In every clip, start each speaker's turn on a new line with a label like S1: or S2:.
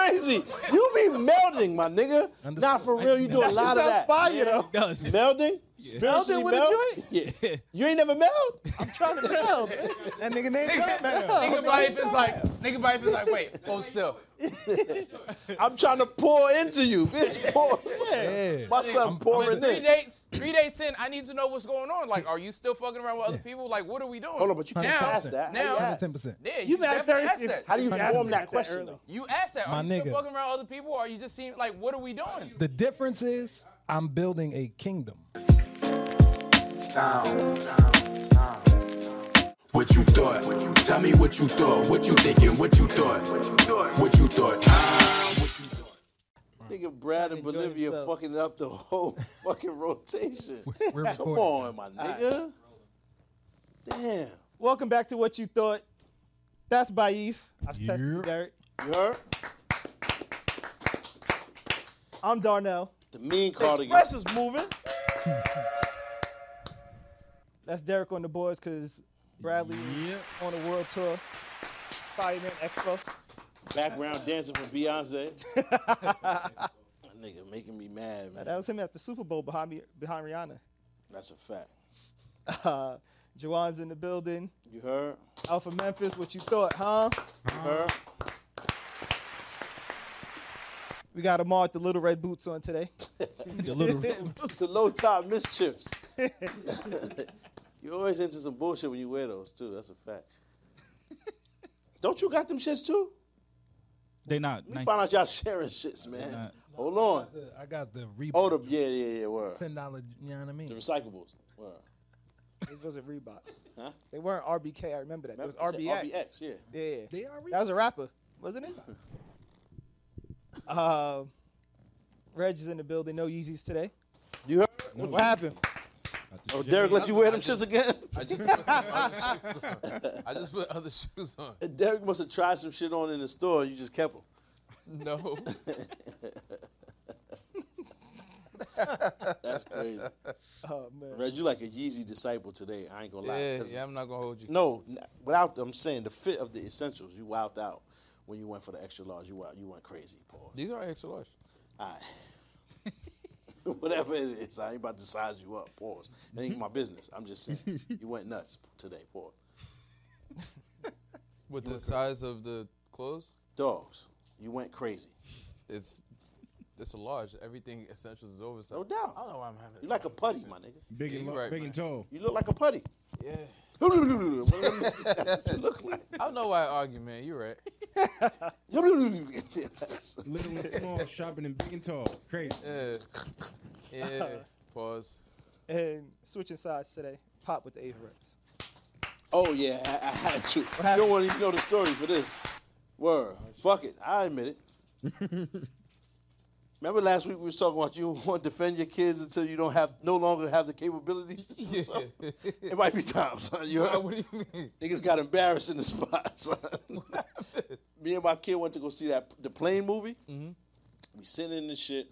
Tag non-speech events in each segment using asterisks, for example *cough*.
S1: energy. You be melding, my nigga.
S2: Understood.
S1: Nah, for real, you do a
S2: That
S1: lot of that.
S3: fire though.
S2: It does.
S1: Melding? Spiritually
S3: Melding with a
S1: meld?
S3: joint?
S1: Yeah. You ain't never meld? I'm trying to meld.
S3: That nigga named
S1: Oh,
S4: Nigga life is like, nigga life is like, wait, hold still.
S1: I'm trying to pour into you, bitch. Pour.
S2: Yeah.
S1: My son
S4: But
S1: pouring
S4: three
S1: in.
S4: dates, three dates in, I need to know what's going on. Like, are you still fucking around with other people? Like, what are we doing?
S1: Hold on, but you can't
S4: now,
S1: ask that.
S4: Now,
S1: How you ask?
S2: 110%.
S4: yeah, you,
S3: You got
S4: definitely ask
S3: thirsty.
S4: that.
S1: How do you
S3: But that's
S1: form
S3: not
S1: that
S3: that
S1: question?
S3: early.
S1: though?
S4: you ask that?
S2: My
S4: Are you still
S2: nigga.
S4: fucking around with other people? Or you just seem like, what are we doing?
S2: The difference is I'm building a kingdom.
S5: What you thought? Tell me what you thought. What you thinking? What you thought? What you thought? What you thought? Ah, what you thought?
S1: Nigga, Brad and Bolivia fucking up the whole *laughs* fucking rotation.
S2: We're
S1: Come
S2: recording.
S1: on, my nigga. Damn.
S3: Welcome back to What You Thought. That's Baif. I've
S2: Yeah.
S3: tested Derek.
S1: You heard?
S3: I'm Darnell.
S1: The mean cardigan.
S3: Express is moving. That's Derek on the boards because Bradley is
S2: Yeah.
S3: on a world tour. Fireman Expo.
S1: *laughs* Background dancing for Beyonce. *laughs* that nigga making me mad, man.
S3: That was him at the Super Bowl behind me, behind Rihanna. *laughs*
S1: That's a fact.
S3: Uh, Juwan's in the building.
S1: You heard?
S3: Alpha Memphis, what you thought, huh?
S1: You heard?
S3: We got Amar with the little red boots on today.
S2: The little,
S1: *laughs* The low top mischiefs. *laughs* you always into some bullshit when you wear those too. That's a *laughs* fact. Don't you got them shits too?
S6: They not.
S1: I
S6: Nike.
S1: found out y'all sharing shits, man.
S6: not.
S1: Hold on.
S2: *laughs* I got the Reebok
S1: Oh, the yeah, yeah, yeah. Word.
S2: ten dollar. You know what I mean?
S1: The recyclables. Word.
S3: It wasn't Reebok.
S1: Huh?
S3: They weren't RBK. I remember that. It was
S1: It's
S3: RBX.
S1: a RBX. Yeah.
S3: Yeah, yeah.
S2: They are
S3: That was a rapper, wasn't it? uh, Reg is in the building. No Yeezys today.
S1: You heard?
S3: What happened?
S1: Oh, Derek let you wear them shits *laughs* again.
S4: I just put some other shoes on. I just put other shoes
S1: *laughs*
S4: on.
S1: Derek must have tried some shit on in the store. You just kept them.
S4: No.
S1: That's crazy.
S3: Oh man.
S1: Reg, you like a Yeezy disciple today. I ain't gonna lie.
S4: Yeah,
S1: 'Cause-
S4: yeah, I'm not gonna hold you.
S1: No, n- without I'm saying the fit of the essentials, you wowed out when you went for the extra large. You wild, you went crazy, Paul.
S4: These are extra large.
S1: All right. *laughs* Whatever it is, I ain't about to size you up. Pause. That ain't my business. I'm just
S4: *laughs*
S1: saying you went nuts today, Paul.
S4: With the size of the clothes,
S1: Dogs, you went crazy.
S4: it's it's a large. Everything essentials is oversized.
S1: No doubt.
S4: I don't know why I'm having.
S1: You like a putty, my
S4: *laughs*
S1: nigga.
S6: Big,
S4: and- Right, big man. and
S6: tall.
S1: You look like a
S4: *laughs*
S1: putty. *laughs*
S4: Yeah.
S1: That's what you look like.
S4: I don't know why I argue, man. You're *laughs* right.
S6: Little and small, shopping and big and tall. Crazy.
S4: Yeah. Yeah. Pause.
S3: And switching sides today. Pop with the Averets.
S1: oh yeah, I, I had to. You don't want to even know the story for this. Word. Fuck it. I admit it.
S4: *laughs*
S1: Remember last week we was talking about you *laughs* want to defend your kids until you don't have no longer have the capabilities to do
S4: Yeah.
S1: so. It might be time, son. You heard?
S4: *laughs* what do you mean?
S1: Niggas got embarrassed in the spot, *laughs* son. Me and my kid went to go see that the plane movie.
S4: Mm-hmm.
S1: We sitting in the shit.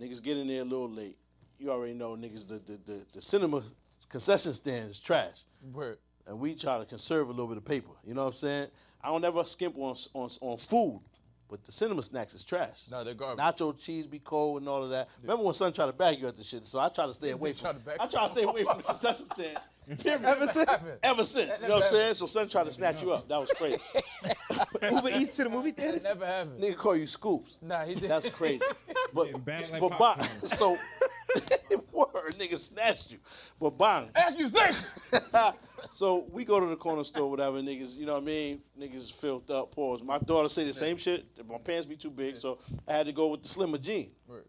S1: Niggas get in there a little late. You already know niggas the the, the, the cinema concession stand is trash.
S4: Word.
S1: And we try to conserve a little bit of paper. You know what I'm saying? I don't ever skimp on on, on food, but the cinema snacks is trash.
S4: No, they're garbage.
S1: Nacho cheese be cold and all of that. Remember when son tried to bag you at the shit, so I try to stay away
S4: try
S1: from
S4: to bag
S1: I try to stay away
S4: *laughs*
S1: from the concession stand. Period.
S3: Ever since
S1: Ever since. You know what I'm saying? So son tried to snatch you up. That was
S4: *laughs*
S1: crazy.
S3: Uber Eats to the movie
S4: That
S3: theater.
S4: never happened.
S1: Nigga call you scoops.
S4: Nah, he did.
S1: That's
S4: *laughs*
S1: crazy. But,
S6: bagged like
S1: but bong, *laughs*
S6: popcorn.
S1: so word, nigga snatched you. But bong.
S4: *laughs* accusations.
S1: *laughs* So we go to the corner store, whatever, niggas, you know what I mean? Niggas filled up, pause. My daughter say the same shit. that My pants be too big, so I had to go with the slimmer jean.
S4: Word.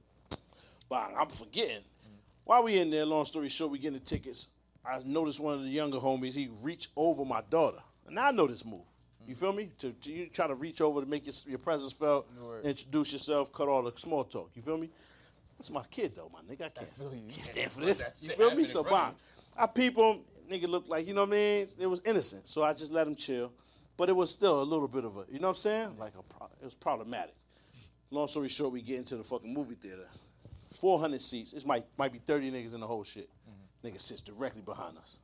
S1: Bong, I'm forgetting. While we in there, long story short, we getting the tickets. I noticed one of the younger homies, he reached over my daughter. And I know this move. You feel me? To, to you try to reach over to make your, your presence felt,
S4: Word.
S1: introduce yourself, cut all the small talk. You feel me? That's my kid though, my nigga. I can't, can't stand for this.
S4: That
S1: You
S4: shit
S1: feel me?
S4: happened in
S1: So bong.
S4: front of
S1: I peep him, nigga looked like, you know what I mean? It was innocent. So I just let him chill. But it was still a little bit of a, you know what I'm saying? Like a pro- it was problematic. Long story short, we get into the fucking movie theater. 400 seats. It might might be 30 niggas in the whole shit. Nigga sits directly behind us.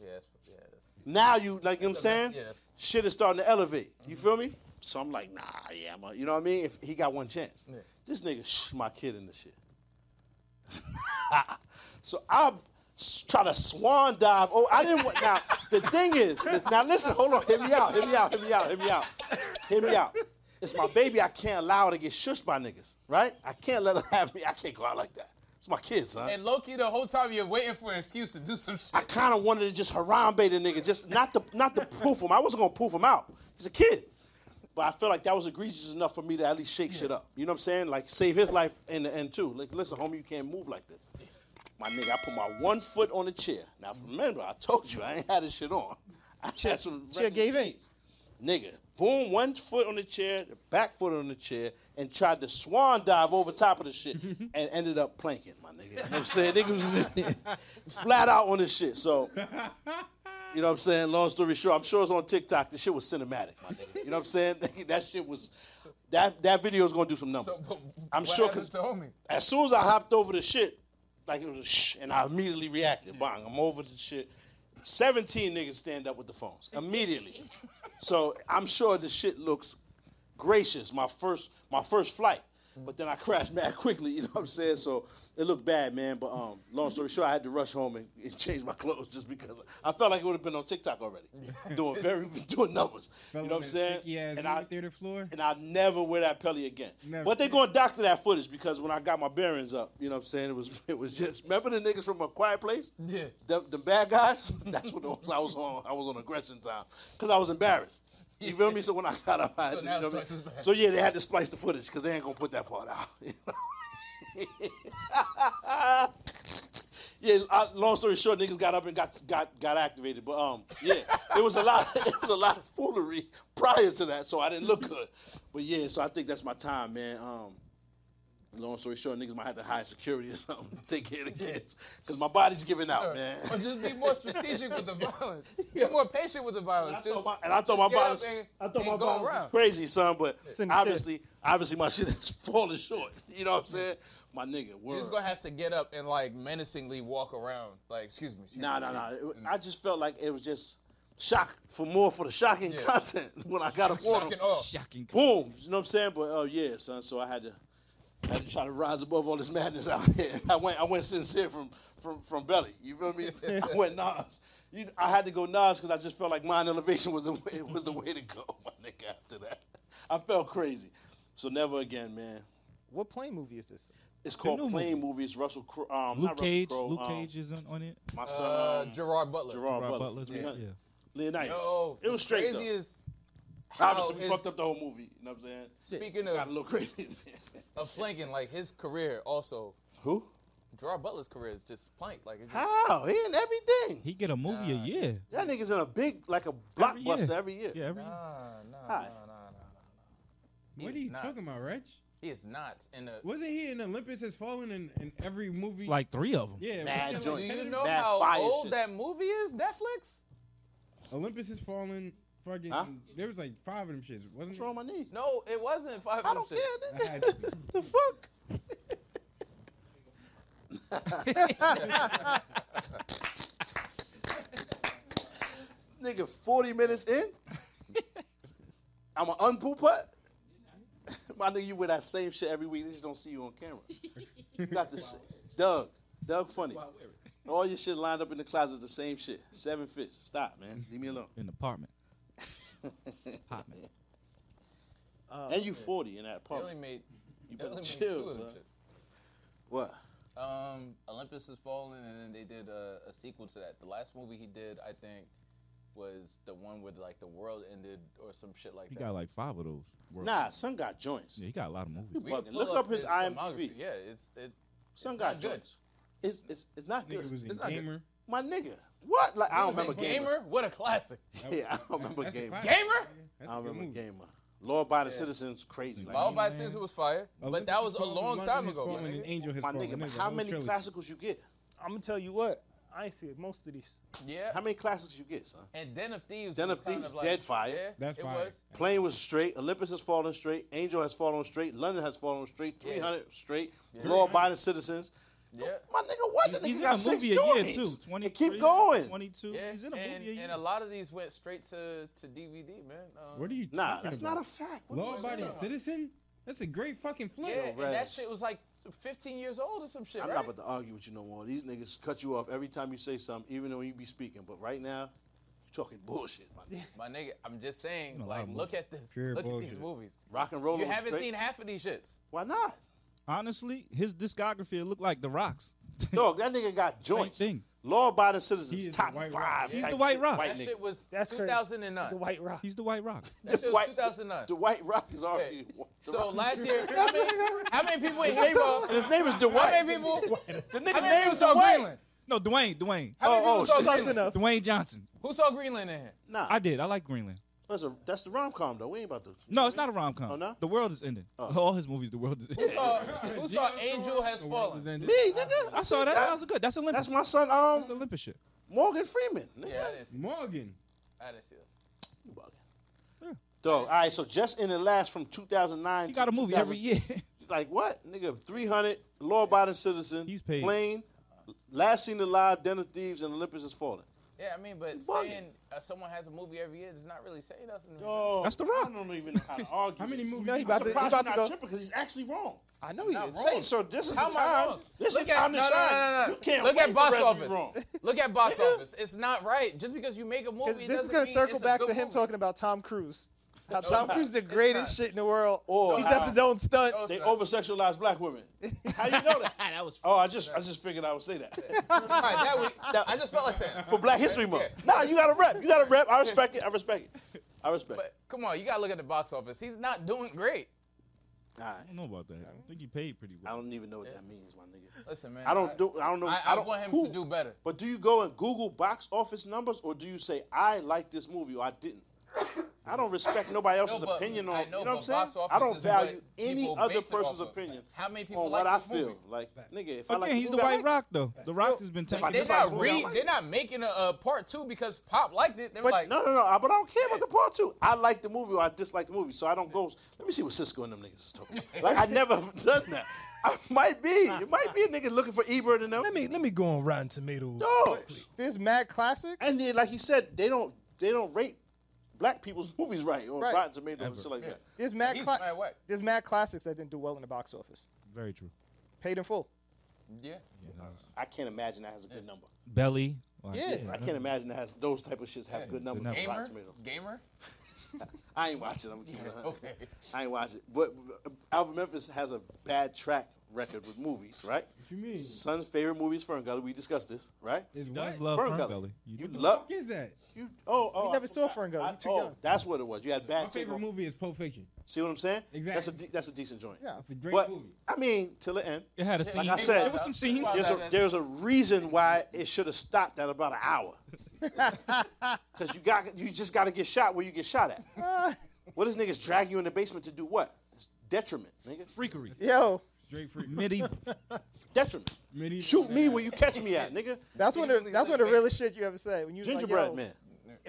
S4: Yes. Yes.
S1: Now you like you know what I'm
S4: That's-
S1: saying?
S4: yes.
S1: Shit is starting to elevate. You feel me? So I'm like, nah, yeah, I'm a, you know what I mean? If he got one chance, this nigga shh my kid in the shit. *laughs* so I s- try to swan dive. Oh, I didn't. want Now the thing is, that- now listen, hold on, hear me out, hear me out, hear me out, hear me out, hear me out. It's my baby. I can't allow her to get shushed by niggas, right? I can't let her *laughs* have me. I can't go out like that. It's my kid, son.
S4: And Loki, the whole time you're waiting for an excuse to do some
S1: I
S4: shit.
S1: kind of wanted to just harambe the nigga, just not to not to poof him. I wasn't gonna poof him out. He's a kid, but I felt like that was egregious enough for me to at least shake shit up. You know what I'm saying? Like save his life in the end too. Like listen, homie, you can't move like this. My nigga, I put my one foot on the chair. Now remember, I told you I ain't had this shit on. *laughs* I just was
S3: Chair
S1: wrecking
S3: gave
S1: the
S3: in.
S1: keys. Nigga, boom, one foot on the chair, the back foot on the chair, and tried to swan dive over top of the
S3: *laughs*
S1: shit and ended up planking, my nigga. You know what I'm saying? Nigga was *laughs* flat out on this shit. So, you know what I'm saying? Long story short, I'm sure it's on TikTok. This shit was cinematic, my nigga. You know what I'm saying? *laughs* that shit was, that, that video is gonna do some numbers.
S4: So, but
S1: I'm
S4: what
S1: sure
S4: happened
S1: because
S4: to homie?
S1: as soon as I hopped over the shit, like it was a shh, and I immediately reacted. Bang, I'm over the shit. 17 niggas stand up with the phones immediately. so I'm sure the shit looks gracious, my first my first flight. But then I crashed mad quickly, *laughs* you know what I'm saying? So it looked bad, man. But um, long story short, I had to rush home and, and change my *laughs* clothes just because I felt like it would have been on TikTok already, doing very *laughs* doing numbers.
S6: Fell
S1: you know
S6: on
S1: what I'm
S6: that
S1: saying?
S6: sticky ass
S1: And
S6: movie
S1: I-
S6: theater floor.
S1: and I'll never wear that Pelly again.
S6: Never.
S1: But they gonna doctor that footage because when I got my bearings up, you know what I'm saying? It was *laughs* it was just remember the niggas from a quiet place?
S4: Yeah.
S1: Them, them bad guys? *laughs* That's what those, I was on I was on aggression time. Cause I was embarrassed. You feel me? So when I got up, I had
S4: So
S1: to,
S4: now
S1: you know what I
S4: slice
S1: mean?
S4: is back.
S1: So yeah, they had to splice the footage because they ain't gonna put that part out. *laughs* yeah, I, long story short, niggas got up and got got got activated. But um, yeah, it was a lot. *laughs* It was a lot of foolery prior to that, so I didn't look good. But yeah, so I think that's my time, man. Um, long story short, niggas might have to hire security or something to take care of the kids because my body's giving out, man.
S4: Or just be more strategic *laughs* with the violence. Be more patient with the violence.
S1: I thought
S4: Just,
S1: my- and I thought my
S4: just get up
S1: violence,
S4: and-
S1: I thought my
S4: and go
S1: violence was
S4: around.
S1: crazy, son. But
S3: in the shit.
S1: obviously, obviously, my *laughs* shit is falling short. You know what I'm saying? My nigga,
S4: You're
S1: word.
S4: just gonna have to get up and like menacingly walk around. Like, excuse me. excuse
S1: Nah,
S4: me.
S1: nah, nah. It-
S4: Mm.
S1: I just felt like it was just shock for more for the shocking
S4: Yeah.
S1: content *laughs* when I got up on
S4: Shocking
S1: him.
S4: off. uh,
S7: Shocking.
S1: Boom. You know what I'm saying? But oh yeah, son. So I had to, I had to try to rise above all this madness out *laughs* here. I went, I went sincere from from from belly. You feel
S6: *laughs*
S1: me? I went Nas. You, I had to go Nas because I just felt like mind elevation was the *laughs* way, was the way to go. *laughs* My nigga, after that, I felt crazy. So never again, man.
S3: What plane movie is this?
S1: It's called
S6: new
S1: Plane Movies. Russell Crowe. Um, not
S6: Luke
S1: Russell
S6: Cage.
S1: Crowe,
S6: Luke
S1: um,
S6: Cage is on, on it.
S1: My son.
S4: Uh,
S1: um,
S4: Gerard Butler.
S1: Gerard
S6: Rob
S1: Butler.
S6: Butler's on it, yeah.
S1: Leonidas.
S4: Yo,
S1: it was
S4: what's
S1: straight
S4: Crazy
S1: though.
S4: is
S1: Obviously, we
S4: how
S1: fucked
S4: is-
S1: up the whole movie. You know what I'm saying?
S4: speaking
S1: Got a
S4: of,
S1: little *laughs* crazy.
S4: of flanking, like his career also.
S1: Who?
S4: Gerard Butler's career is just planked. Like, it's just,
S1: How? Oh, He in everything.
S6: He get a movie a year.
S1: that nigga's in a big, like a blockbuster every year.
S6: Yeah, every.
S4: nah,
S6: year.
S4: nah, nah, nah,
S1: Hi.
S4: nah.
S6: what are
S4: is
S6: you
S4: nuts.
S6: talking about, Rich?
S4: He is uh, not in the.
S6: Wasn't he in Olympus Has Fallen in, in every movie? Like three of them. Yeah.
S1: Mad
S6: wasn't it
S4: Do
S1: joints.
S4: you
S6: ten of
S4: know
S1: Mad
S4: how
S1: fire
S4: old
S1: shit.
S4: that movie is? Netflix?
S6: them? Olympus Has Fallen. Fucking.
S1: Huh?
S6: There was like five of them shits. Wasn't
S1: What's wrong with my knee?
S4: No, it wasn't. Five
S1: I don't
S4: Minutes.
S1: care.
S6: I
S1: Nigga.
S6: had to be.
S1: the fuck? nigga, 40 minutes in, I'm an unpoo putt. My nigga, you wear that same shit every week. They just don't see you on camera. You got the sa- Doug, Doug Funny. All your shit lined up in the closet, the same shit. Seven fits. Stop, man. Leave me alone.
S7: In
S1: *laughs*
S7: the apartment. apartment.
S1: and you 40 in that
S4: They only
S1: apartment.
S4: made.
S1: You
S4: They
S1: better
S4: only made two
S1: chill,
S4: of them
S1: son.
S4: shits.
S1: What?
S4: Um, Olympus Has Fallen, and then they did uh, a, a sequel to that. The last movie he did, I think, was the one where like the world ended or some shit like
S7: He
S4: that.
S7: got like five of those. World-
S1: Nah, son got joints.
S7: Yeah, he got a lot of movies.
S4: We can
S1: bugging.
S4: pull
S1: Look up his
S4: filmography.
S1: IMDb.
S4: Yeah, it's it.
S1: Son
S4: It's
S1: got
S4: not good.
S1: joints. It's, it's, it's not good.
S6: Nigga was in
S4: It's not good.
S6: Gamer.
S1: My nigga. What? Like, I don't
S4: Was it
S1: remember Gamer.
S4: What a classic.
S1: *laughs* Yeah, I don't remember
S6: That's a
S1: Gamer.
S6: classic.
S4: Gamer.
S6: That's
S1: I
S6: a
S1: don't
S6: good
S1: remember
S6: movie.
S1: Gamer. Law abiding citizens crazy. Like,
S4: All by
S6: Man.
S4: Sins was fire, but
S6: Olympus
S4: that
S6: Has
S4: was a
S6: Fallen,
S4: long
S6: London
S4: time
S6: Has
S4: ago. my
S6: Fallen, and
S4: nigga.
S6: Angel Has
S1: my
S6: Fallen.
S1: nigga, but
S6: There's a
S1: how
S6: whole
S1: many
S6: trilogy.
S1: classicals you get?
S8: I'm gonna tell you what. I ain't see most of these.
S4: Yeah.
S1: How many classics you get, son?
S4: And Den of Thieves.
S1: Den
S4: was
S1: of
S4: kind
S1: Thieves,
S4: of like,
S1: dead fire.
S4: Yeah,
S6: That's
S4: it
S6: fire.
S4: was.
S1: Plane was straight. Olympus has fallen straight. Angel has fallen straight. London has fallen straight. 300 straight. Law abiding citizens.
S4: Yeah.
S1: My nigga, what? The
S7: He's
S1: nigga
S7: in
S1: got
S7: a
S1: six
S7: movie a year
S1: joints.
S7: too.
S1: It keep going.
S7: 22.
S4: Yeah,
S7: He's in a
S4: and,
S7: movie a year.
S4: and a lot of these went straight to, to DVD, man. Um,
S6: What are you?
S1: Nah,
S6: talking
S1: that's
S6: about?
S1: not a fact. What
S6: Law
S1: was
S6: abiding
S1: that?
S6: citizen. That's a great fucking flick.
S4: Yeah, and that
S1: Reg.
S4: shit was like 15 years old or some shit,
S1: I'm
S4: right?
S1: not about to argue with you no more. These niggas cut you off every time you say something, even when you be speaking. But right now, you talking bullshit. My
S4: *laughs*
S1: nigga.
S4: My nigga, I'm just saying,
S7: a lot
S4: like,
S7: of
S4: look at this.
S7: Pure
S4: Look at
S7: bullshit.
S4: these movies.
S1: Rock and roll.
S4: You
S1: was
S4: haven't
S1: straight-
S4: seen half of these shits.
S1: Why not?
S7: Honestly, his discography look like The Rocks. *laughs*
S1: Dog, that nigga got joints.
S7: thing.
S1: Law abiding
S6: He
S1: citizens,
S6: is
S1: top
S6: the White
S1: five.
S6: Rock.
S7: He's
S1: type
S7: the White
S1: shit.
S7: Rock.
S1: White
S4: That shit
S1: niggas.
S4: was
S8: That's crazy.
S4: 2009.
S8: The White Rock.
S7: He's the White Rock.
S4: That shit was
S1: White-
S4: 2009.
S1: *laughs* The White Rock is already.
S4: Okay.
S1: The
S4: So
S1: Rock-
S4: last year, how many, how many people in here saw?
S1: and his name is
S4: How
S1: Dwight.
S4: many people?
S1: the
S4: How
S1: nigga
S4: many
S1: name
S4: people
S1: is
S4: saw
S1: Dwight.
S4: Greenland?
S7: No, Dwayne, Dwayne.
S4: How many
S1: Oh,
S4: people saw
S1: oh,
S4: Greenland?
S8: enough.
S7: Dwayne Johnson.
S4: Who saw Greenland in here?
S1: Nah,
S7: I did. I like Greenland.
S1: that's, a, that's the rom com though. We ain't about to.
S7: No, it's not a rom com.
S1: Oh, no?
S7: The world is ending. All his movies, the world is
S4: Who
S7: ending.
S4: saw, who saw Angel Has Fallen?
S1: me, nigga.
S7: I saw that. That was good. That's
S1: That's
S7: Olympus.
S1: my son, um,
S7: That's Olympus shit.
S1: Morgan Freeman. Nigga.
S4: Yeah, I didn't see.
S6: Morgan.
S4: I didn't see that.
S1: You bugging. Dog, all right, so just in the last from 2009
S7: He got a
S1: to
S7: movie every
S1: 2000
S7: year. *laughs*
S1: Like what? Nigga, 300, Law Abiding Citizen,
S7: He's paid.
S1: Plane, Last Seen Alive, Den of Thieves, and Olympus Has Fallen.
S4: Yeah, I mean, but
S1: bugging.
S4: saying uh, someone has a movie every year does not really say nothing. to me.
S1: Oh,
S7: That's The Rock.
S1: I don't even know how to argue.
S6: How many
S1: this.
S6: movies?
S3: know he
S6: you
S1: I'm
S3: about to- he
S1: surprised you're
S3: about to
S1: not
S3: go-
S1: tripping because he's actually wrong.
S3: I know he
S4: Not
S3: is.
S4: wrong.
S1: Say, so this is
S4: How
S1: the
S4: am I
S1: time.
S4: wrong?
S1: This
S4: Look
S1: is
S4: at-
S1: time to
S4: no, no,
S1: shine.
S4: no, no, no.
S1: You can't
S4: Look
S1: wait
S4: at
S1: for
S4: box
S1: Reggie
S4: office.
S1: wrong.
S4: Look at box
S1: Nigga.
S4: office. It's not right. Just because you make a movie, it
S3: This is
S4: doesn't
S3: gonna
S4: mean
S3: circle
S4: it's a
S3: back to
S4: good
S3: him
S4: movie.
S3: talking about Tom Cruise. How Tom
S1: not.
S3: Cruise is the
S1: It's
S3: greatest
S4: not. Oh.
S3: shit in the world.
S1: Or
S3: he's
S1: how-
S3: up his own stunt.
S4: No, it's
S1: They
S4: not.
S1: over sexualize black women. How you know that? *laughs* that was. Oh, I just I just figured I would say that
S4: All right, that
S1: *laughs*
S4: we-
S1: That-
S4: I just felt like saying.
S1: for Black History Month.
S4: Yeah.
S1: Nah, you got to rep. You got to rep. I respect it. I respect it. I respect.
S4: But come on, you gotta look at the box office. He's not doing
S1: it.
S4: great.
S1: All right.
S7: I don't know about that. I think he paid pretty
S1: I
S7: well.
S1: don't even know what that means, my nigga.
S4: Listen, man.
S1: I don't do. I don't know.
S4: I,
S1: I,
S4: I
S1: don't
S4: want him
S1: who-
S4: to do better.
S1: But do you go and Google box office numbers, or do you say I like this movie or I didn't? I don't respect nobody else's
S4: but-
S1: opinion on.
S4: I
S1: you know
S4: know,
S1: what
S4: but
S1: I'm saying?
S4: box office
S1: I don't
S4: is
S1: value
S4: what
S1: any
S4: people
S1: other
S4: base it off
S1: person's
S4: of.
S1: opinion
S4: How many people
S1: on
S4: like
S1: what I
S4: this
S1: feel.
S4: movie?
S1: Like, nigga, if I
S7: Again,
S1: like the
S7: he's the
S1: movie, I
S7: White
S1: like it.
S7: Rock though. The Rock has been taking.
S1: I
S4: They're
S1: just like
S4: not
S1: the movie, I
S4: re-
S1: like
S4: they're
S1: it.
S4: not making a, a part two because Pop liked it. They were like,
S1: No, no, no. I- But I don't care about the part two. I like the movie or I dislike the movie, so I don't go. Let me see what Cisco and them niggas is talking about. Like I never *laughs* have done that. I might be. It might be a nigga looking for Ebert and them.
S2: Let me let me go on Rotten Tomatoes.
S1: Dogs.
S3: There's Mad Classic.
S1: And then, like he said, they don't they don't rate black people's *laughs* movies right or
S3: Right.
S1: Rotten Tomatoes and shit like that.
S3: There's Mad,
S4: He's
S3: Cla-
S4: mad what?
S3: There's Mad Classics that didn't do well in the box office.
S7: Very true.
S3: Paid in full.
S4: yeah.
S1: I can't imagine that has a good number.
S7: Belly. Like,
S3: Yeah.
S1: I can't imagine that has those type of shits have good numbers. on
S4: Gamer,
S1: Rotten Tomatoes. *laughs*
S4: gamer.
S1: I ain't watching. I'm keeping it. a hundred.
S4: Okay.
S1: *laughs* I ain't watching. But uh, Alvin Memphis has a bad track record with movies, right? What
S6: you mean?
S1: Son's favorite movie is Ferngully. We discussed this, right?
S6: Is
S7: does
S6: what?
S7: love
S1: Ferngully.
S7: Ferngully.
S1: You,
S7: You do.
S1: love.
S6: What is that?
S1: You, oh, oh,
S3: We
S1: I
S3: never saw
S1: forgot.
S3: Ferngully.
S1: I-
S3: He's too
S1: oh,
S3: young.
S1: that's what it was. You had bad.
S6: My
S1: take
S6: favorite
S1: on-
S6: movie is Pulp Fiction.
S1: See what I'm saying? That's a
S6: Exactly.
S1: de- that's a decent joint.
S3: Yeah.
S6: It's a great
S1: but
S6: movie.
S1: I mean, till the end.
S7: It had a scene.
S1: I said-
S7: there was some scenes.
S1: There's a, there's a reason why it should have stopped at about an hour. Because you got you just got to get shot where you get shot at. What does niggas drag you in the basement to do what? It's detriment, nigga.
S7: Freakery.
S3: Yo,
S6: Straight free.
S7: *laughs*
S1: *laughs*
S7: Medieval.
S1: Detriment.
S6: Medieval.
S1: Shoot me where you catch me at, nigga.
S3: that's one of
S4: Really
S3: that's one of the
S4: lit.
S3: realest shit you ever said. When you was
S1: Gingerbread
S3: like, Yo,
S1: man.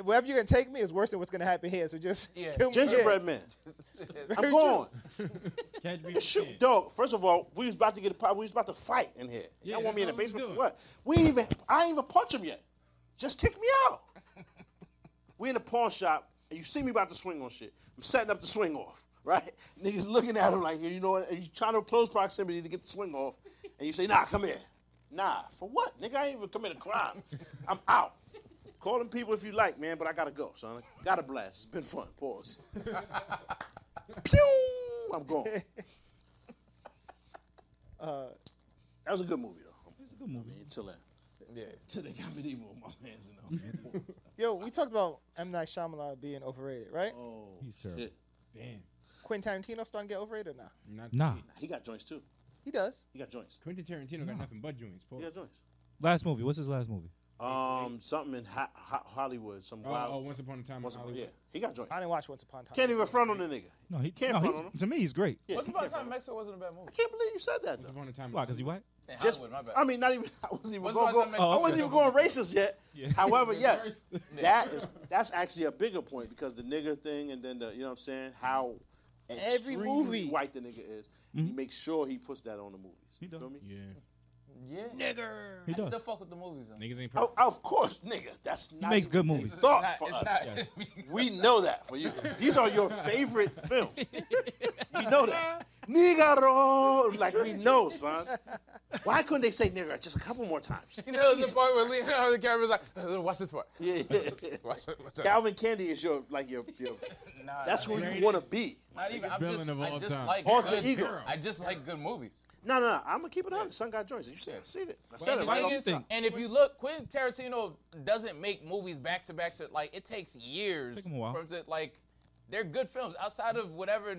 S3: Wherever you're gonna take me is worse than what's gonna happen here. So just
S4: Yeah.
S3: kill me here.
S1: Gingerbread man. I'm
S3: Very
S1: going.
S6: Catch me.
S1: Nigga, shoot, dog. First of all, we was about to get a pop. We was about to fight in here.
S6: Yeah,
S1: Y'all want me in the
S6: that's
S1: basement for
S6: what we
S1: what? We ain't even. I ain't even punch him yet. Just kick me
S6: *laughs*
S1: out. we in the pawn shop, and you see me about to swing on shit. I'm setting up the swing off, *laughs* right? Niggas looking at him like, you know, what? and you trying to close proximity to get the swing off, and you say, nah, come here. Nah, for what? Nigga, I ain't even committed a
S6: *laughs*
S1: crime. I'm out. Call them people if you like, man, but I gotta go, son. Got a blast. It's been fun.
S6: *laughs*
S1: Pause. Pew! I'm gone. that was a good movie, though.
S7: Good movie.
S1: Until that.
S4: yeah.
S1: *laughs* Till they got medieval with my hands in
S7: *laughs*
S1: them.
S3: Yo, we talked about M Night Shyamalan being overrated, right?
S1: oh,
S7: He's terrible.
S1: shit.
S6: Damn.
S3: Quentin Tarantino starting to get overrated or not?
S6: Not
S7: Nah.
S1: He got joints, too.
S3: He does.
S1: He got joints.
S6: Quentin Tarantino got nothing but joints. Paul.
S1: He got joints.
S7: Last movie. What's his last movie?
S1: Um, something in ho- ho- Hollywood. Some
S6: Oh,
S1: wild.
S6: oh, Once Upon a Time. in
S1: Once upon-
S6: Hollywood.
S1: yeah, he got joints.
S3: I didn't watch Once Upon a Time.
S1: Can't even front on the nigga.
S7: No, he
S1: Can't
S7: no,
S1: front
S7: he's-
S1: on him.
S7: To me, he's great.
S1: Yeah,
S4: What's
S1: he
S4: about
S1: can't
S4: time
S1: front on him.
S4: Mexico wasn't a bad movie?
S1: I can't believe you said that,
S6: Once
S1: though.
S6: Upon a Time. in
S7: Why? Cause he white.
S4: Damn,
S1: Just,
S4: Hollywood, my bad.
S1: I mean, not even. *laughs* I wasn't even
S4: What's
S1: going.
S4: about
S1: Go,
S4: time
S7: Oh,
S1: I wasn't even
S4: Mexico?
S1: going racist yet. *laughs*
S4: *laughs*
S1: However, yes,
S6: Reverse.
S1: that is that's actually a bigger point because the nigga thing, and then the you know what I'm saying how
S3: Every
S1: extremely
S3: movie.
S7: Mm-hmm.
S1: white the nigga is. He makes sure he puts that on the movies. You feel me?
S6: Yeah.
S4: Yeah.
S2: Nigger.
S7: He
S4: I
S7: does.
S4: still fuck with the movies though.
S7: Niggas ain't
S1: Oh,
S7: perfect.
S1: of course, nigga. That's not
S7: makes
S1: even
S7: good
S1: a
S7: movies.
S1: Thought
S4: It's
S1: for
S4: not- *laughs*
S1: us.
S4: it's not-
S1: We know that for you. These are
S7: *laughs*
S1: your favorite films. We know that. Nigaro, like we know, son. Why couldn't they say nigger just a couple more
S4: *laughs*
S1: times?
S4: You
S1: *laughs*
S4: know the part *laughs* where Leonardo DiCaprio's like, "Uh, watch this part.
S1: Yeah.
S4: Watch it, watch
S1: *laughs*
S4: it.
S1: Calvin Candy is your like your, your
S4: *laughs* Nah,
S1: that's
S4: nah,
S1: who you
S6: Greatest.
S1: want to be.
S4: Not even. I'm
S6: villain
S4: just,
S6: of
S4: I
S6: all
S4: just
S6: time.
S4: like
S1: Alter
S4: good,
S1: ego.
S4: I just like good movies.
S1: No, no, no. I'm gonna keep it honest. Son got joints. You said, I seen it. I said
S4: And,
S1: it
S4: the
S1: right
S4: thing
S1: off
S4: is-
S1: the top.
S4: and if you look, Quentin Tarantino doesn't make movies back to back to like it takes years.
S7: Take 'em a while.
S4: for him to, like they're good films outside of whatever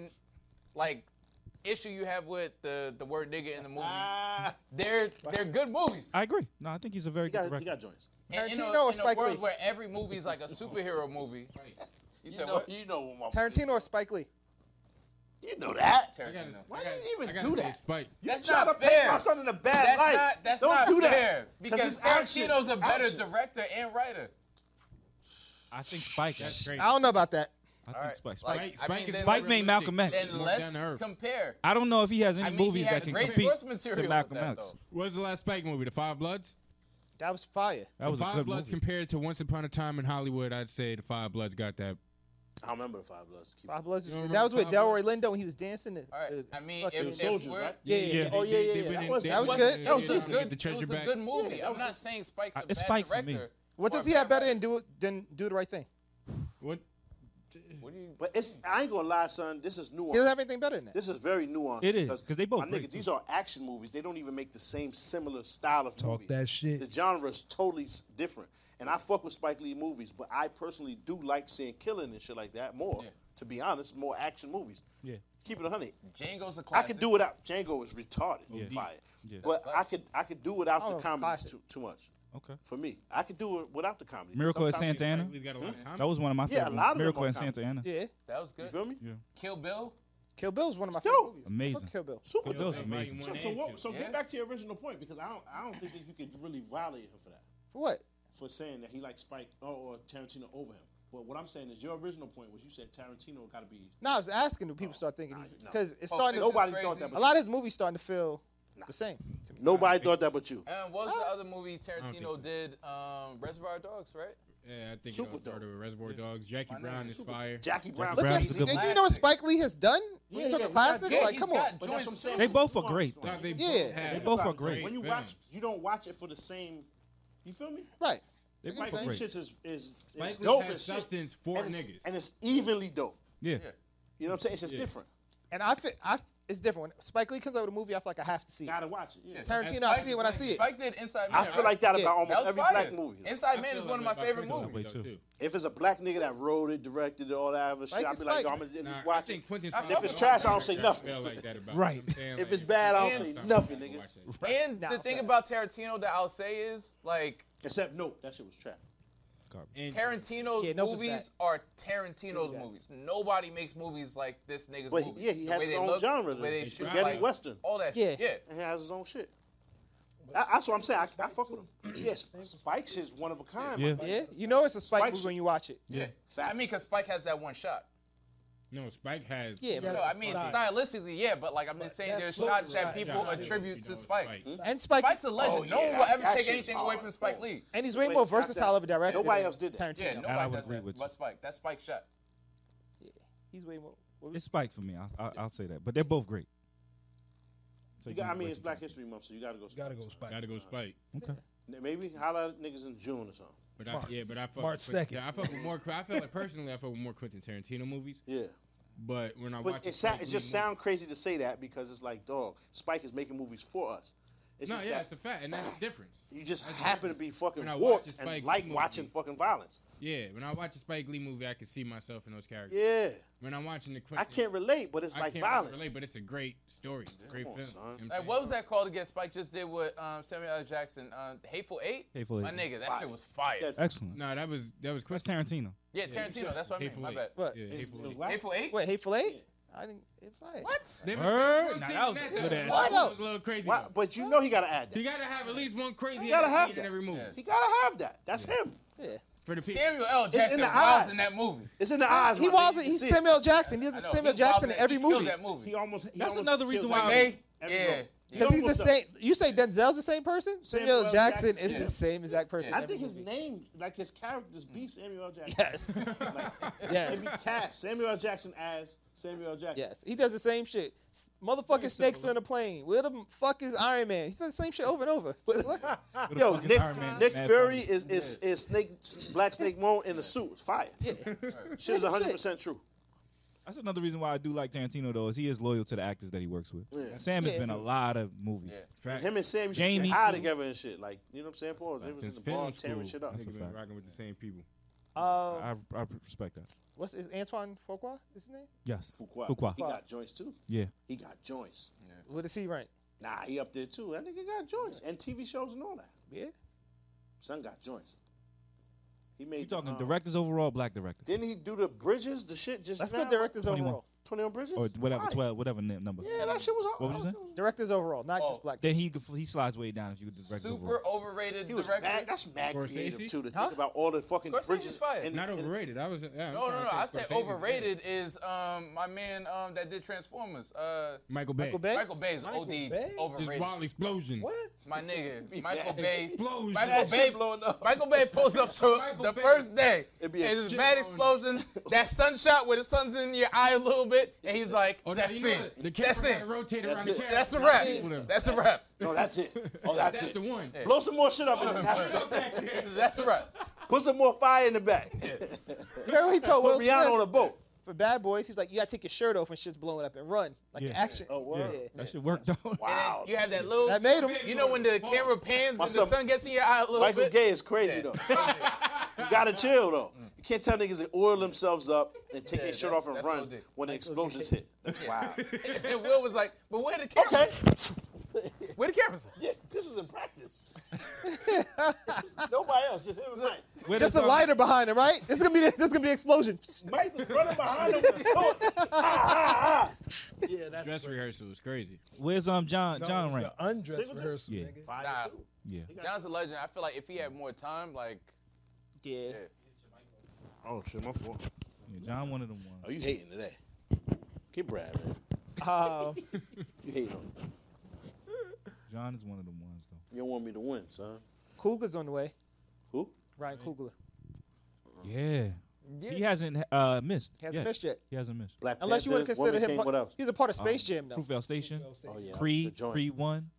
S4: like issue you have with the the word nigga in the movies. they're they're good movies.
S7: I agree. No, I think he's a
S1: *laughs*
S7: very
S1: He got,
S7: good
S1: he
S7: director.
S1: got joints.
S4: And in a,
S3: Tarantino
S4: in
S3: or
S4: a
S3: Spike
S4: world
S3: Lee?
S4: where every movie's like a superhero
S1: *laughs*
S4: movie. You
S1: You
S4: said
S1: know,
S4: what?
S1: you know, what my,
S3: Tarantino or Spike Lee?
S1: you know that.
S6: I gotta-
S4: Tarantino.
S1: Why
S6: I gotta-
S1: did you even
S6: I gotta
S1: do
S6: say
S1: that?
S6: Spike.
S1: You
S4: That's
S1: trying
S4: not
S1: to paint my
S4: fair.
S1: son in a bad
S4: That's
S1: light.
S4: not that's
S1: Don't
S4: not
S1: do that.
S4: fair
S1: 'Cause
S4: because
S1: it's action.
S4: Tarantino's a
S1: It's
S4: better
S1: action.
S4: director and writer.
S7: I think Spike. That's great.
S3: I don't know about that.
S7: I
S4: All
S7: think
S4: right,
S7: Spike. Spike.
S4: like,
S6: Spike-
S4: I
S6: Spike
S4: mean,
S6: is
S4: then-
S7: Spike made
S6: realistic.
S7: Malcolm X.
S4: Then
S6: Walk
S4: let's
S6: down to Earth.
S4: compare.
S7: I don't know if he has any
S4: I mean, he
S7: movies
S4: had
S7: that can
S4: great
S7: compete
S4: source material
S7: to
S4: with
S7: Malcolm
S4: that,
S7: X.
S4: though.
S6: What was the last Spike movie? The Five Bloods.
S3: That was fire.
S7: That was
S6: the
S7: a
S6: Five
S7: good
S6: Bloods
S7: movie.
S6: compared to Once Upon a Time in Hollywood. I'd say the Five Bloods got that.
S1: I remember the Five Bloods. Keep
S3: Five Bloods was
S6: You
S3: good.
S6: don't
S3: That was with
S6: remember Five
S3: Delroy Lindo when he he was dancing. Uh,
S4: All right. I mean, if,
S1: They were
S4: if
S1: soldiers,
S4: we're,
S1: right?
S3: Yeah, yeah, yeah.
S1: Oh, yeah, yeah, yeah. That was-
S3: that was good. That was
S4: It
S3: good.
S4: was a good,
S6: The
S4: it
S6: treasure
S4: was a
S6: back.
S4: good
S1: Yeah,
S4: movie.
S1: that
S4: I'm
S1: was
S4: not saying Spike's a
S7: Uh, it's
S4: bad
S7: Spike for
S4: director.
S7: me.
S3: What
S4: or a
S3: does he
S4: bad
S3: have better
S4: writer.
S3: than do than do the right thing?
S6: What?
S4: What do you-
S1: But it's I ain't gonna lie, son. This is
S3: He doesn't have
S1: nuanced.
S3: anything better than that.
S1: This is very nuanced.
S7: It is, 'cause they both
S1: my
S7: great,
S1: nigga,
S7: too.
S1: these are action movies. They don't even make the same similar style of
S2: Talk
S1: movie.
S2: that shit.
S1: The genre is totally s- different. And I fuck with Spike Lee movies, but I personally do like seeing killing and shit like that more.
S4: Yeah.
S1: To be honest, more action movies.
S7: Yeah.
S1: Keep it a hundred.
S4: Django's a
S1: I
S4: classic.
S1: could do without Django is retarded, fire.
S7: Yeah.
S1: But I could I could do without
S3: Oh,
S1: the comedies
S3: classic.
S1: too, too much.
S7: Okay.
S1: For me, I could do it without the comedy.
S7: Miracle at
S1: Sometimes-
S7: Santa Ana.
S6: He's got a lot of
S7: That
S6: comments.
S7: was one of my
S1: Yeah, a lot
S7: favorite. ones.
S1: of them
S7: Miracle
S1: are
S7: at Santa Ana.
S3: Yeah,
S4: That was
S1: You
S4: good.
S1: feel me?
S4: Kill Bill.
S3: Kill Bill is one of my
S1: Yo,
S3: favorite movies. I fuck
S7: amazing.
S3: Kill Bill.
S1: Super
S7: That was
S1: dope.
S7: amazing.
S1: So, so, what, so
S4: Yeah.
S1: get back to your original point because I don't, I don't think that you could really violate him for that,
S3: For what?
S1: for saying that he likes Spike or, or Tarantino over him. But what I'm saying is your original point was you said Tarantino got to be.
S3: No, I was asking do people start thinking he's
S1: nah, no.
S3: because it's
S4: Oh,
S3: starting. to-
S1: Nobody
S4: Crazy.
S1: thought that,
S3: A
S1: but
S3: lot of his movies starting to feel the same. To me.
S1: nobody thought that but you.
S4: And what was the other movie
S6: think
S4: Tarantino did? Um, Reservoir Dogs, right?
S6: Yeah, I think
S1: Super
S6: it all started
S1: dope.
S6: with Reservoir Dogs. Jackie
S4: name
S6: Brown
S4: is
S6: is fire.
S1: Jackie Brown.
S3: Look at
S7: Brown's
S3: do
S7: a good
S3: you
S4: one.
S3: know what Spike Lee has done?
S1: Yeah,
S3: you took
S1: yeah,
S3: a
S1: he
S3: classic.
S1: got- yeah,
S3: like,
S1: he's
S3: come
S4: got
S3: on.
S1: But that's what I'm
S4: Joints.
S1: saying.
S7: They
S1: was
S7: both are
S1: nuanced,
S7: great,
S1: though.
S7: though.
S6: Thought they both
S3: Yeah.
S6: had
S7: They both are
S6: great
S7: great.
S1: When you
S6: films.
S1: watch, you don't watch it for the same. You feel me?
S3: Right.
S7: They
S1: Spike
S7: both
S1: Lee
S7: great.
S1: shit is is, is
S6: Spike Lee
S1: dope
S6: has
S1: as shit.
S6: substance for
S1: and it's,
S6: niggas.
S1: and it's evenly dope.
S7: Yeah.
S1: You know what I'm saying? It's just different.
S3: And I feel I it's different. When Spike Lee comes out with a movie, I feel like I have to see it.
S1: Gotta watch it. Yeah.
S3: Tarantino, I see it when I see it.
S4: Spike did Inside Man.
S1: I feel
S4: right?
S1: like that
S3: Yeah.
S1: about almost
S4: that was
S1: every
S4: fire.
S1: black movie.
S4: Inside Man
S6: I
S4: is
S6: feel
S4: one of my
S6: like
S4: favorite
S6: Quentin
S4: movies.
S7: Way too.
S1: If it's a black nigga that wrote it, directed it, all that other shit,
S3: Like
S1: I'd
S3: it's
S1: be like,
S3: like-
S1: yo, I'm gonna at
S6: Nah,
S1: least
S6: I
S1: watch it.
S6: think Quentin
S4: If
S6: Tarantino
S4: it's trash,
S1: I don't say
S6: felt
S1: nothing.
S6: like that about
S7: Right.
S6: him. I'm saying,
S1: If
S6: like,
S1: it's bad, I don't
S4: And-
S1: say nothing,
S6: I
S1: nigga.
S6: watch it.
S4: And the
S3: Nah,
S4: thing
S3: okay.
S4: about Tarantino that I'll say is like
S1: Except nope, that shit was trash.
S6: And
S4: Tarantino's
S3: Yeah, Nope is
S4: movies are Tarantino's movies. Nobody makes movies like this nigga's
S1: But he-
S4: movie.
S1: yeah, he
S4: The
S1: has
S4: way
S1: his
S4: they
S1: own
S4: look,
S1: genre,
S4: The way they
S1: though.
S4: shoot,
S1: Spaghetti
S4: like,
S1: Western.
S4: All that
S3: Yeah.
S4: shit. Yeah.
S1: And he has his own shit. I, that's what I'm saying. I, I fuck with him. Yes, Spike's is one of a kind.
S7: Yeah.
S3: Yeah. You know it's a Spike
S1: Spike
S3: movie
S1: shit.
S3: when you watch it.
S4: Yeah. I mean, because Spike has that one shot.
S6: no, Spike has.
S3: Yeah.
S4: No, I mean, stylistically, yeah, but like I'm just saying, there's shots that people attribute to Spike.
S3: And Spike
S4: Spike's a legend.
S1: Oh,
S4: no
S1: yeah,
S4: one will
S1: that-
S4: ever
S1: that
S4: take
S1: shit
S4: anything
S1: was
S4: away
S1: hard.
S4: from Spike
S1: Oh.
S4: Lee.
S3: and he's way
S1: Wait,
S3: more
S1: got
S3: versatile
S1: that.
S3: of a director.
S1: Nobody
S3: than
S1: else did that.
S3: Tarantino.
S4: Yeah,
S7: I
S4: nobody
S7: would
S4: does
S7: agree
S4: that.
S7: with you.
S4: But Spike, that's Spike's shot.
S3: He's way more.
S7: It's Spike for me. I, I, I'll say that. But they're both great.
S1: You got, I mean, it's Black History Month, so you gotta go.
S2: Gotta
S1: Spike.
S2: go Spike.
S6: Gotta go Spike.
S7: Okay.
S1: Maybe holla at niggas in June or something.
S6: But I, yeah, but I fuck
S2: March
S6: with Quentin-
S2: 2nd.
S6: I fuck with more. I feel like personally, I fuck with more Quentin Tarantino movies.
S1: Yeah.
S6: But when I watch,
S1: But it,
S6: Spike
S1: sound, it
S6: Lee
S1: just
S6: movies-
S1: sound crazy to say that because it's like, dog, Spike is making movies for us. It's just
S6: No, yeah,
S1: that
S6: it's a fact, and that's the difference.
S1: you just
S6: that's the
S1: happen to be
S6: difference.
S1: fucking
S6: When I watch
S1: warped
S6: a
S1: and
S6: Spike
S1: like
S6: movie-
S1: watching fucking violence.
S6: Yeah, when I watch a Spike Lee movie, I can see myself in those characters.
S1: Yeah.
S6: When I'm watching the Quentin,
S1: I can't relate, but it's
S6: I
S1: like
S6: can't
S1: violence.
S6: relate, but it's a great story, great
S1: on,
S6: film.
S1: son.
S6: You know what I'm
S4: Like,
S6: saying?
S4: what was that called again? Spike just did with um, Samuel L. Jackson, uh, Hateful Eight.
S7: Hateful Eight.
S4: My nigga, that
S1: Fire.
S4: shit was fire.
S1: That's-
S7: Excellent.
S6: No, that was that was
S7: That's
S6: Quentin.
S7: Tarantino.
S4: yeah, Tarantino. That's what I mean.
S6: Hateful
S4: My
S6: Eight.
S4: bad.
S3: What?
S6: Yeah,
S1: It's-
S6: Hateful
S1: it was
S6: Eight.
S1: wild.
S4: Hateful Eight.
S3: Wait, Hateful Eight? I think it was like
S4: What?
S6: They were-
S7: Word?
S6: they were
S7: Nah,
S6: saying
S7: that was
S6: that,
S7: good
S6: though.
S7: ass.
S6: That
S3: What?
S6: was a little crazy.
S1: Why,
S6: though.
S1: but you know he gotta add
S6: You
S1: that.
S6: gotta have at least one crazy.
S1: You gotta
S6: ass
S1: have
S6: scene
S1: that.
S6: in every movie
S1: He gotta have that. That's him.
S3: Yeah.
S6: for the people.
S4: Samuel L. Jackson
S1: the
S4: was
S1: eyes.
S4: in that movie.
S1: It's in the eyes.
S3: He
S1: my nigga.
S3: was
S1: You
S3: he's
S1: see it.
S3: Samuel Jackson. He does
S4: I know,
S3: Samuel
S4: he
S3: Jackson
S4: wilded-
S3: in every
S4: he killed
S3: movie.
S4: That movie.
S1: He almost. He
S7: That's
S1: almost
S7: another
S1: killed
S7: reason
S1: that
S7: why-
S1: nigga.
S4: May,
S1: Every
S4: Yeah.
S1: role.
S4: Yeah.
S1: Young
S3: Because he's the
S1: was
S3: same. You say Denzel's the same person? Samuel
S1: L.
S3: Jackson,
S1: Jackson,
S3: is
S1: yeah.
S3: the same exact person.
S1: I think his name, like his characters, be Samuel L. Jackson.
S3: Yes. *laughs*
S1: Like,
S3: Yes.
S1: It'd be cast Samuel L. Jackson as Samuel L. Jackson.
S3: Yes. He does the same shit. S- Motherfucking snakes on a plane. Where the fuck is Iron Man? He does the same shit over and *laughs* over.
S1: Yo, Nick,
S7: Iron Man?
S1: Nick
S7: Mad
S1: Fury is, is, is Snake Black Snake Moan in a suit. It's fire. Shit is 100 percent true.
S7: That's another reason why I do like Tarantino though, is he is loyal to the actors that he works with.
S1: Yeah.
S7: Sam has
S3: Yeah.
S7: been a lot of movies.
S4: Yeah.
S7: Fact.
S1: Him and Sam used to
S7: Jamie
S1: get high
S7: too.
S1: together and shit. Like you know what I'm saying, Paul? They was in
S7: Since
S1: the bar
S7: film
S1: tearing
S7: school.
S1: shit up.
S7: That's a
S6: Nigga been
S7: fact.
S6: rocking with the same people.
S3: Uh,
S7: I, I respect that.
S3: what's is Antoine Fuqua? Is his name?
S7: Yes.
S1: Fuqua.
S7: Fuqua.
S1: He got joints too.
S7: Yeah.
S1: He got joints.
S3: What does he rank?
S1: Nah, he up there too. That nigga got joints and TV shows and all that.
S3: Yeah.
S1: Son got joints. He made.
S7: You talking
S1: uh,
S7: directors overall, black directors,
S1: Didn't he do the Bridges? The shit just.
S3: Let's
S1: now?
S3: go directors
S7: 21.
S3: overall.
S1: Twenty on Bridges.
S7: or whatever,
S1: Fire.
S7: twelve, whatever n- number.
S1: Yeah, that shit was.
S7: What was you
S1: that
S7: saying?
S1: shit
S3: Directors overall, not
S4: Oh.
S3: just black.
S7: Then he he slides way down if you direct
S4: Super overrated
S1: He was
S4: director.
S1: mad. That's mad
S6: Scorsese?
S1: creative too. To
S3: Huh?
S1: think about all the fucking
S4: Scorsese's
S1: bridges.
S4: fire.
S1: and-
S6: Not
S1: and-
S6: overrated. I was. Yeah, I'm
S4: No, no,
S6: trying
S4: no.
S6: to
S4: I
S6: say
S4: said
S6: Scorsese's
S4: overrated is um my man um that did Transformers. Uh,
S6: Michael Bay.
S3: Michael Bay.
S4: Michael Bay's
S3: Michael
S4: OD
S3: Bay?
S6: Just
S4: overrated.
S6: wild explosion.
S3: What?
S7: *laughs*
S4: My nigga, Michael Bay.
S6: Explosion.
S4: Michael
S6: *laughs* That
S4: Bay
S6: shit
S4: blowing up. Michael Bay pulls up to
S6: Michael
S4: the
S6: Bay.
S4: first day.
S1: It'd
S4: It'd
S1: be a
S4: it's
S6: shit
S4: mad
S6: on-
S4: explosion. That sunshot where the sun's in your eye a little bit, and he's like,
S6: Oh,
S4: "That's
S6: you know
S4: it.
S6: what? The camera
S4: That's it.
S6: gotta rotate around
S1: That's
S6: the
S1: it.
S6: camera.
S4: That's a
S6: Not
S4: wrap.
S6: people them.
S4: That's a wrap. *laughs*
S1: No, that's it. Oh, that's,
S6: That's
S1: it.
S6: the one.
S1: Blow some more shit up. in there.
S4: That's a wrap."
S1: Put some more fire in the back. *laughs*
S3: You heard what he told Will
S1: Put Rihanna on a
S3: Smith
S1: boat.
S3: for Bad Boys? He was like, you gotta take your shirt off when shit's blowing up and run like an
S7: Yeah.
S3: action.
S1: Oh, wow.
S3: Yeah.
S7: That shit worked out.
S1: Wow.
S4: You have that little.
S3: That made him.
S4: You know when the camera pans and the
S1: son-
S4: sun gets in your eye a little
S1: Michael
S4: bit.
S1: Gay is crazy
S4: *laughs*
S1: though. you gotta chill though. You can't tell niggas to oil themselves up and take
S4: Yeah,
S1: their shirt
S4: that's-
S1: off and
S4: that's
S1: run
S4: what they do.
S1: when the explosions hit. That's wild. *laughs*
S4: *laughs* and Will was like, "But where the cameras?
S1: Okay.
S4: Where the cameras?
S1: *laughs*
S4: at?"
S1: yeah, this was in practice.
S3: *laughs*
S1: Nobody else, just him and Mike.
S3: Just a lighter behind him, right? This is gonna be the, this is gonna be the explosion.
S1: Mike was running behind
S3: *laughs*
S1: him with a torch. Ah, ah, ah. Yeah, that's
S6: Dress rehearsal was crazy.
S7: Where's um John John rank?
S2: The undress
S1: Singleton?
S2: rehearsal,
S7: Yeah.
S2: nigga.
S1: fire
S4: Nah.
S1: too.
S7: Yeah.
S4: John's a legend. I feel like if he had more time, like
S3: Yeah.
S1: Oh shit, my fault.
S7: yeah, John one of them ones.
S1: Oh, you hating today? Get Brad, man.
S3: Um,
S1: You hating on me.
S7: John is one of them ones though.
S1: You don't want me to win, son.
S3: Coogler's on the way.
S1: Who?
S3: Ryan Coogler.
S7: Yeah.
S4: yeah.
S7: He hasn't uh, missed.
S3: He hasn't missed yet.
S7: He hasn't missed.
S1: Black
S3: Unless you want
S1: Panther,
S3: to consider
S1: Woman
S3: him.
S1: King,
S3: part-
S1: what else?
S3: He's a
S4: Um,
S3: part of Space Jam, though.
S7: Fruitvale Station.
S1: Oh yeah, the
S7: Creed.
S1: joint.
S7: Creed one.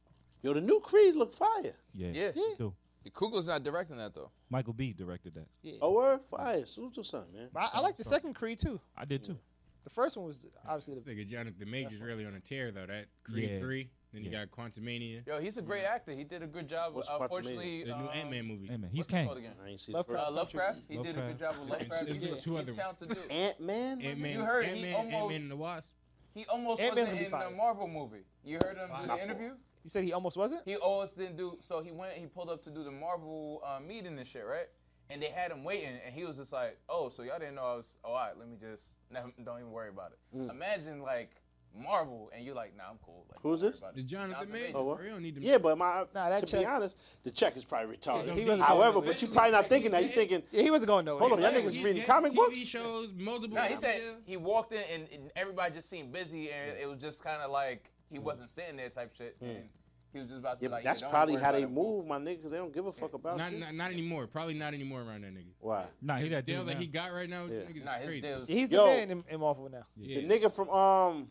S1: Yo, the new Creed look fire.
S7: Yeah.
S4: Yeah.
S7: he do.
S4: The Kugel's not directing that though.
S7: Michael B directed that.
S1: Oh, word? Fire. Suits or something, man.
S3: But I, I like the second Creed too.
S7: I did too.
S3: The first one was obviously the.
S6: This nigga Jonathan Major's really on a tear though. That Creed
S7: Yeah.
S6: three. Then you
S7: Yeah.
S6: got Quantumania.
S4: Yo, he's a great actor. He did a good job. uh,
S1: What's Quantumania?
S4: Unfortunately,
S6: The new
S4: um,
S6: Ant Man movie.
S7: Hey man, he's
S4: what's it
S7: king.
S4: called again?
S1: I ain't see the
S3: Lovecraft.
S4: Uh,
S1: first.
S4: Lovecraft. He did a good job with Lovecraft.
S6: And
S4: He's,
S6: two other
S4: he's talented dude. *laughs*
S1: Ant Man.
S6: Ant Man.
S4: You heard he
S6: Ant Man. Ant
S4: almost-
S6: Man and the Wasp.
S4: He almost
S3: Ant-Man's
S4: wasn't
S3: gonna be
S4: in the
S3: fire.
S4: Marvel movie. You heard him do the interview?
S3: You said he almost wasn't.
S4: He almost didn't do. So he went. He pulled up to do the Marvel uh, meeting and shit, right? And they had him waiting, and he was just like, "Oh, so y'all didn't know I was? Oh, all right, let me just *laughs* never, don't even worry about it."
S1: Mm.
S4: Imagine like Marvel, and you like, "Nah, I'm cool." Like,
S1: Who's
S4: don't
S1: this?
S4: worry about it."
S6: It's Jonathan Major.
S1: Oh, what?
S6: We don't need to.
S1: Yeah, but my
S3: Nah,
S1: to
S3: that
S1: be
S3: check-
S1: honest, the check is probably retarded.
S6: he wasn't-
S1: However, but you probably not thinking that. You thinking,
S3: Yeah, he wasn't going nowhere.
S1: hold on, y'all
S4: Hey,
S1: niggas
S4: he's
S1: reading
S6: Ant-
S1: comic
S6: TV
S1: books.
S6: shows, multiple.
S4: No, he said
S6: Yeah.
S4: he walked in and, and everybody just seemed busy, and it was just kind of like he wasn't sitting there type shit, and he was just about to
S1: Mm. Yeah,
S4: be
S1: but
S4: like,
S1: that's
S4: yeah, don't
S1: probably
S4: worry
S1: how
S4: about
S1: they
S4: it, bro.
S1: move, my nigga, because they don't give a fuck about
S6: Not,
S1: you.
S6: not, not anymore. Probably not anymore around that nigga.
S1: Why?
S7: Nah, he that
S6: Deal
S7: dude.
S6: that
S7: now.
S6: he got right now.
S1: Yeah.
S6: niggas is
S4: Nah, his
S6: crazy.
S4: deal was-
S3: He's
S1: Yo.
S3: the man in, in Marvel now.
S1: The
S6: Yeah.
S1: nigga from um,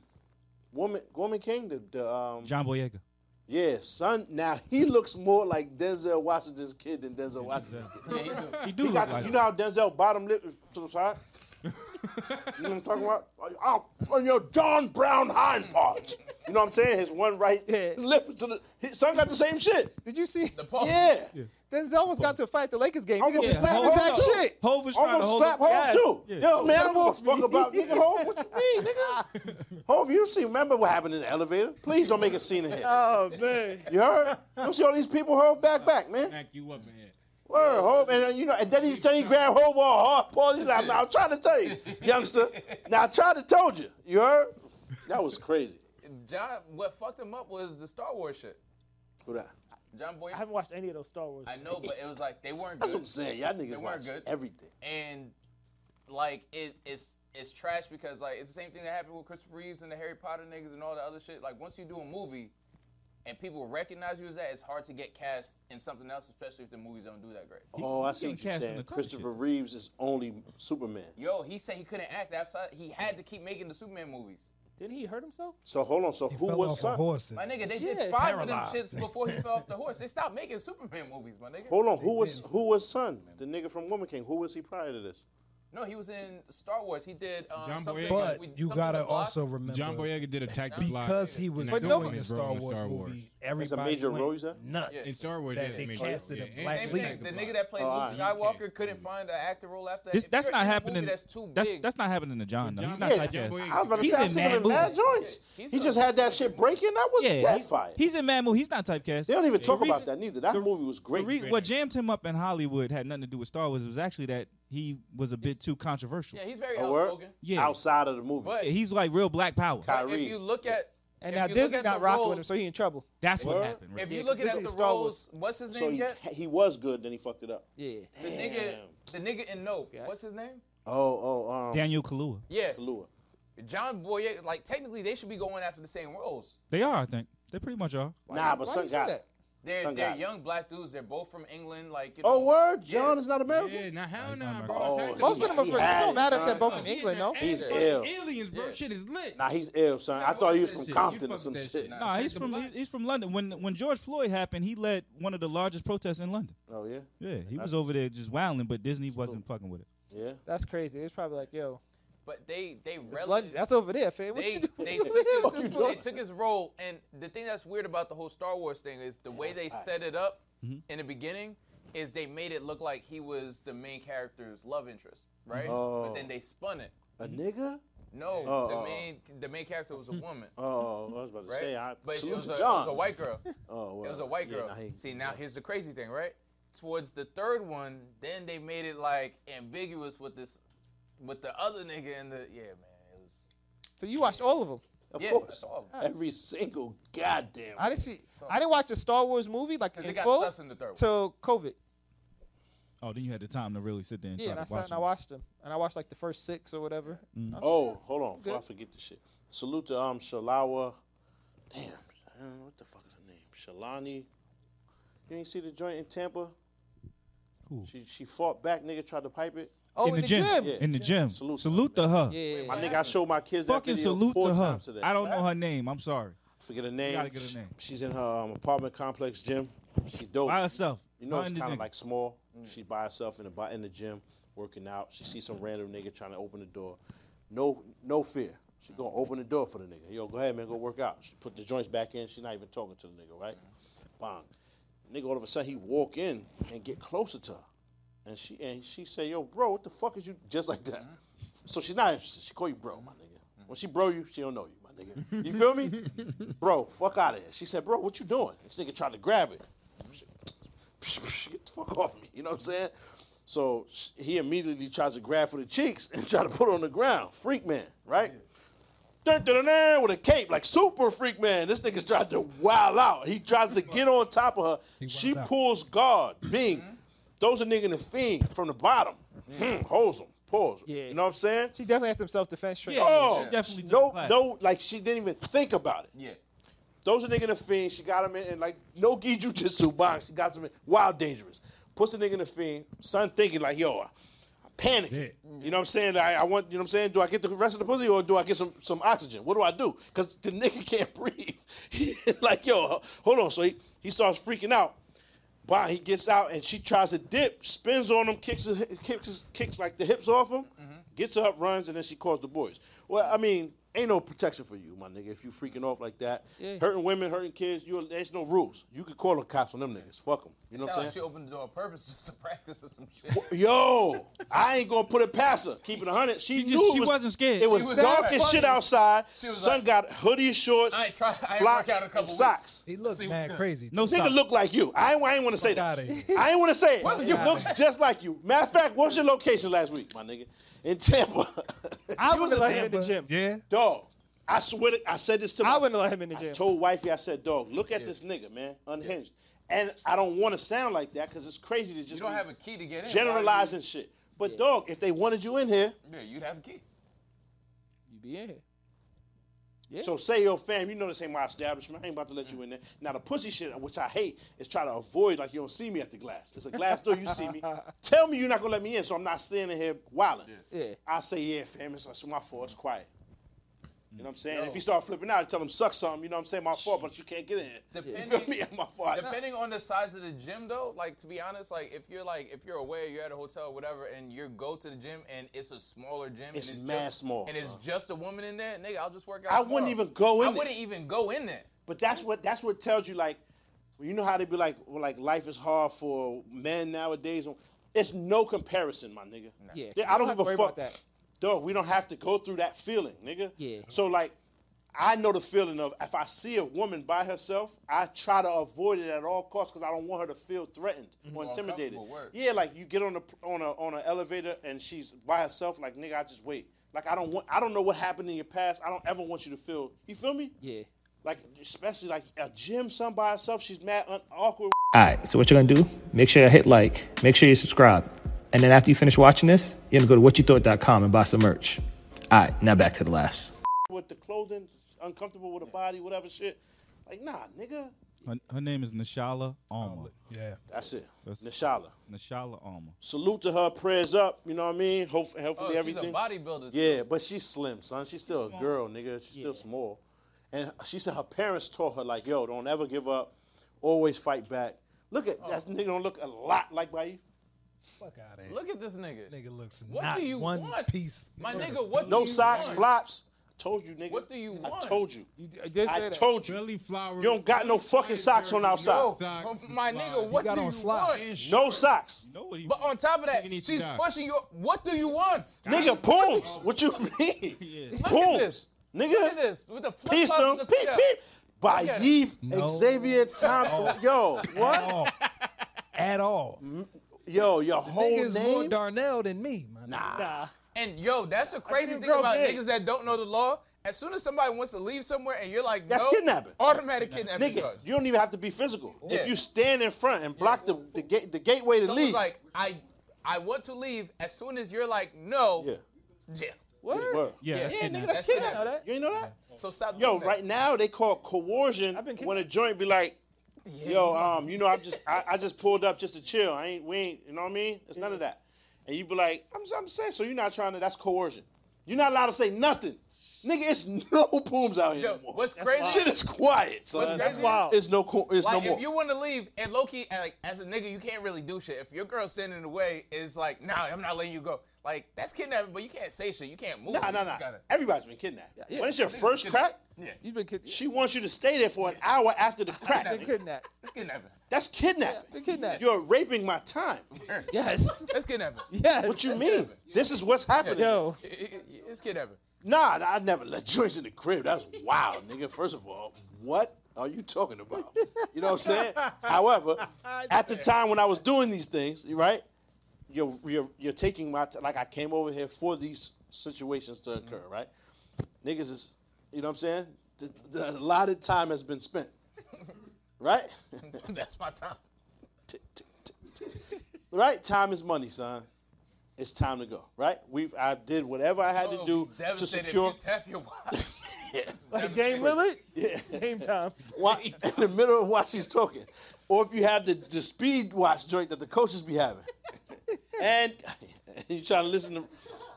S1: woman, woman king, the the um,
S7: John Boyega.
S1: yeah, son. Now he looks more like Denzel Washington's kid than Denzel Washington's kid.
S4: *laughs* Yeah,
S1: *laughs*
S4: he do.
S7: He do
S1: He
S7: look
S1: got
S7: like.
S1: you know how Denzel bottom lip is to the side. you know what I'm talking about? Oh, on your John Brown hind parts. You know what I'm saying? His one right,
S3: Yeah.
S1: his lip is to the. His son got the same shit.
S3: Did you see?
S4: The pulse.
S1: Yeah,
S3: *laughs* Denzel almost got to a fight at the Lakers game. He
S1: Almost
S3: didn't slap his
S1: slapped
S3: exact
S1: him.
S3: shit.
S7: Hove
S6: Oh,
S7: was trying to
S1: almost
S7: hold
S1: slap
S7: up.
S1: Hov
S3: Yes.
S1: too.
S7: Yeah.
S1: Yo, man, I don't give a fuck about nigga Hov. What you mean, nigga? Hov, you see? Remember what happened in the elevator? Please don't make a scene in here.
S3: Oh man.
S1: You heard? Don't see all these people Hov back back, man.
S6: Smack you up in here.
S1: Word, Hov, and uh, you know, and then he then he grabbed Hov all hard. Paul, he's like, "Now I'm trying to tell you, youngster. Now I tried to told you. You heard? That was crazy.
S4: John, what fucked him up was the Star Wars shit.
S1: Who that?
S4: John Boy,
S3: I haven't watched any of those Star Wars.
S4: I know, but it was like they weren't
S1: That's what
S4: good.
S1: I'm saying. Y'all niggas
S4: weren't
S1: watch
S4: good.
S1: everything.
S4: And like it, it's it's trash because like it's the same thing that happened with Christopher Reeves and the Harry Potter niggas and all the other shit. Like once you do a movie and people recognize you as that, it's hard to get cast in something else, especially if the movies don't do that great.
S1: Oh, I see
S7: getting
S1: what you're
S7: cast in
S1: saying.
S7: a ton of
S1: Christopher Reeves is only Superman.
S4: Yo, he said he couldn't act outside. He had to keep making the Superman movies.
S3: Didn't he hurt himself?
S1: So hold on. So who
S2: Fell
S1: was
S2: off
S1: Sun?
S2: a horse.
S4: My nigga, they
S3: Yeah,
S4: did five
S2: paralyzed.
S4: of them shits before he fell off the horse. They stopped making Superman movies, my nigga.
S1: Hold on. Who was who was Sun? The nigga from Woman King. Who was he prior to this?
S4: No, he was in Star Wars. He did um,
S6: John
S4: something.
S6: Boyega.
S4: like
S2: But
S4: we-
S2: you
S4: something
S2: gotta
S4: with Block.
S2: also remember
S6: John Boyega did attack the block
S2: because he was
S6: and
S2: doing
S6: that
S3: nobody-
S2: the
S6: is
S2: Star
S6: wrong with
S2: Wars, movie. Everybody
S1: major
S2: went
S1: role he's at?
S2: nuts.
S4: Yeah.
S6: In Star Wars,
S2: that
S6: yeah,
S2: they
S6: major
S2: casted
S6: role.
S2: a
S6: Yeah,
S2: black
S4: Same
S6: and-
S2: lead.
S4: thing. The nigga that played
S1: Oh,
S4: Luke
S1: all right.
S4: Skywalker couldn't find an actor role after that.
S7: This,
S4: If
S7: that's
S4: you're
S7: not
S4: in a
S7: happening.
S4: Movie that's too
S7: that's
S4: big.
S7: that's not happening to John. though.
S6: John
S7: He's not
S1: Boyega.
S7: typed
S6: John
S7: as.
S6: Boyega.
S1: I was about to
S7: He's
S1: say I
S7: in
S1: seen him
S7: mad
S1: in mad
S7: movies.
S1: joints.
S4: He's
S1: he
S4: a-
S1: just had that shit breaking. That was
S7: Yeah,
S1: that
S7: he-
S1: fire.
S7: he's in Mad Movie. He's not typecast.
S1: They don't even talk
S7: reason-
S1: about that neither. That movie was
S7: The
S1: great.
S7: re- what jammed him up in Hollywood had nothing to do with Star Wars. It was actually that he was a bit too controversial.
S4: Yeah, he's very
S1: A word?
S4: outspoken.
S7: Yeah.
S1: Outside of the movie.
S4: But-
S7: Yeah, he's like real black power.
S1: Ky-
S4: If
S1: Kyrie.
S4: you look at
S3: And
S4: if
S3: now
S4: you look
S3: Disney
S4: at
S3: not
S4: the
S3: rocking with him,
S4: roles-
S3: so he in trouble.
S7: That's what
S1: Word?
S7: happened. Right?
S4: if you
S3: Yeah,
S4: look
S3: this
S4: at
S3: is
S4: the
S3: Star Wars.
S4: roles, what's his
S1: so
S4: name
S1: he,
S4: yet?
S1: he was good, then he fucked it up.
S3: Yeah.
S4: The nigga, the nigga in Nope. What's his name?
S1: Oh, oh, um,
S7: Daniel Kalua.
S4: Yeah,
S1: Kahlua.
S4: John Boyega. Like technically, they should be going after the same roles.
S7: They are, I think. They pretty much are.
S1: Nah, but
S3: Why
S1: Sun
S3: you say
S1: got
S3: that?
S1: it.
S4: They're
S1: Some
S4: they're
S1: guy.
S4: young black dudes. They're both from England. Like you know,
S1: Oh, word? John
S4: Yeah.
S1: is not American?
S6: Yeah, now hell
S7: he's
S6: nah,
S7: not
S6: bro.
S1: American.
S6: Attack the
S1: Oh,
S3: Most
S6: Block.
S3: of them are
S1: He
S3: from. It
S1: had
S3: don't
S1: it,
S3: matter if
S1: son.
S3: they're both
S6: Oh,
S3: from
S6: he's
S3: England,
S6: not
S3: no.
S1: He's
S6: Asian.
S1: ill.
S6: Aliens, bro.
S4: Yeah.
S6: Shit is lit.
S1: Nah, he's ill, son. I thought he was from
S6: Shit, you
S1: Compton or
S6: fuck
S1: some
S6: that
S1: shit.
S6: Nah,
S7: Nah,
S6: attack
S7: he's
S6: the
S7: from
S6: block.
S7: he- he's from London. When when George Floyd happened, he led one of the largest protests in London.
S1: Oh, yeah?
S7: Yeah, he was over there just wilding, but Disney wasn't fucking with it.
S1: Yeah.
S3: That's crazy. It's probably like, yo,
S4: But they they
S3: it's
S4: rel-
S3: London. That's over there, fam. What
S4: they
S3: you doing
S4: they
S3: *laughs* over
S4: *laughs*
S3: here
S4: took,
S3: with
S4: his,
S3: this
S4: they
S3: place?
S4: took his role, and the thing that's weird about the whole Star Wars thing is the way they set it up in the beginning is they made it look like he was the main character's love interest, right? But then they spun it.
S1: A nigga?
S4: No,
S1: Mm-hmm. Oh,
S4: the
S1: oh,
S4: main the main character was a woman.
S1: Oh, I was about to
S4: Right?
S1: say, I
S4: but it
S1: salute
S4: was,
S1: to
S4: a, it
S1: John.
S4: was a
S1: *laughs*
S4: white girl.
S1: Oh, well,
S4: It was a white
S1: yeah,
S4: girl.
S1: nah, he-
S4: See, now here's the crazy thing, right? Towards the third one, then they made it like ambiguous with this, with the other nigga and the yeah, man. It was
S3: So you watched all of them.
S1: Of
S4: yeah,
S1: course.
S4: that's all.
S1: Every single goddamn.
S3: I didn't see. I didn't watch a Star Wars movie like
S4: because
S3: in
S4: they got
S3: full
S4: sus in the third one.
S3: till COVID.
S7: Oh, then you had the time to really sit there and
S3: Yeah,
S7: try
S3: and
S7: to
S3: I sat and I
S7: watch it.
S3: watched them, and I watched like the first six or whatever. I-
S1: Oh, hold on. Before I
S3: Good.
S1: forget this shit. Salute to um Shalawa. Damn, son, what the fuck is her name? Shalani. You ain't see the joint in Tampa?
S7: Who?
S1: She she fought back, nigga tried to pipe it.
S3: Oh,
S7: in, the gym.
S1: Yeah.
S7: In the gym.
S1: Salute
S7: Salute,
S1: to
S7: to her.
S3: Yeah.
S1: My nigga, I showed my kids that
S7: Fucking
S1: video
S7: salute
S1: four
S7: to her.
S1: times today.
S7: I don't know her name. I'm sorry.
S1: forget her name.
S7: gotta get her name.
S1: She's in her um, apartment complex gym. She dope.
S7: By herself.
S1: You know,
S7: Her
S1: it's
S7: and the
S1: kind of
S7: nigga.
S1: like small. She's by herself in the bi- in the gym working out. She sees some random nigga trying to open the door. No, no fear. She gonna open the door for the nigga. Yo, go ahead, man, go work out. She put the joints back in. She's not even talking to the nigga, right? Bang. Nigga, all of a sudden he walk in and get closer to her, and she and she say, Yo, bro, what the fuck is you just like that? So she's not interested. She call you bro, my nigga. When she bro you, she don't know you, my nigga. You feel me? bro, fuck out of here. She said, Bro, what you doing? This nigga tried to grab it *laughs* get the fuck off me. You know what I'm saying? So sh- he immediately tries to grab for the cheeks and *laughs* try to put her on the ground. Freak man, right? Dun, dun, dun, dun, with a cape, like super freak man. This nigga's trying to wild out. He tries to get on top of her. She
S2: out.
S1: pulls guard. Bing. Throws a nigga in the fiend from the bottom. Hmm, holds him. Pulls. him.
S3: Yeah.
S1: You know what I'm saying?
S3: She definitely had some self-defense training.
S1: oh,
S7: she definitely took
S1: no,
S7: the class.
S1: no, like she didn't even think about it.
S4: Yeah.
S1: Those are nigga in the fiend. She got him in, and like no gi jujitsu box. She got him in wild dangerous. Puts the nigga in the fiend. Son thinking like, yo, I- I'm panicking. You know what I'm saying? I, I want. You know what I'm saying? Do I get the rest of the pussy or do I get some some oxygen? What do I do? Cause the nigga *laughs* can't breathe. *laughs* He, like yo, hold on. So he he starts freaking out. Bond, he gets out and she tries to dip, spins on him, kicks his, kicks his- kicks like the hips off him, gets up, runs, and then she calls the boys. Well, I mean, ain't no protection for you, my nigga. If you freaking off like that,
S3: Yeah.
S1: hurting women, hurting kids, you there's no rules. You could call the cops on them niggas. Fuck them. You
S4: It
S1: know
S4: sounds
S1: what I'm
S4: like she
S1: saying?
S4: opened the door on purpose just to *laughs* practice or some shit.
S1: Yo, I ain't gonna put it past her. Keep it hundred. She,
S7: She just-
S1: knew it
S7: she
S1: was,
S7: wasn't scared.
S1: It was,
S4: She was
S1: dark
S4: not
S1: as
S4: funny.
S1: shit outside.
S4: She was
S1: Son
S4: like,
S1: got hoodie shorts,
S4: I ain't try- I ain't worked
S1: flops,
S4: out in a couple
S1: and socks.
S2: He looked
S4: See what's
S2: mad
S4: good.
S2: crazy.
S7: No
S1: Nigga
S7: stop.
S1: look like you. I ain't, I ain't want to say that.
S2: Fuck
S1: I
S2: outta here.
S1: ain't want to say it.
S4: Why was you-
S1: He
S4: *laughs*
S1: looks just like you. Matter of fact, what's your location last week, my nigga? In
S4: *laughs*
S1: Tampa.
S3: I wouldn't have let him in the
S2: But-
S3: gym.
S2: Yeah.
S1: *laughs* Dog, I swear to, I said this to my *laughs*
S3: I wouldn't have let him in the
S1: I
S3: gym.
S1: told wifey, I said, dog, look at this nigga, man, unhinged. And I don't want to sound like that because it's crazy to just
S4: You don't
S1: be
S4: have a key to get in.
S1: generalizing shit. But dog, if they wanted you in here,
S4: Yeah, you'd have the key.
S3: You be in here. Yeah.
S1: so say yo fam, you know this ain't my establishment. I ain't about to let you in there. Now the pussy shit, which I hate, is try to avoid like you don't see me at the glass. It's a glass door, you see me. Tell me you're not gonna let me in, so I'm not standing here wilding.
S3: Yeah.
S1: I say yeah, fam. It's, it's my fault. It's quiet. You know what I'm saying? If you start flipping out, tell them suck something. You know what I'm saying? My fault, but you can't get in here. you feel
S4: Depending-
S1: me? *laughs* My fault.
S4: Depending on the size of the gym, though, like to be honest, like if you're like if you're away, you're at a hotel, whatever, and you go to the gym and it's a smaller gym,
S1: It's
S4: and
S1: mad
S4: just,
S1: small,
S4: and it's
S1: son.
S4: just a woman in there, nigga. I'll just work out.
S1: I wouldn't
S4: tomorrow.
S1: even go in
S4: I
S1: there.
S4: wouldn't even go in there.
S1: But that's what that's what tells you like, you know how they be like, well, like life is hard for men nowadays. It's no comparison, my nigga.
S3: Yeah.
S1: Yeah, I don't
S3: have
S1: give a
S3: to worry
S1: fuck.
S3: about that.
S1: Dog, we don't have to go through that feeling, nigga.
S3: Yeah.
S1: So like, I know the feeling of if I see a woman by herself, I try to avoid it at all costs because I don't want her to feel threatened or intimidated.
S4: uncomfortable, word.
S1: Yeah, like you get on a on a on an elevator and she's by herself, like nigga, I just wait. Like I don't want, I don't know what happened in your past. I don't ever want you to feel. You feel me?
S3: Yeah.
S1: like especially like a gym some by herself she's mad un- awkward
S9: Alright, so what you're gonna do, make sure you hit like, make sure you subscribe. And then after you finish watching this, you're gonna go to whatyoutthought.com and buy some merch. Alright, now back to the laughs.
S1: with the clothing uncomfortable with the body whatever shit like nah nigga
S7: Her, her name is Nishala Alma.
S2: Yeah.
S1: that's it Nishala
S7: Nishala Alma.
S1: salute to her prayers up you know what I mean Hope,
S4: Oh,
S1: hopefully
S4: she's
S1: everything
S4: a bodybuilder. too.
S1: yeah but she's slim son she's still a girl nigga she's still small and she said her parents taught her like yo don't ever give up always fight back look at
S4: Oh.
S1: that nigga don't look a lot like by you
S2: Fuck out of here.
S4: Look at this nigga.
S2: nigga looks
S4: What
S2: not
S4: do you
S2: one
S4: want?
S2: piece.
S4: My nigga, what do
S1: no
S4: you
S1: socks
S4: want?
S1: flops I told you nigga
S4: What do you want?
S1: I told you
S3: You d- I did say
S1: I
S3: that.
S1: told you
S6: Really flower.
S1: You don't got no fucking socks on outside.
S4: Yo, my nigga, what
S2: got
S4: do
S2: on
S4: you
S2: slide.
S4: want?
S1: No socks.
S7: You know what he
S4: But on top of that,
S6: Nigga needs
S4: she's
S6: to die.
S4: pushing you. What do you want?
S1: Nigga, pooms. What you *laughs* mean?
S4: Look at
S1: Pooms.
S4: this. Look at
S1: Nigga,
S4: this with the flip
S1: peace them.
S4: flops.
S1: Peep, peep. By
S4: Look at
S1: Yeef, Xavier, Tom. Yo,
S2: At
S1: what?
S4: *laughs*
S2: all. At all.
S1: Yo, your whole
S2: Nigga's more
S1: name?
S2: Darnell than me. My nah.
S4: And yo, that's a crazy
S2: think
S4: thing about
S2: broke it.
S4: niggas that don't know the law. As soon as somebody wants to leave somewhere and you're like,
S1: That's
S4: no,
S1: kidnapping.
S4: Automatic kidnapping
S1: Nigga,
S4: charge.
S1: you don't even have to be physical.
S4: Yeah.
S1: If you stand in front and block the, the, gate, the gateway to
S4: Someone's
S1: leave.
S4: like, I, I want to leave. As soon as you're like, no,
S1: yeah.
S4: jail.
S3: What?
S1: Word.
S7: Yeah, that's
S1: yeah, nigga,
S7: kidnapping.
S1: that's
S4: That's
S1: kidnapping.
S3: kidnapping.
S1: You ain't know that?
S4: So stop.
S1: Yo,
S4: doing that.
S1: right now they call coercion
S3: been kidding.
S1: when a joint be like, yo, um, you know, I'm just, I, I just pulled up just to chill. I ain't, we ain't, you know what I mean? It's none of that. And you be like, I'm, I'm saying, so you're not trying to, that's coercion. You're not allowed to say nothing. Nigga, it's *laughs* no booms out here
S4: Yo,
S1: no more.
S4: what's crazy-
S1: Shit is quiet, son.
S4: What's crazy is-
S1: It's no, co- it's
S4: Like
S1: no more.
S4: if you want to leave and Loki, like as a nigga, you can't really do shit. If your girl standing in the way is like, nah, I'm not letting you go. Like that's kidnapping, but you can't say shit. You can't move.
S1: nah,
S4: You
S1: nah, nah.
S4: just gotta-
S1: Everybody's been kidnapped. When it's your first crack,
S4: Yeah,
S3: You've been kid-
S1: she wants you to stay there for an hour after the crack. *laughs*
S3: been
S1: nigga.
S3: kidnapped.
S4: that's kidnapping.
S1: That's kidnapping.
S3: Been kidnapped.
S1: You're raping my time.
S3: Yes.
S4: That's kidnapping.
S3: *laughs*
S4: *laughs*
S3: Yes.
S1: What you mean? This is what's happening.
S3: Yo.
S4: It- it- It's kidnapping. *laughs*
S1: Nah, I never let joints in the crib. That's wild, nigga. First of all, what are you talking about? You know what I'm *laughs* saying? However, at the time when I was doing these things, right? You're you're you're taking my t- like I came over here for these situations to occur, right? Niggas is, you know what I'm saying? The, the allotted time has been *laughs* spent, right?
S4: That's my time.
S1: Tick, tick, tick, tick. *laughs* right? Time is money, son. It's time to go, right? We've I did whatever I
S4: Oh,
S1: had to do to secure. *laughs*
S4: If you tap your watch.
S3: Like Dame Lillard?
S1: Yeah. *laughs*
S3: Game time.
S1: Wa- in the middle of while she's talking. Or if you have the, the speed watch joint that the coaches be having. and *laughs* you try to listen to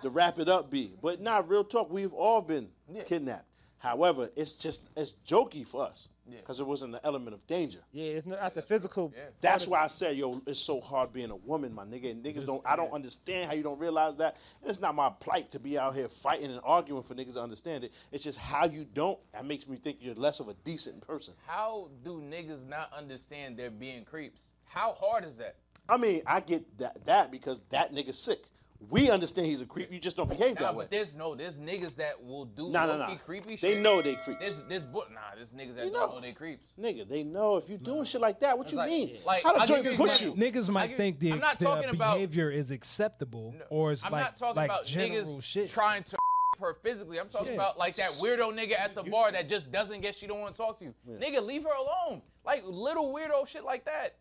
S1: the wrap it up beat. But nah, real talk, we've all been kidnapped. However, it's just it's jokey for us. Because it wasn't an element of danger.
S3: Yeah, it's not at the physical.
S1: That's why I said, yo, it's so hard being a woman, my nigga. And niggas don't I don't understand how you don't realize that. And it's not my plight to be out here fighting and arguing for niggas to understand it. It's just how you don't that makes me think you're less of a decent person.
S4: How do niggas not understand they're being creeps? How hard is that?
S1: I mean, I get that, that because that nigga's sick. We understand he's a creep. You just don't behave
S4: Nah,
S1: that way.
S4: but there's no, there's niggas that will do
S1: Nah, nah,
S4: low-key
S1: nah.
S4: creepy shit.
S1: They know they creep.
S4: This, this book, nah, there's niggas that
S1: You
S4: don't
S1: know.
S4: know they creeps.
S1: Nigga, they know if you doing shit like that, what you
S4: like-
S1: mean?
S4: like,
S1: How the
S4: I'll give
S1: joint
S4: you an
S1: push you?
S4: example.
S2: Niggas
S4: I
S2: might
S4: give-
S2: think the,
S4: I'm not
S2: the
S4: talking about-
S2: behavior is acceptable or it's
S4: I'm
S2: like,
S4: not talking
S2: like
S4: about
S2: general
S4: niggas
S2: shit.
S4: trying to *laughs* her physically. I'm talking about like that weirdo nigga at the bar that just doesn't get she don't want to talk to you. Nigga, leave her alone. Like little weirdo shit like that.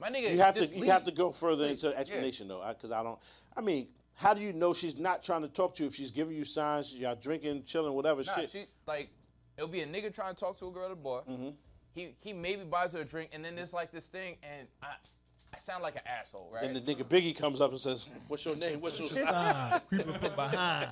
S4: My nigga,
S1: you have to
S4: just
S1: you
S4: leave.
S1: have to go further into the
S4: Yeah.
S1: explanation though, because I don't. I mean, how do you know she's not trying to talk to you if she's giving you signs? Y'all drinking, chilling, whatever
S4: Nah,
S1: shit. Mm-hmm.
S4: she like it'll be a nigga trying to talk to a girl at a bar. He he maybe buys her a drink, and then there's like this thing, and I I sound like an asshole, right?
S1: Then the nigga Biggie comes up and says, "What's your name? What's your sign?"
S4: *laughs*
S2: Ah, creeping from behind.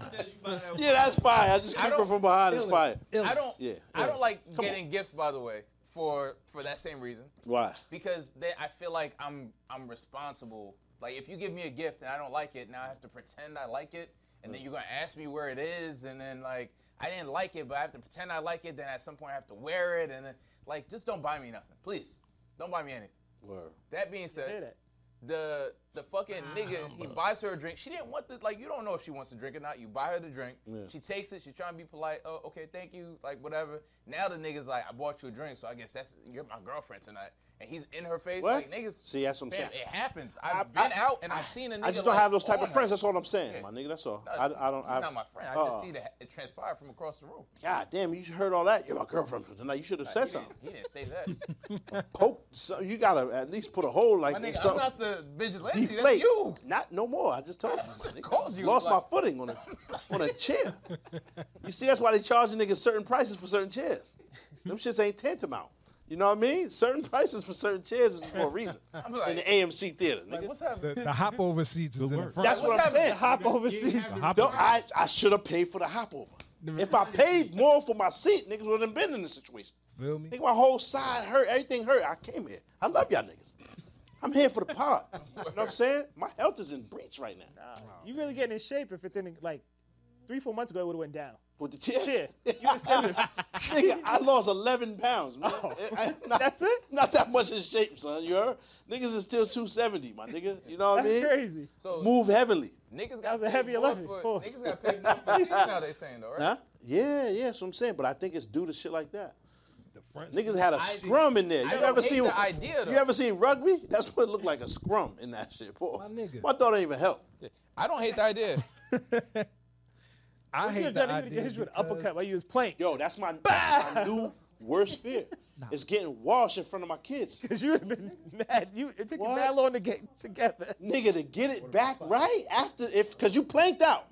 S1: yeah, that's fire. I just
S4: I
S1: keep her
S4: don't-
S1: from behind. It's fire.
S4: I don't
S1: Yeah,
S4: I
S1: yeah.
S4: don't like
S1: Come
S4: getting gifts by the way for for that same reason
S1: Why?
S4: because then I feel like I'm I'm responsible. Like if you give me a gift and I don't like it, now I have to pretend I like it, and then you're gonna ask me where it is, and then like I didn't like it, but I have to pretend I like it. Then at some point I have to wear it, and then like just don't buy me nothing, please. Don't buy me anything.
S1: Word.
S4: That being
S8: Say
S4: said,
S8: that.
S4: the the fucking nigga he buys her a drink. She didn't want the like you don't know if she wants a drink or not. You buy her the drink. She takes it. She's trying to be polite. Oh, okay, thank you. Like whatever. Now the nigga's like, I bought you a drink, so I guess that's you're my girlfriend tonight. And he's in her face
S1: What?
S4: like niggas.
S1: See, that's what I'm
S4: fam,
S1: saying.
S4: It happens. I've
S1: I-
S4: been
S1: I-
S4: out and I, have seen a nigga.
S1: I just don't
S4: like,
S1: have those type
S4: on
S1: of friends.
S4: her.
S1: That's all I'm saying,
S4: Yeah.
S1: my nigga. That's all.
S4: No,
S1: I, I don't.
S4: He's
S1: I,
S4: not my friend. I
S1: Uh-uh.
S4: just see that it transpired from across the room.
S1: God damn, you heard all that. You're my girlfriend for tonight. You should have said
S4: he, didn't,
S1: something.
S4: he didn't say that.
S1: Poke. So you gotta at least put a hole like *laughs*
S4: My nigga,
S1: so-
S4: I'm not the vigilante. That's
S1: deflate.
S4: you.
S1: Not no more. I just told you. nigga.
S4: called you,
S1: Lost
S4: like-
S1: my footing
S4: *laughs*
S1: on a on a chair. You see, that's why they charging niggas certain prices for certain chairs. Them shits ain't tantamount. You know what I mean? Certain prices for certain chairs is for a
S4: *laughs*
S1: reason.
S4: like-
S1: in the AMC theater, nigga.
S4: Like, what's happening?
S2: The, the hop over seats is in the front.
S1: that's
S4: what's
S1: what I'm
S4: happening?
S1: saying.
S8: Hop overseas.
S1: Don't- I, I should have paid for the hop over. If I paid more for my seat, niggas would have been in this situation.
S2: Feel me?
S1: Nigga, my whole side hurt. Everything hurt. I came here. I love y'all niggas. I'm here for the pod. You know what I'm saying? My health is in breach right now.
S8: You really getting in shape if it didn't like three, four months ago it would have went down.
S1: With the chair.
S8: Yeah, you would've stayed-
S1: *laughs* Nigga, I lost 11 pounds, man. I- I'm not,
S8: That's it?
S1: Not that much in shape, son. You heard? Niggas is still 270, my nigga. You know what I
S8: That's
S1: mean?
S8: crazy.
S4: So
S1: Move heavily.
S4: Niggas got
S8: was a
S4: paid
S8: heavy
S4: more
S8: 11.
S4: For,
S8: Oh.
S4: Niggas got paid more for seats now. They saying though, right?
S1: Huh? Yeah, yeah, that's what I'm saying. But I think it's due to shit like that.
S2: The front
S1: Niggas had a scrum in there. You
S4: don't
S1: ever
S4: hate
S1: seen
S4: the idea, though.
S1: You ever seen rugby? That's what it looked like a scrum in that shit. Boy.
S2: My nigga.
S1: My thought ain't even help.
S4: I don't hate the idea.
S2: I
S8: You
S2: hate
S8: would've
S2: the
S8: done it, you
S2: idea
S8: would've hit you with an
S2: because-
S8: uppercut while you was playing. *laughs*
S1: Yo, that's my, that's
S4: *laughs*
S1: my new worst fear. It's getting washed in front of my kids.
S8: Cause you would have been mad. You it took
S1: What?
S8: you mad long to get together.
S1: nigga to get it back right after if because you planked out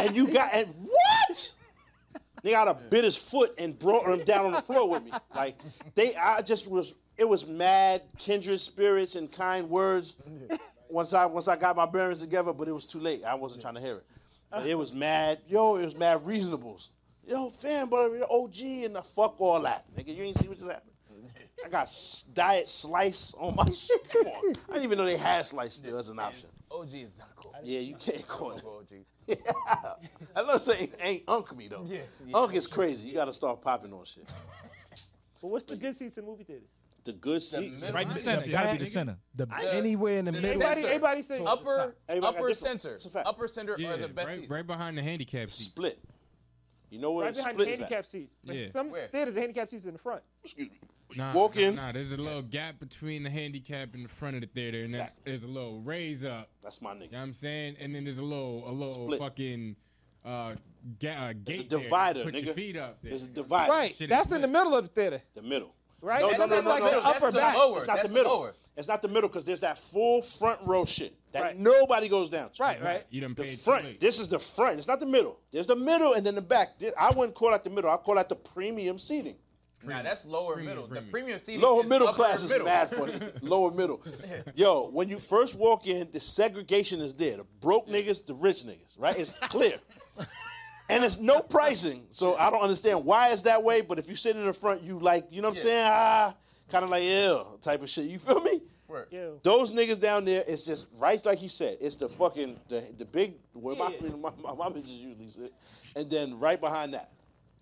S1: and you got and what nigga had a bit his foot and brought him down on the floor with me like they i just was it was mad kindred spirits and kind words once i once i got my bearings together but it was too late i wasn't trying to hear it But it was mad yo it was mad reasonables yo fam but you're og and the fuck all that nigga you ain't see what just happened I got s- diet slice on my *laughs* shit. Come on. I didn't even know they had slice still as an option.
S4: OG is not cool.
S1: Yeah, you can't call
S4: I
S1: it.
S4: don't OG.
S1: I know say ain't unk me though.
S4: Yeah, yeah.
S1: Unk is crazy. You gotta start popping on shit.
S8: But what's the good seats in movie theaters?
S1: The good seats.
S4: middle-
S7: Right in the center. Gotta be the center.
S2: The, anywhere in the,
S4: the
S2: middle.
S4: center.
S8: Everybody, everybody say
S4: Upper,
S1: Everybody got
S4: upper
S1: different-
S4: center,
S1: it's a fact.
S4: upper center
S6: Yeah,
S4: are the best
S6: right,
S4: seats.
S6: right behind the handicap seat.
S1: Split. You know where
S8: right
S1: the
S8: behind
S1: split
S8: the
S1: is at?
S8: handicap seats. Like,
S6: Yeah.
S8: Some
S4: Where?
S8: theaters the handicap seats in the front.
S6: Nah,
S1: Walk
S6: nah,
S1: in.
S6: Nah, there's a little gap between the handicap and the front of the theater, and then
S1: Exactly.
S6: there's a little raise up.
S1: That's my
S6: You know
S1: nigga.
S6: what I'm saying? And then there's a little, a little
S1: Split.
S6: fucking uh, ga- uh,
S1: There's a
S6: gate there.
S1: divider,
S6: Put
S1: nigga.
S6: your feet up there.
S1: There's a divider.
S8: Right.
S6: Shit is
S8: That's in the
S6: lit.
S8: middle of the theater.
S1: The middle.
S8: Right?
S1: No,
S8: That's
S1: no, no,
S8: not
S1: no,
S8: like
S1: no,
S8: the
S1: no.
S8: upper
S4: That's the
S8: back.
S4: lower.
S1: It's not
S4: That's
S1: the middle.
S4: lower.
S1: It's not the middle because there's that full front row shit that
S8: Right.
S1: nobody goes down to.
S8: Right, right.
S6: You done
S1: The
S6: paid too
S1: front.
S6: late.
S1: This is the front. It's not the middle. There's the middle and then the back. Thi- I wouldn't call that the middle. I call that the premium seating.
S4: Nah, that's lower middle. The premium seat.
S1: *laughs* Lower
S4: is
S1: middle
S4: upper
S1: class
S4: middle.
S1: is mad
S4: *laughs*
S1: funny. Lower middle. Yo, when you first walk in, the segregation is there. The broke niggas, the rich niggas, right?
S4: *laughs*
S1: It's clear. and it's no pricing. So I don't understand why it's that way, but if you sit in the front, you like, you know what I'm
S4: Yeah.
S1: saying? Ah, kind of like, ew, type of shit. You feel me?
S4: Word.
S8: Ew.
S1: Those niggas down there, it's just right like you said. It's the fucking the, the big where my,
S8: Yeah.
S1: *laughs* my my mama just usually sit, and then right behind that,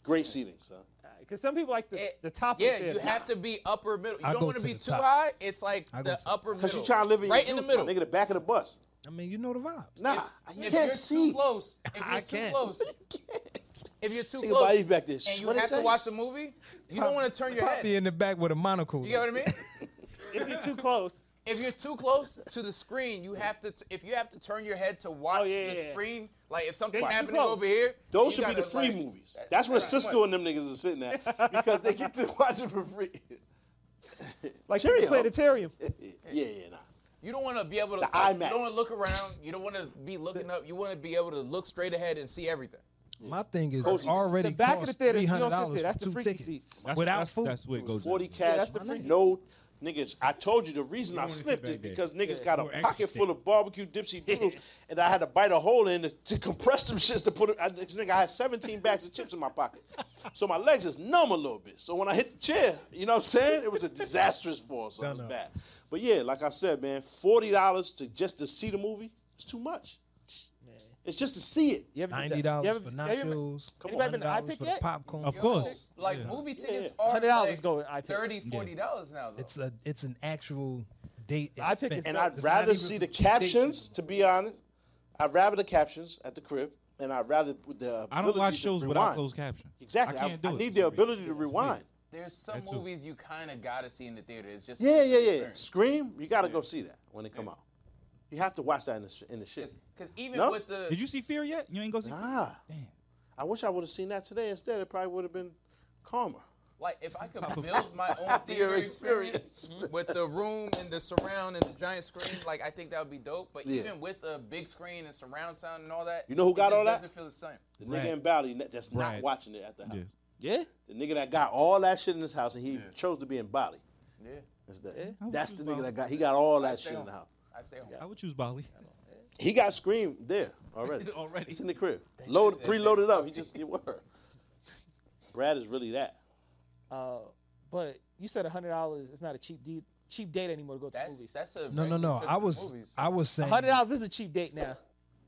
S1: great seating, son.
S8: Because some people like the,
S4: It-
S8: the top
S4: Eh, Yeah,
S8: of the theater.
S4: you have to be upper middle. You
S2: I
S4: don't
S2: go
S4: want
S2: to
S4: be
S2: the
S4: too
S2: top.
S4: high. It's like
S2: I go
S4: the
S2: to-
S4: upper middle.
S1: Cause you trying to live in your
S4: right in the
S1: youth, my
S4: middle.
S1: nigga, the back of the bus.
S2: I mean, you know the vibes.
S1: Nah, you
S4: If
S1: can't
S4: you're
S1: see.
S4: too
S1: *laughs*
S4: close, if
S2: I
S4: you're too
S2: can't.
S4: close, if you're too
S1: Think about
S4: close,
S1: it back there.
S4: and you
S1: What is
S4: have to
S1: that?
S4: watch the movie, you don't want to turn your head.
S2: Probably
S4: You
S2: in the back with a monocle.
S4: get what I mean?
S8: if you're too close,
S4: if you're too close to the screen, you have to. T- if you have to turn your head to watch
S8: Oh, yeah,
S4: the
S8: yeah, yeah.
S4: screen, like if something's
S8: They too
S4: happening
S8: close.
S4: over here,
S1: Those
S4: you
S1: should be the
S4: gotta,
S1: free
S4: like- *laughs*
S1: movies. That's where Cisco and them niggas are sitting at because they get to watch it for free.
S8: Like
S1: Cheerio.
S8: the planetarium.
S1: Yeah, yeah, nah.
S4: You don't want to be able to.
S1: The
S4: like, you
S1: IMAX.
S4: don't want to look around. You don't want to be looking up. You want to be able to look straight ahead and see everything.
S2: My thing is
S1: Coaches.
S2: already
S3: The back of the
S2: cost
S3: theater, you don't sit
S2: $300
S3: there. That's
S2: for
S3: the
S2: two
S3: freaky
S2: tickets.
S3: seats.
S7: That's,
S2: Without
S7: that's,
S2: food.
S7: That's what it goes.
S1: Forty
S7: down.
S1: cash,
S3: that's the freak.
S1: no niggas. I told you the reason I
S6: wanna sit
S1: slipped is
S6: back there.
S1: because niggas got a
S6: More extra
S1: pocket full of barbecue dipsy doodles, and I had to bite a hole in it to compress them shits to put it. I, this nigga, I had 17 bags of chips in my pocket, so my legs is numb a little bit. So when I hit the chair, you know what I'm saying? It was a disastrous fall, so it was
S2: Dunno.
S1: bad. But yeah, like I said, man, forty dollars to just to see the movie is too much. It's just to see it.
S3: You ever did that?
S2: Ninety
S3: You
S2: dollars
S3: ever-
S2: for
S3: you ever-
S2: nachos.
S3: Anybody been to
S2: $100
S3: iPick
S2: for the
S3: yet?
S2: popcorn.
S7: Of course.
S4: Like movie tickets are
S3: $100
S4: like
S3: go in iPad.
S4: 30 40 dollars now. Though.
S2: It's a it's an actual date.
S3: I pick
S2: expense.
S3: it-
S1: And
S3: not-
S1: I'd
S2: it's not
S1: rather
S2: even
S1: see
S2: some
S1: the
S2: cheap dates.
S1: captions, to be honest. I'd rather the captions at the crib, and I'd rather with the.
S7: I don't watch
S1: ability to
S7: shows
S1: rewind.
S7: without closed caption.
S1: Exactly.
S7: I
S1: I,
S7: can't do
S1: I
S7: it.
S1: need the ability to rewind.
S4: There's some
S7: That too.
S4: movies you kind of gotta see in the theater. It's just
S1: Yeah, yeah, yeah. Scream, you got to go see that when it come out. You have to watch that in the, sh- in the shit.
S4: Because even
S1: No?
S4: with the
S7: Did you see Fear yet? You ain't go see. Fear?
S1: Ah,
S7: Damn.
S1: I wish I would have seen that today instead. It probably would have been calmer.
S4: like, if
S1: *laughs*
S4: I could build my own theater experience *laughs* with the room and the surround and the giant screen, like I think that would be dope. But
S1: Yeah.
S4: even with a big screen and surround sound and all that,
S1: You know who
S4: it
S1: got
S4: just
S1: all that?
S4: Doesn't feel the same.
S1: The
S7: Right.
S1: nigga in Bali that- that's not
S7: Right.
S1: watching it at the house.
S7: Yeah.
S3: Yeah.
S1: The nigga that got all that shit in his house and he chose to be in Bali.
S4: Yeah,
S1: That's, that.
S3: Yeah.
S1: that's the nigga that got. He got all that shit in the house.
S4: I stay home.
S7: I would choose Bali.
S1: He got Scream there *laughs* already.
S7: Already.
S1: It's in the crib. Load, preloaded up. He just, it were. Brad is really that.
S3: Uh, but you said hundred dollars is not a cheap deed, cheap date anymore to go to the
S4: That's
S3: movies.
S4: that's a
S2: No, no,
S4: regular
S2: no.
S4: trip
S2: I
S4: to the
S2: was
S4: movies.
S2: I was saying
S3: hundred dollars is a cheap date now.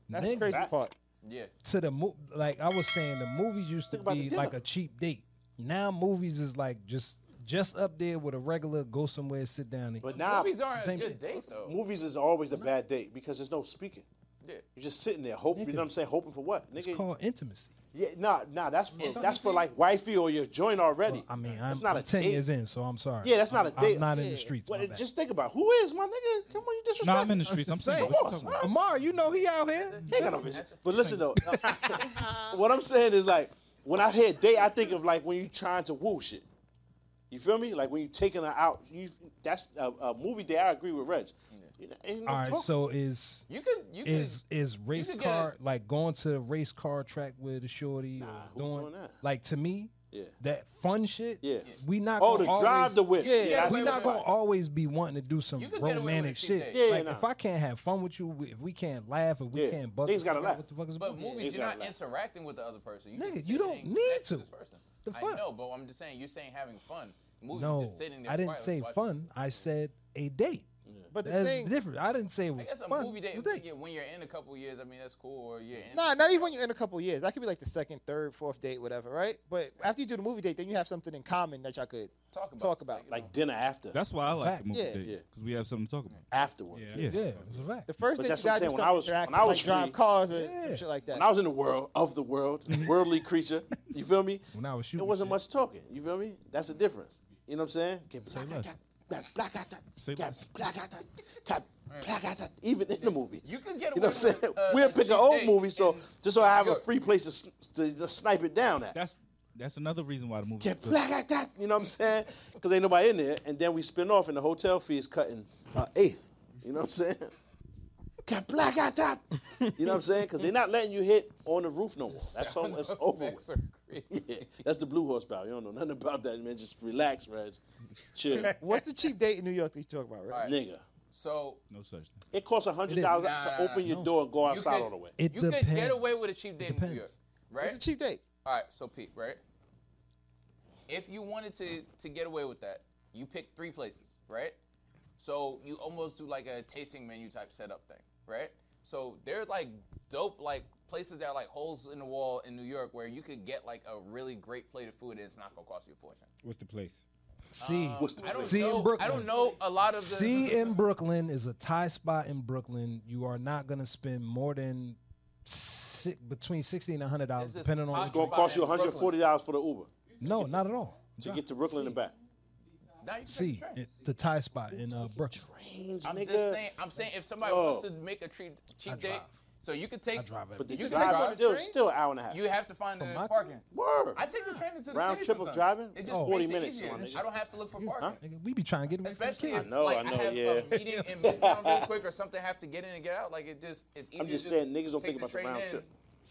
S3: That's the
S2: Nigga.
S3: crazy part.
S4: yeah.
S2: to the mo- like I was saying the movies used to
S1: Think about the
S2: be
S1: dinner.
S2: like a cheap date. Now movies is like just just up there with a regular go somewhere sit down. And
S1: But now,
S4: Movies aren't a
S2: same
S4: good
S2: thing.
S4: date though.
S1: movies is always a bad date because there's no speaking.
S4: Yeah.
S1: You're just sitting there hoping, you know what I'm saying? Hoping for what?
S2: it's
S1: Nigga,
S2: called intimacy.
S1: yeah, nah, nah, that's for, that's for like wifey or your joint already.
S2: I mean, I'm,
S1: that's not
S2: I'm
S1: a
S2: 10
S1: date.
S2: years in, so I'm sorry.
S1: Yeah, that's not
S2: I'm-
S1: a date.
S2: I'm not in the streets.
S1: Well,
S2: my bad.
S1: just think about who is my nigga? Come on, you disrespect
S7: No, I'm in the streets. I'm saying.
S2: saying.
S7: What you
S1: Come
S7: talking
S1: on,
S7: about?
S2: Amar, you know he out here.
S1: They got no business. But listen though, *laughs* uh, what I'm saying is like when I hear date, I think of like when you trying to woo shit. You feel me? Like when you taking her out, you that's a, a movie day. I agree with Reg. You know, ain't no
S2: All right,
S1: talk.
S2: so is
S4: You could you could
S2: is is race
S4: could get
S2: car
S4: it.
S2: like going to race car track with a shorty
S1: who
S2: or doing
S1: doing that?
S2: like to me
S1: Yeah.
S2: that fun shit.
S1: Yeah.
S2: we not
S1: oh,
S2: gonna
S1: to
S2: always,
S1: drive the whip.
S3: yeah,
S1: that's
S2: we
S4: Wait,
S2: not
S4: wait,
S2: gonna
S4: wait.
S2: always be wanting to do some
S4: You could get away with
S2: romantic
S4: a cheap
S2: shit.
S4: date.
S1: Yeah,
S2: like
S1: yeah,
S2: if
S1: nah.
S2: I can't have fun with you, if we can't laugh, if we
S1: Yeah.
S2: can't buck,
S1: Niggas gotta laugh.
S2: What the fuck is
S4: But
S2: about?
S4: movies,
S1: It's
S4: you're
S1: not
S4: not
S1: like-
S4: interacting with the other person. You
S2: Nigga,
S4: just
S2: you
S4: sitting
S2: don't
S4: and
S2: need
S4: connecting
S2: to.
S4: This person.
S2: The
S4: I
S2: fuck?
S4: know, but I'm just saying, you're saying having fun. Movies, you're
S2: No,
S4: just sitting there
S2: I didn't
S4: quietly
S2: say
S4: watching.
S2: fun. I said a date.
S3: But the
S2: That's
S3: thing,
S2: different. I didn't say it was
S4: I guess a
S2: fun.
S4: movie date,
S2: It was a
S4: yeah, when you're in a couple years, I mean, that's cool. Or you're *laughs* in.
S3: nah, not even when you're in a couple years. That could be like the second, third, fourth date, whatever, right? But after you do the movie date, then you have something in common that y'all could
S4: Talk about
S3: talk
S4: it,
S3: about.
S1: like dinner after,
S7: That's why I like
S2: Fact.
S7: the movie
S3: Yeah.
S7: date
S1: Yeah.
S7: because we have something to talk about.
S1: afterward.
S7: Yeah.
S2: Yeah, it was a fact.
S3: The first
S1: But
S3: thing you
S1: that's what
S3: gotta
S1: I'm saying.
S3: do
S1: When I was-
S3: something
S1: when I
S3: interactive,
S1: was
S3: like drive
S1: free-
S3: cars or
S2: Yeah.
S3: some shit like that.
S1: When I was in the world of the world,
S2: *laughs*
S1: worldly creature. You feel me?
S2: When I was shooting
S1: it wasn't
S2: shit.
S1: much talking. You feel me? That's the difference. You know what I'm saying? Get black,
S7: less.
S1: got- got black, got that,
S7: Say
S1: got
S7: less.
S1: black, got that, got black, got that, Even in the movies,
S4: You can get
S1: You know
S4: away
S1: what I'm
S4: with,
S1: saying?
S4: uh,
S1: We'll
S4: a
S1: pick an
S4: cheap
S1: old
S4: date
S1: movie, so
S4: in
S1: just so I have a
S4: York.
S1: free place to, s- to just snipe it down at.
S7: That's that's another reason why the movie.
S1: Get black, got that. You know what I'm saying? Because ain't nobody in there, and then we spin off, and the hotel fee is cutting an eighth. You know what I'm saying? Get black, got that. You know what I'm saying? Because they're not letting you hit on the roof no more. That's all. That's over with.
S4: Effects are crazy.
S1: Yeah, that's the blue horsepower. You don't know nothing about that, man. Just relax, Reg. Chill,
S4: *laughs*
S3: What's the cheap date in New York that you talk about, right?
S4: Alright,
S1: nigga.
S4: So
S7: No such thing.
S1: It costs hundred dollars
S4: Nah,
S1: to
S4: nah,
S1: open your door and go
S4: you
S1: outside
S4: could,
S1: all the way.
S2: It
S4: you could get
S2: depends.
S4: away with a cheap date in New
S2: depends.
S4: York,
S3: What's a
S4: right?
S3: cheap date?
S4: All right, so Pete, right? If you wanted to to get away with that, you pick three places, right? So you almost do like a tasting menu type setup thing, right? So they're like dope, like places that are like holes in the wall in New York where you could get like a really great plate of food and it's not gonna cost you a fortune.
S6: What's the place?
S2: See,
S4: I don't
S2: see in
S4: know.
S2: Brooklyn.
S4: I don't know a lot of the.
S2: See in Brooklyn is a Thai spot in Brooklyn. You are not gonna spend more than si between sixty and hundred dollars,
S4: It's just
S2: depending on.
S1: It's gonna cost you one hundred forty dollars for the Uber
S2: No, not at all.
S1: to get to Brooklyn and back.
S4: Now you can
S2: See
S4: try.
S2: it- the Thai spot in uh, Brooklyn.
S1: Trains,
S4: I'm
S1: nigga.
S4: just saying. I'm saying if somebody
S1: Oh.
S4: wants to make a cheap cheap date, So you could take.
S2: I drive it.
S1: But the
S4: You
S1: you
S4: can drive
S1: drive
S4: on a
S1: still
S4: train?
S1: still hour and a half.
S4: You have to find
S2: my-
S4: the parking.
S1: Word.
S4: I take the train into the
S1: Round
S4: city
S1: trip of
S4: sometimes.
S1: driving?
S4: It just
S1: Oh.
S4: makes
S1: 40
S4: it
S1: minutes,
S4: easier.
S1: my nigga.
S4: I don't have to look for parking.
S2: Nigga, we be trying to get away from the
S4: Especially
S2: kids.
S4: if
S1: I know,
S4: like,
S1: I know,
S4: have
S1: yeah.
S4: a meeting in midtown real quick or something, have to get in and get out. Like it just, it's easier.
S1: I'm just
S4: to
S1: saying, niggas don't
S4: take
S1: think about the
S4: train
S1: round
S4: in
S1: trip.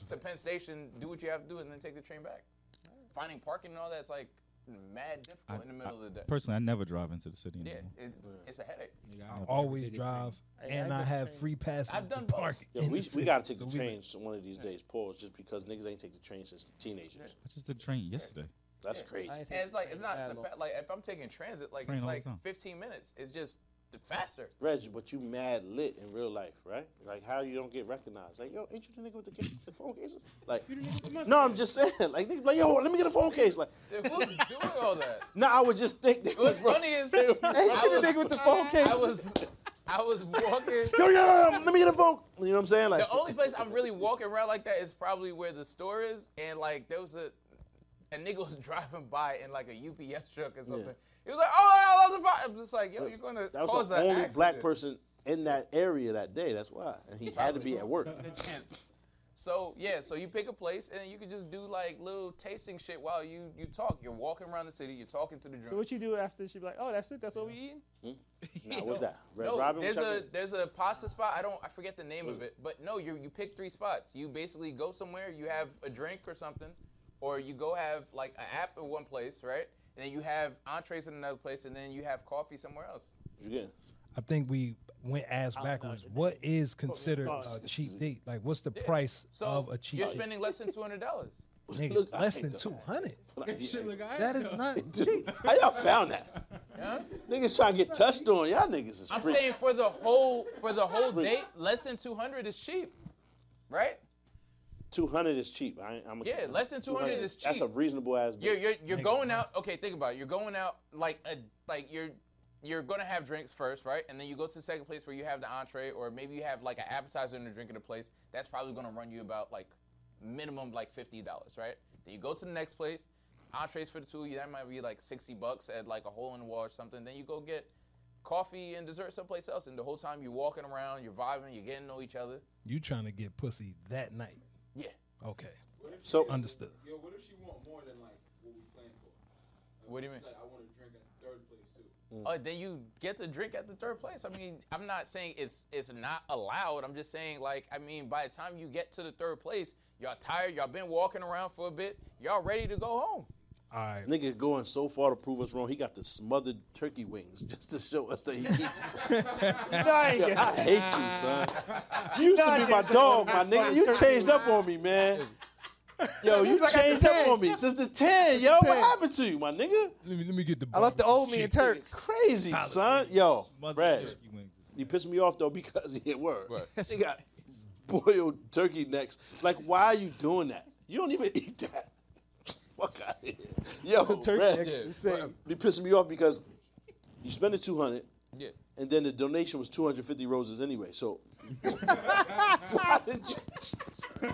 S4: To Penn Station, do what you have to do, and then take the train back. Finding parking and all that's like mad difficult in the middle of the day.
S7: Personally, I never drive into the city
S4: yeah,
S7: anymore.
S4: it, it's a headache.
S2: I always drive, and
S8: I
S2: I,
S8: get
S2: have
S8: trained.
S2: free passes.
S4: I've done
S2: to
S4: both.
S2: park
S1: Yo,
S2: in
S1: we,
S2: the
S1: we
S2: city.
S1: gotta take the
S2: So we-
S1: train some one of these days, pause, just because niggas ain't take the train since teenagers.
S7: I just took the train yesterday.
S1: That's crazy.
S3: I ain't
S4: And
S3: taking
S4: it's like it's not
S3: that
S4: the,
S3: long.
S4: fa- like if I'm taking transit, like
S7: Train
S4: it's
S7: all the
S4: like
S7: time.
S4: 15 minutes. It's just
S1: *laughs*
S4: the faster.
S1: Reg, but you mad lit in real life, right? Like how you don't get recognized? Like yo, ain't you the nigga with the, case, the phone cases? Like, no, I'm just saying. *laughs* Like, niggas be like yo, let me get a phone case. Like,
S4: Dude, who's doing
S1: *laughs*
S4: all that?
S1: no, I would just think they
S4: What's
S1: was
S4: funny is I
S1: Ain't you the nigga with the phone case?
S4: I was I was walking.
S1: *laughs* yo, yo, yo, yo, let me get a phone. You know what I'm saying? Like, *laughs*
S4: The only place I'm really walking around like that is probably where the store is, and like there was a a nigga was *laughs* driving by in like a UPS truck or something. He was like, "Oh, I love the fire." I'm just like, "Yo, you're gonna
S1: that
S4: cause
S1: was the
S4: an
S1: only
S4: accident."
S1: black person in that area that day. That's why, and he had to be at work.
S4: Good chance. So yeah, so you pick a place and you can just do like little tasting shit while you you talk. You're walking around the city. You're talking to the drunk.
S8: So what you do after? She be like, "Oh, that's it. That's what we eating."
S1: Nah, what's that? Red
S4: No,
S1: Robin.
S4: there's
S1: Chuck-
S4: a there's a pasta spot. I don't I forget the name of it, but no, you you pick three spots. You basically go somewhere, you have a drink or something, or you go have like an app in one place, right? And then you have entrees in another place, and then you have coffee somewhere else.
S1: What you getting?
S2: I think we went ass backwards. What is considered a cheap date? Like, what's the price
S4: So
S2: of a cheap
S4: you're
S2: date?
S4: spending less than two hundred
S2: *laughs*
S4: dollars.
S2: Nigga,
S1: Look, I
S2: less
S1: hate *laughs*
S2: than
S1: that.
S2: two hundred.
S1: Like, yeah.
S6: Shit, look, I
S2: That is
S6: know.
S2: not cheap.
S1: Dude, how y'all found that? Niggas trying to get touched on. Y'all niggas is
S4: I'm
S1: freaks.
S4: saying for the whole for the whole date, less than two hundred is cheap, right?
S1: 200 is cheap. I, ain't- I'm a,
S4: Yeah, less than 200 is
S1: That's a
S4: cheap.
S1: reasonable ass
S4: You're
S1: deal.
S4: you're, you're going out. Okay, think about it. You're going out like a like you're you're gonna have drinks first, right? And then you go to the second place where you have the entree, or maybe you have like an appetizer and a drink in a place. That's probably gonna run you about like minimum like fifty dollars, right? Then you go to the next place. Entrees for the two of you that might be like sixty bucks at like a hole in the wall or something. Then you go get coffee and dessert someplace else, and the whole time you're walking around, you're vibing, you're getting to know each other.
S2: You trying to get pussy that night?
S4: Yeah.
S2: Okay,
S1: So
S2: understood.
S10: Yo, what if she want more than like what we planned for?
S4: What do you mean?
S10: Like I want to drink at the third place too.
S4: Uh, then you get the drink at the third place. I mean, I'm not saying it's it's not allowed. I'm just saying like I mean, by the time you get to the third place, y'all tired. Y'all been walking around for a bit. Y'all ready to go home.
S2: All right.
S1: nigga going so far to prove us wrong. He got the smothered turkey wings *laughs* just to show us that he eats. Nigga, I hate you, son. You used to be my dog, my nigga. You changed up on me, man. Yo, you changed up on me since the ten. Yo, what happened to you, my nigga?
S2: Let me let me get the.
S3: I left the old me in Turks. *laughs*
S1: Crazy, son. Yo, Brad,
S7: Turkey wings.
S1: you pissed me off though *laughs* because yeah, word. *laughs* They got boiled turkey necks. Like, why are you doing that? You don't even *laughs* eat that. Fuck out of here. Yo, Brad, you pissing me off because you spent the two hundred,
S4: Yeah.
S1: and then the donation was two hundred fifty roses anyway. So *laughs* why did you?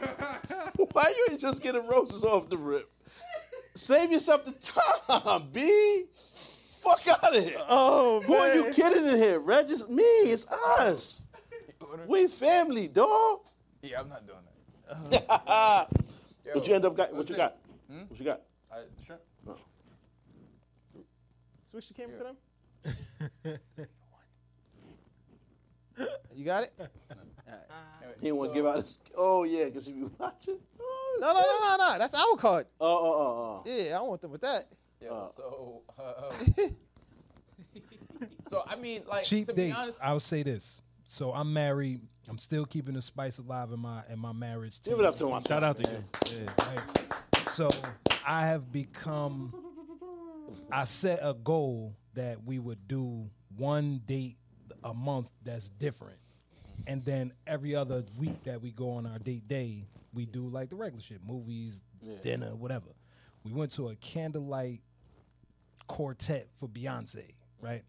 S1: Why you ain't just getting roses off the rip? Save yourself the time, B. Fuck out of here.
S3: Oh
S1: Who are you kidding in here, Reg? It's me. It's us. We family, dog.
S4: Yeah, I'm not doing that.
S1: What you end up got? What you got? What you got?
S4: I, Uh, sure.
S8: Switch the camera to them.
S3: You got it?
S1: He didn't want to give out his. Oh yeah, because he be watching. Oh,
S3: No, no, no, no, no. That's our card.
S1: oh, oh, oh, oh.
S3: Yeah, I don't want them with that.
S4: Yeah. so. Uh, *laughs* so I mean, like
S2: cheap
S4: to
S2: date.
S4: be honest,
S2: I'll say this. So I'm married. I'm still keeping the spice alive in my in my marriage.
S1: Give it up to him.
S7: Shout out to you.
S2: So I have become. I set a goal that we would do one date a month that's different, and then every other week that we go on our date day, we do like the regular shit: movies, dinner, whatever. We went to a candlelight quartet for Beyonce, right?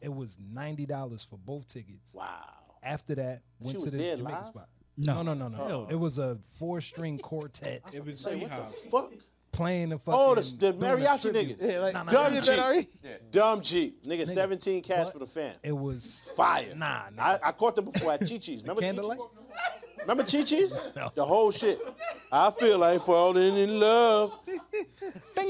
S2: It was ninety dollars for both tickets.
S1: Wow.
S2: After that, went
S1: was
S2: to the
S1: there
S2: Jamaican
S1: live?
S2: spot.
S7: No.
S2: no, no, no.
S7: Hell
S2: It was a four-string
S1: *laughs*
S2: quartet
S6: It was
S1: Say what
S6: Seahawks.
S1: the fuck?
S2: playing the fucking.
S1: Oh, the, the
S2: doing a
S1: mariachi
S2: tribute.
S1: niggas.
S3: Yeah, like,
S2: Nah, nah,
S1: Dumb
S2: nah.
S1: cheap.
S3: Benari.
S1: Dumb cheap. Nigga, 17 cash
S2: But
S1: for the fan.
S2: It was
S1: Fire.
S2: Nah, nah.
S1: I, I caught them before at Chi Chi's. Remember Chi Chi's?
S2: candlelight.
S1: Remember Chi Chi's?
S2: *laughs*
S1: The whole shit. I feel like falling in love.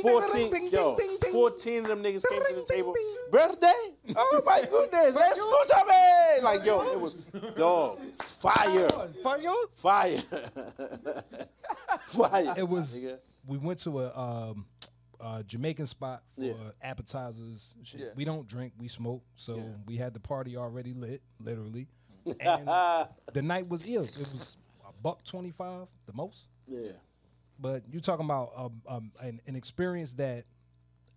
S1: 14, yo, 14 of them niggas came to the table. Birthday? Oh
S2: *laughs*
S1: my goodness. Escúchame. Like, yo, it was, dog, fire. Fire. *laughs* Fire.
S2: It was. We went to a um, uh, Jamaican spot for
S1: Yeah.
S2: appetizers. Shit.
S1: Yeah.
S2: We don't drink. We smoke. So
S1: Yeah.
S2: we had the party already lit,
S1: *laughs*
S2: literally. And the night was ill. It was a buck twenty five, the most.
S1: Yeah.
S2: But you're talking about um, um, an, an experience that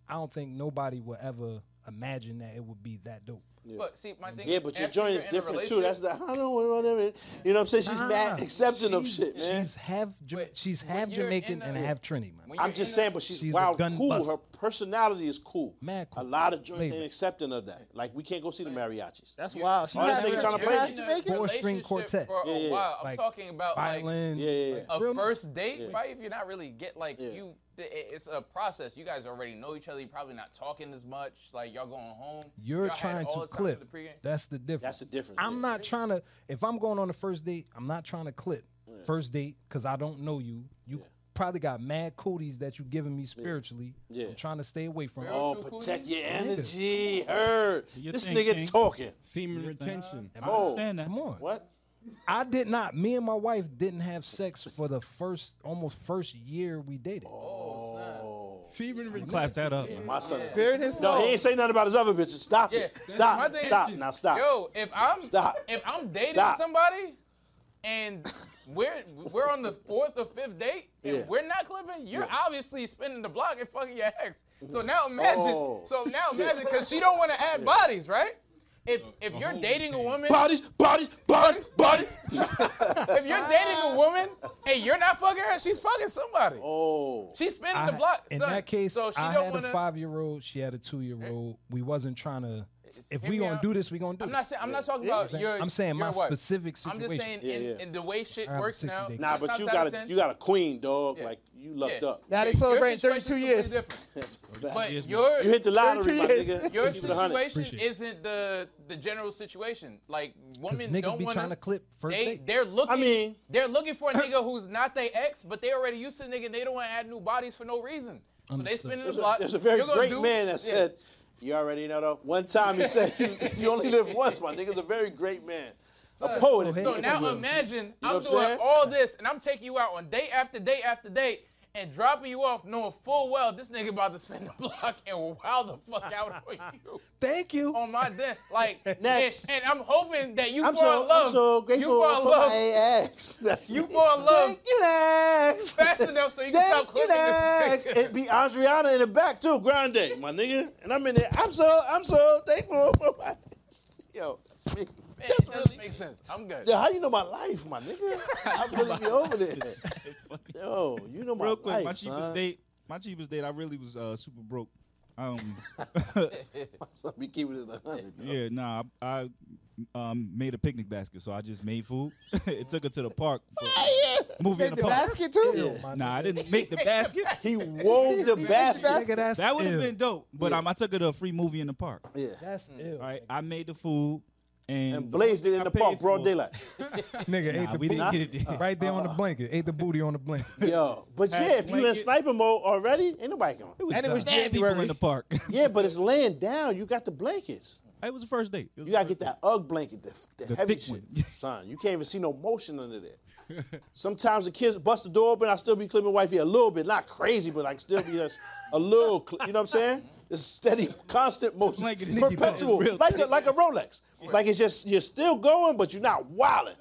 S2: I don't think nobody will ever imagine that it would be that dope.
S4: But see, my thing
S1: yeah,
S4: is,
S1: but your
S4: after
S1: joint
S4: you're
S1: is
S4: in a
S1: different too.
S4: relationship-
S1: That's the *laughs* I don't want to whatever. You know what I'm saying? She's
S2: Nah,
S1: mad accepting of
S2: Ah, she's-
S1: shit, man.
S2: She's half, Ja- she's half
S4: Ah, you're
S2: Jamaican
S4: in
S2: and
S4: a-
S2: half Trini, man.
S4: when
S1: I'm
S4: you're
S1: just
S4: in
S1: saying, but she's,
S2: she's a
S1: wild
S2: gun
S1: cool.
S2: buster.
S1: Her personality is cool.
S2: Mad
S1: A
S2: cool.
S1: lot of joints
S2: Flavor.
S1: ain't accepting of that. Like we can't go see the mariachis.
S3: That's wild. She
S1: All this
S3: not-
S1: nigga tryna
S3: she
S1: play?
S3: not
S4: in a
S3: Jamaican?
S2: Four string
S4: relationship
S2: quartet.
S4: For
S1: Yeah,
S4: a
S1: yeah.
S4: while. I'm
S2: Like,
S4: talking about like
S2: Violin.
S1: Yeah, yeah, yeah.
S4: a
S2: Real-
S4: first date, right? If you're not really get like
S1: Yeah.
S4: you, th- it- it's a process. You guys already know each other. You're probably not talking as much. Like y'all going home.
S2: You're
S4: Y'all had
S2: trying
S4: all
S2: to
S4: the time for
S2: clip.
S4: The pregame.
S2: That's the difference.
S1: That's the difference,
S2: I'm
S1: yeah.
S2: not trying to. If I'm going on the first date, I'm not trying to clip first date because I don't know you. You probably got mad cooties that you giving me spiritually.
S1: Yeah.
S2: I'm trying to stay away from.
S1: Oh,
S4: True cool
S1: protect
S4: dude.
S1: your energy. Her.
S7: You
S1: This
S7: think,
S1: nigga
S7: King?
S1: talking.
S6: Semen retention.
S7: I
S1: Oh.
S7: understand that.
S2: Come on.
S1: What?
S2: I did not. Me and my wife didn't have sex for the first almost first year we dated.
S4: Oh,
S6: Semen retention.
S7: Clap that up. man.
S1: My son.
S3: Clear in his
S1: No,
S3: soul.
S1: he ain't say nothing about his other bitches. Stop
S4: Yeah,
S1: it. Stop.
S4: my thing-
S1: Stop. Now stop.
S4: Yo, if I'm
S1: Stop.
S4: if I'm dating
S1: Stop.
S4: somebody, and we're we're on the fourth or fifth date, and
S1: Yeah.
S4: we're not clipping, you're
S1: Yeah.
S4: obviously spinning the block and fucking your ex. So now imagine,
S1: Oh.
S4: so now imagine, because she don't want to add bodies, right? If if you're dating a woman,
S1: Bodies, bodies, bodies, bodies.
S4: if you're dating a woman and you're not fucking her, she's fucking somebody.
S1: Oh.
S4: She's spinning
S2: I-
S4: the block.
S2: in
S4: son.
S2: that case,
S4: so she
S2: I
S4: don't
S2: had
S4: wanna,
S2: a five year old. She had a two year old. We wasn't trying to. If we
S4: hear me
S2: gonna
S4: out.
S2: do this, we gonna do.
S4: I'm
S2: it.
S4: not saying I'm not talking about your.
S2: I'm saying
S4: your
S2: my
S4: wife.
S2: specific situation.
S4: I'm just saying in,
S1: Yeah, yeah.
S4: in the way shit
S2: I have a
S4: works
S2: 60
S4: now.
S2: day
S1: Nah,
S4: nine
S1: but you
S4: times
S1: got
S4: out of
S1: a
S4: 10,
S1: you got a queen, dog.
S4: Yeah.
S1: Like you lucked
S4: yeah.
S1: up.
S3: Now they
S4: Your
S3: celebrating
S4: situation's
S3: 32 years.
S4: completely different.
S1: That's a fact.
S4: But your
S1: you hit the lottery, my
S3: 32
S1: nigga.
S4: your
S1: Keep it a hundred.
S4: situation isn't the the general situation. Like women
S2: niggas
S4: don't
S2: be
S4: want
S2: tryna clip first
S4: They
S2: date.
S4: they're looking.
S1: I mean- *laughs*
S4: they're looking for a nigga who's not their ex, but they already used to nigga. and They don't want to add new bodies for no reason. So they spinning the
S1: There's a,
S4: block.
S1: there's a very
S4: You're gonna
S1: great
S4: do-
S1: man that
S4: yeah.
S1: said, "You already know though." One time he said, "You, you only live once." My nigga's a very great man, a poet. if you
S4: So
S1: if
S4: Uh, now
S1: you will.
S4: imagine
S1: know
S4: I'm
S1: what I'm
S4: doing
S1: saying?
S4: all this and I'm taking you out on date after date after date and dropping you off knowing full well this nigga about to spin the *laughs* block and wow the fuck out on you.
S2: Thank you.
S4: On my day, like,
S1: Next.
S4: And, and I'm hoping that you
S1: I'm
S4: fall
S1: so,
S4: in love.
S1: I'm so grateful
S4: you fall in
S1: for
S4: love.
S1: my ex. *laughs* That's
S4: You
S1: me.
S4: fall in love.
S1: Thank you, ex.
S4: Fast enough so you can
S1: *laughs* Thank
S4: stop
S1: you,
S4: clipping
S1: ex.
S4: this nigga.
S1: It be Adriana in the back too, grande, my nigga. And I'm in there. I'm so, I'm so thankful for my. *laughs* Yo, that's me.
S4: Man, *laughs* it
S1: That's
S4: doesn't
S1: really.
S4: make sense. I'm good.
S1: Yo, how you know my life, my
S7: *laughs*
S1: nigga? I really be over there. Yo, you know my
S7: Real quick,
S1: life,
S7: my cheapest
S1: son.
S7: date. My cheapest date. I really was uh, super broke. Um,
S1: So we keep it at 100.
S7: yeah, nah. I, I um, made a picnic basket, so I just made food. *laughs* it took her to the park. For movie
S3: Take
S7: in the,
S3: the
S7: park.
S3: basket too.
S7: Nah, I didn't
S1: *laughs*
S7: make the basket.
S1: He wove the basket.
S2: Nigga, that's
S7: That would have
S2: ill.
S7: been dope. But um, I took her to a free movie in the park.
S1: Yeah.
S2: That's ill.
S7: Right, I made the food and,
S1: And blazed it in
S7: I
S1: the
S7: paid
S1: park, broad
S7: for it. *laughs*
S1: daylight.
S2: Nigga ate
S7: Nah,
S2: the
S7: we didn't
S2: booty
S7: get it.
S2: *laughs*
S7: then.
S2: right there on the blanket. Ate the booty on the blanket.
S1: Yo, but yeah, if you in
S7: blanket.
S1: sniper mode already, ain't nobody going.
S7: *laughs* was
S3: And it was
S7: dumb. Dead people
S3: January.
S7: in the park. *laughs*
S1: Yeah, but it's laying down. You got the blankets.
S7: it was the first date. It was
S1: You
S7: the
S1: gotta
S7: first
S1: get that UGG blanket, the, the,
S7: The
S1: heavy
S7: thick
S1: shit,
S7: one. *laughs*
S1: son. You can't even see no motion under there. Sometimes the kids bust the door open. I still be clipping wifey a little bit, not crazy, but like still be just a little. cl- You know what I'm saying? It's steady, constant motion,
S7: like it's sneaky
S1: perpetual,
S7: button, it's real
S1: like a, like a Rolex. Like it's just you're still going, but you're not wilding.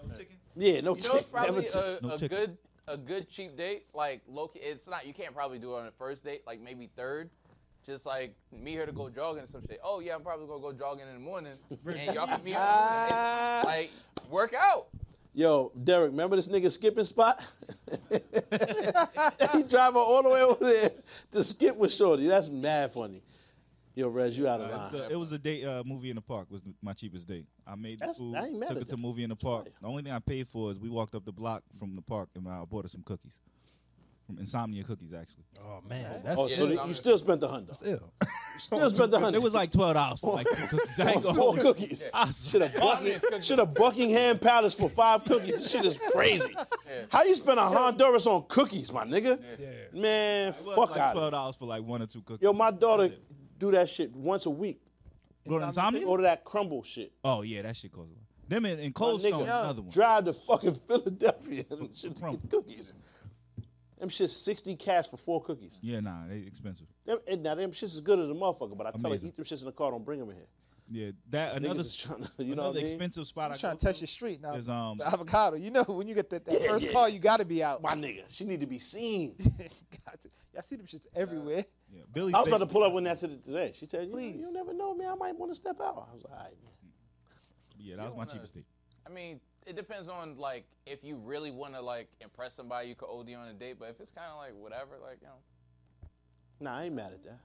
S1: Yeah, no
S4: You know, it's
S1: tick, never
S4: probably uh,
S1: tick.
S4: a,
S7: No
S4: a
S7: ticket.
S4: good a good cheap date. Like low key, it's not. You can't probably do it on the first date. Like maybe third. Just like me here to go jogging and some shit. Oh yeah, I'm probably gonna go jogging in the morning, and y'all can be in the morning. It's like work out.
S1: Yo, Derek, remember this nigga skipping spot? *laughs* he driving all the way over there to skip with Shorty. That's mad funny. Yo, Rez, you out of
S7: Nah,
S1: line.
S7: it's a- it was a date uh, movie in the park was my cheapest date. I made the
S1: That's-
S7: food,
S1: I ain't mad
S7: took
S1: at
S7: it to
S1: that.
S7: movie in the park. The only thing I paid for is we walked up the block from the park and I bought her some cookies. from Insomnia Cookies actually.
S2: *laughs* Oh man,
S1: oh, so you still spent the hundred.
S2: *laughs* Still.
S1: Still spent the hundred.
S7: It was like twelve dollars for like two cookies. I
S1: For
S7: ain't
S1: *laughs* four
S7: gonna *laughs* hold you.
S1: cookies.
S7: I
S1: Should have Buckingham, should have Buckingham Palace for five cookies. This shit
S7: *laughs*
S1: is crazy. How you spend a Honduras on cookies, my nigga? Man,
S7: It was
S1: fuck
S7: like
S1: out.
S7: Twelve
S1: of it.
S7: dollars for like one or two cookies.
S1: Yo, my daughter do that shit once a week.
S7: Go to Insomnia?
S1: Order that crumble shit.
S7: Oh yeah, that shit costs a lot. Them in, in
S1: My
S7: Cold Stone,
S1: nigga
S7: another one.
S1: Drive to fucking Philadelphia *laughs* and shit to get cookies. Them shit's 60 cash for four cookies.
S7: Yeah, nah, they expensive.
S1: Them, and now them shit's as good as a motherfucker, but I tell her
S7: Amazing.
S1: eat them shits in the car, don't bring them in here.
S7: Yeah, that
S1: These
S7: another
S1: niggas is tryna- *laughs* you know
S7: another
S1: what I mean?
S7: expensive spot. I
S3: I'm trying
S7: go
S3: to touch the street now.
S7: There's, um,
S3: the avocado. You know, when you get that, that
S1: Yeah,
S3: first
S1: yeah.
S3: call, you got to be out.
S1: My nigga, she need to be seen. *laughs*
S3: *laughs* Got to- Y'all see them shits everywhere.
S7: Yeah, Billy.
S1: I was about
S7: Baker-
S1: to pull up when that said today. She said, you, you never know, man. I might want to step out. I was like, all right, man.
S7: Yeah, that was my cheapest date.
S4: I mean, it depends on like if you really want to like impress somebody, you could OD on a date. But if it's kind of like whatever, like you know,
S1: Nah, I ain't mad at that.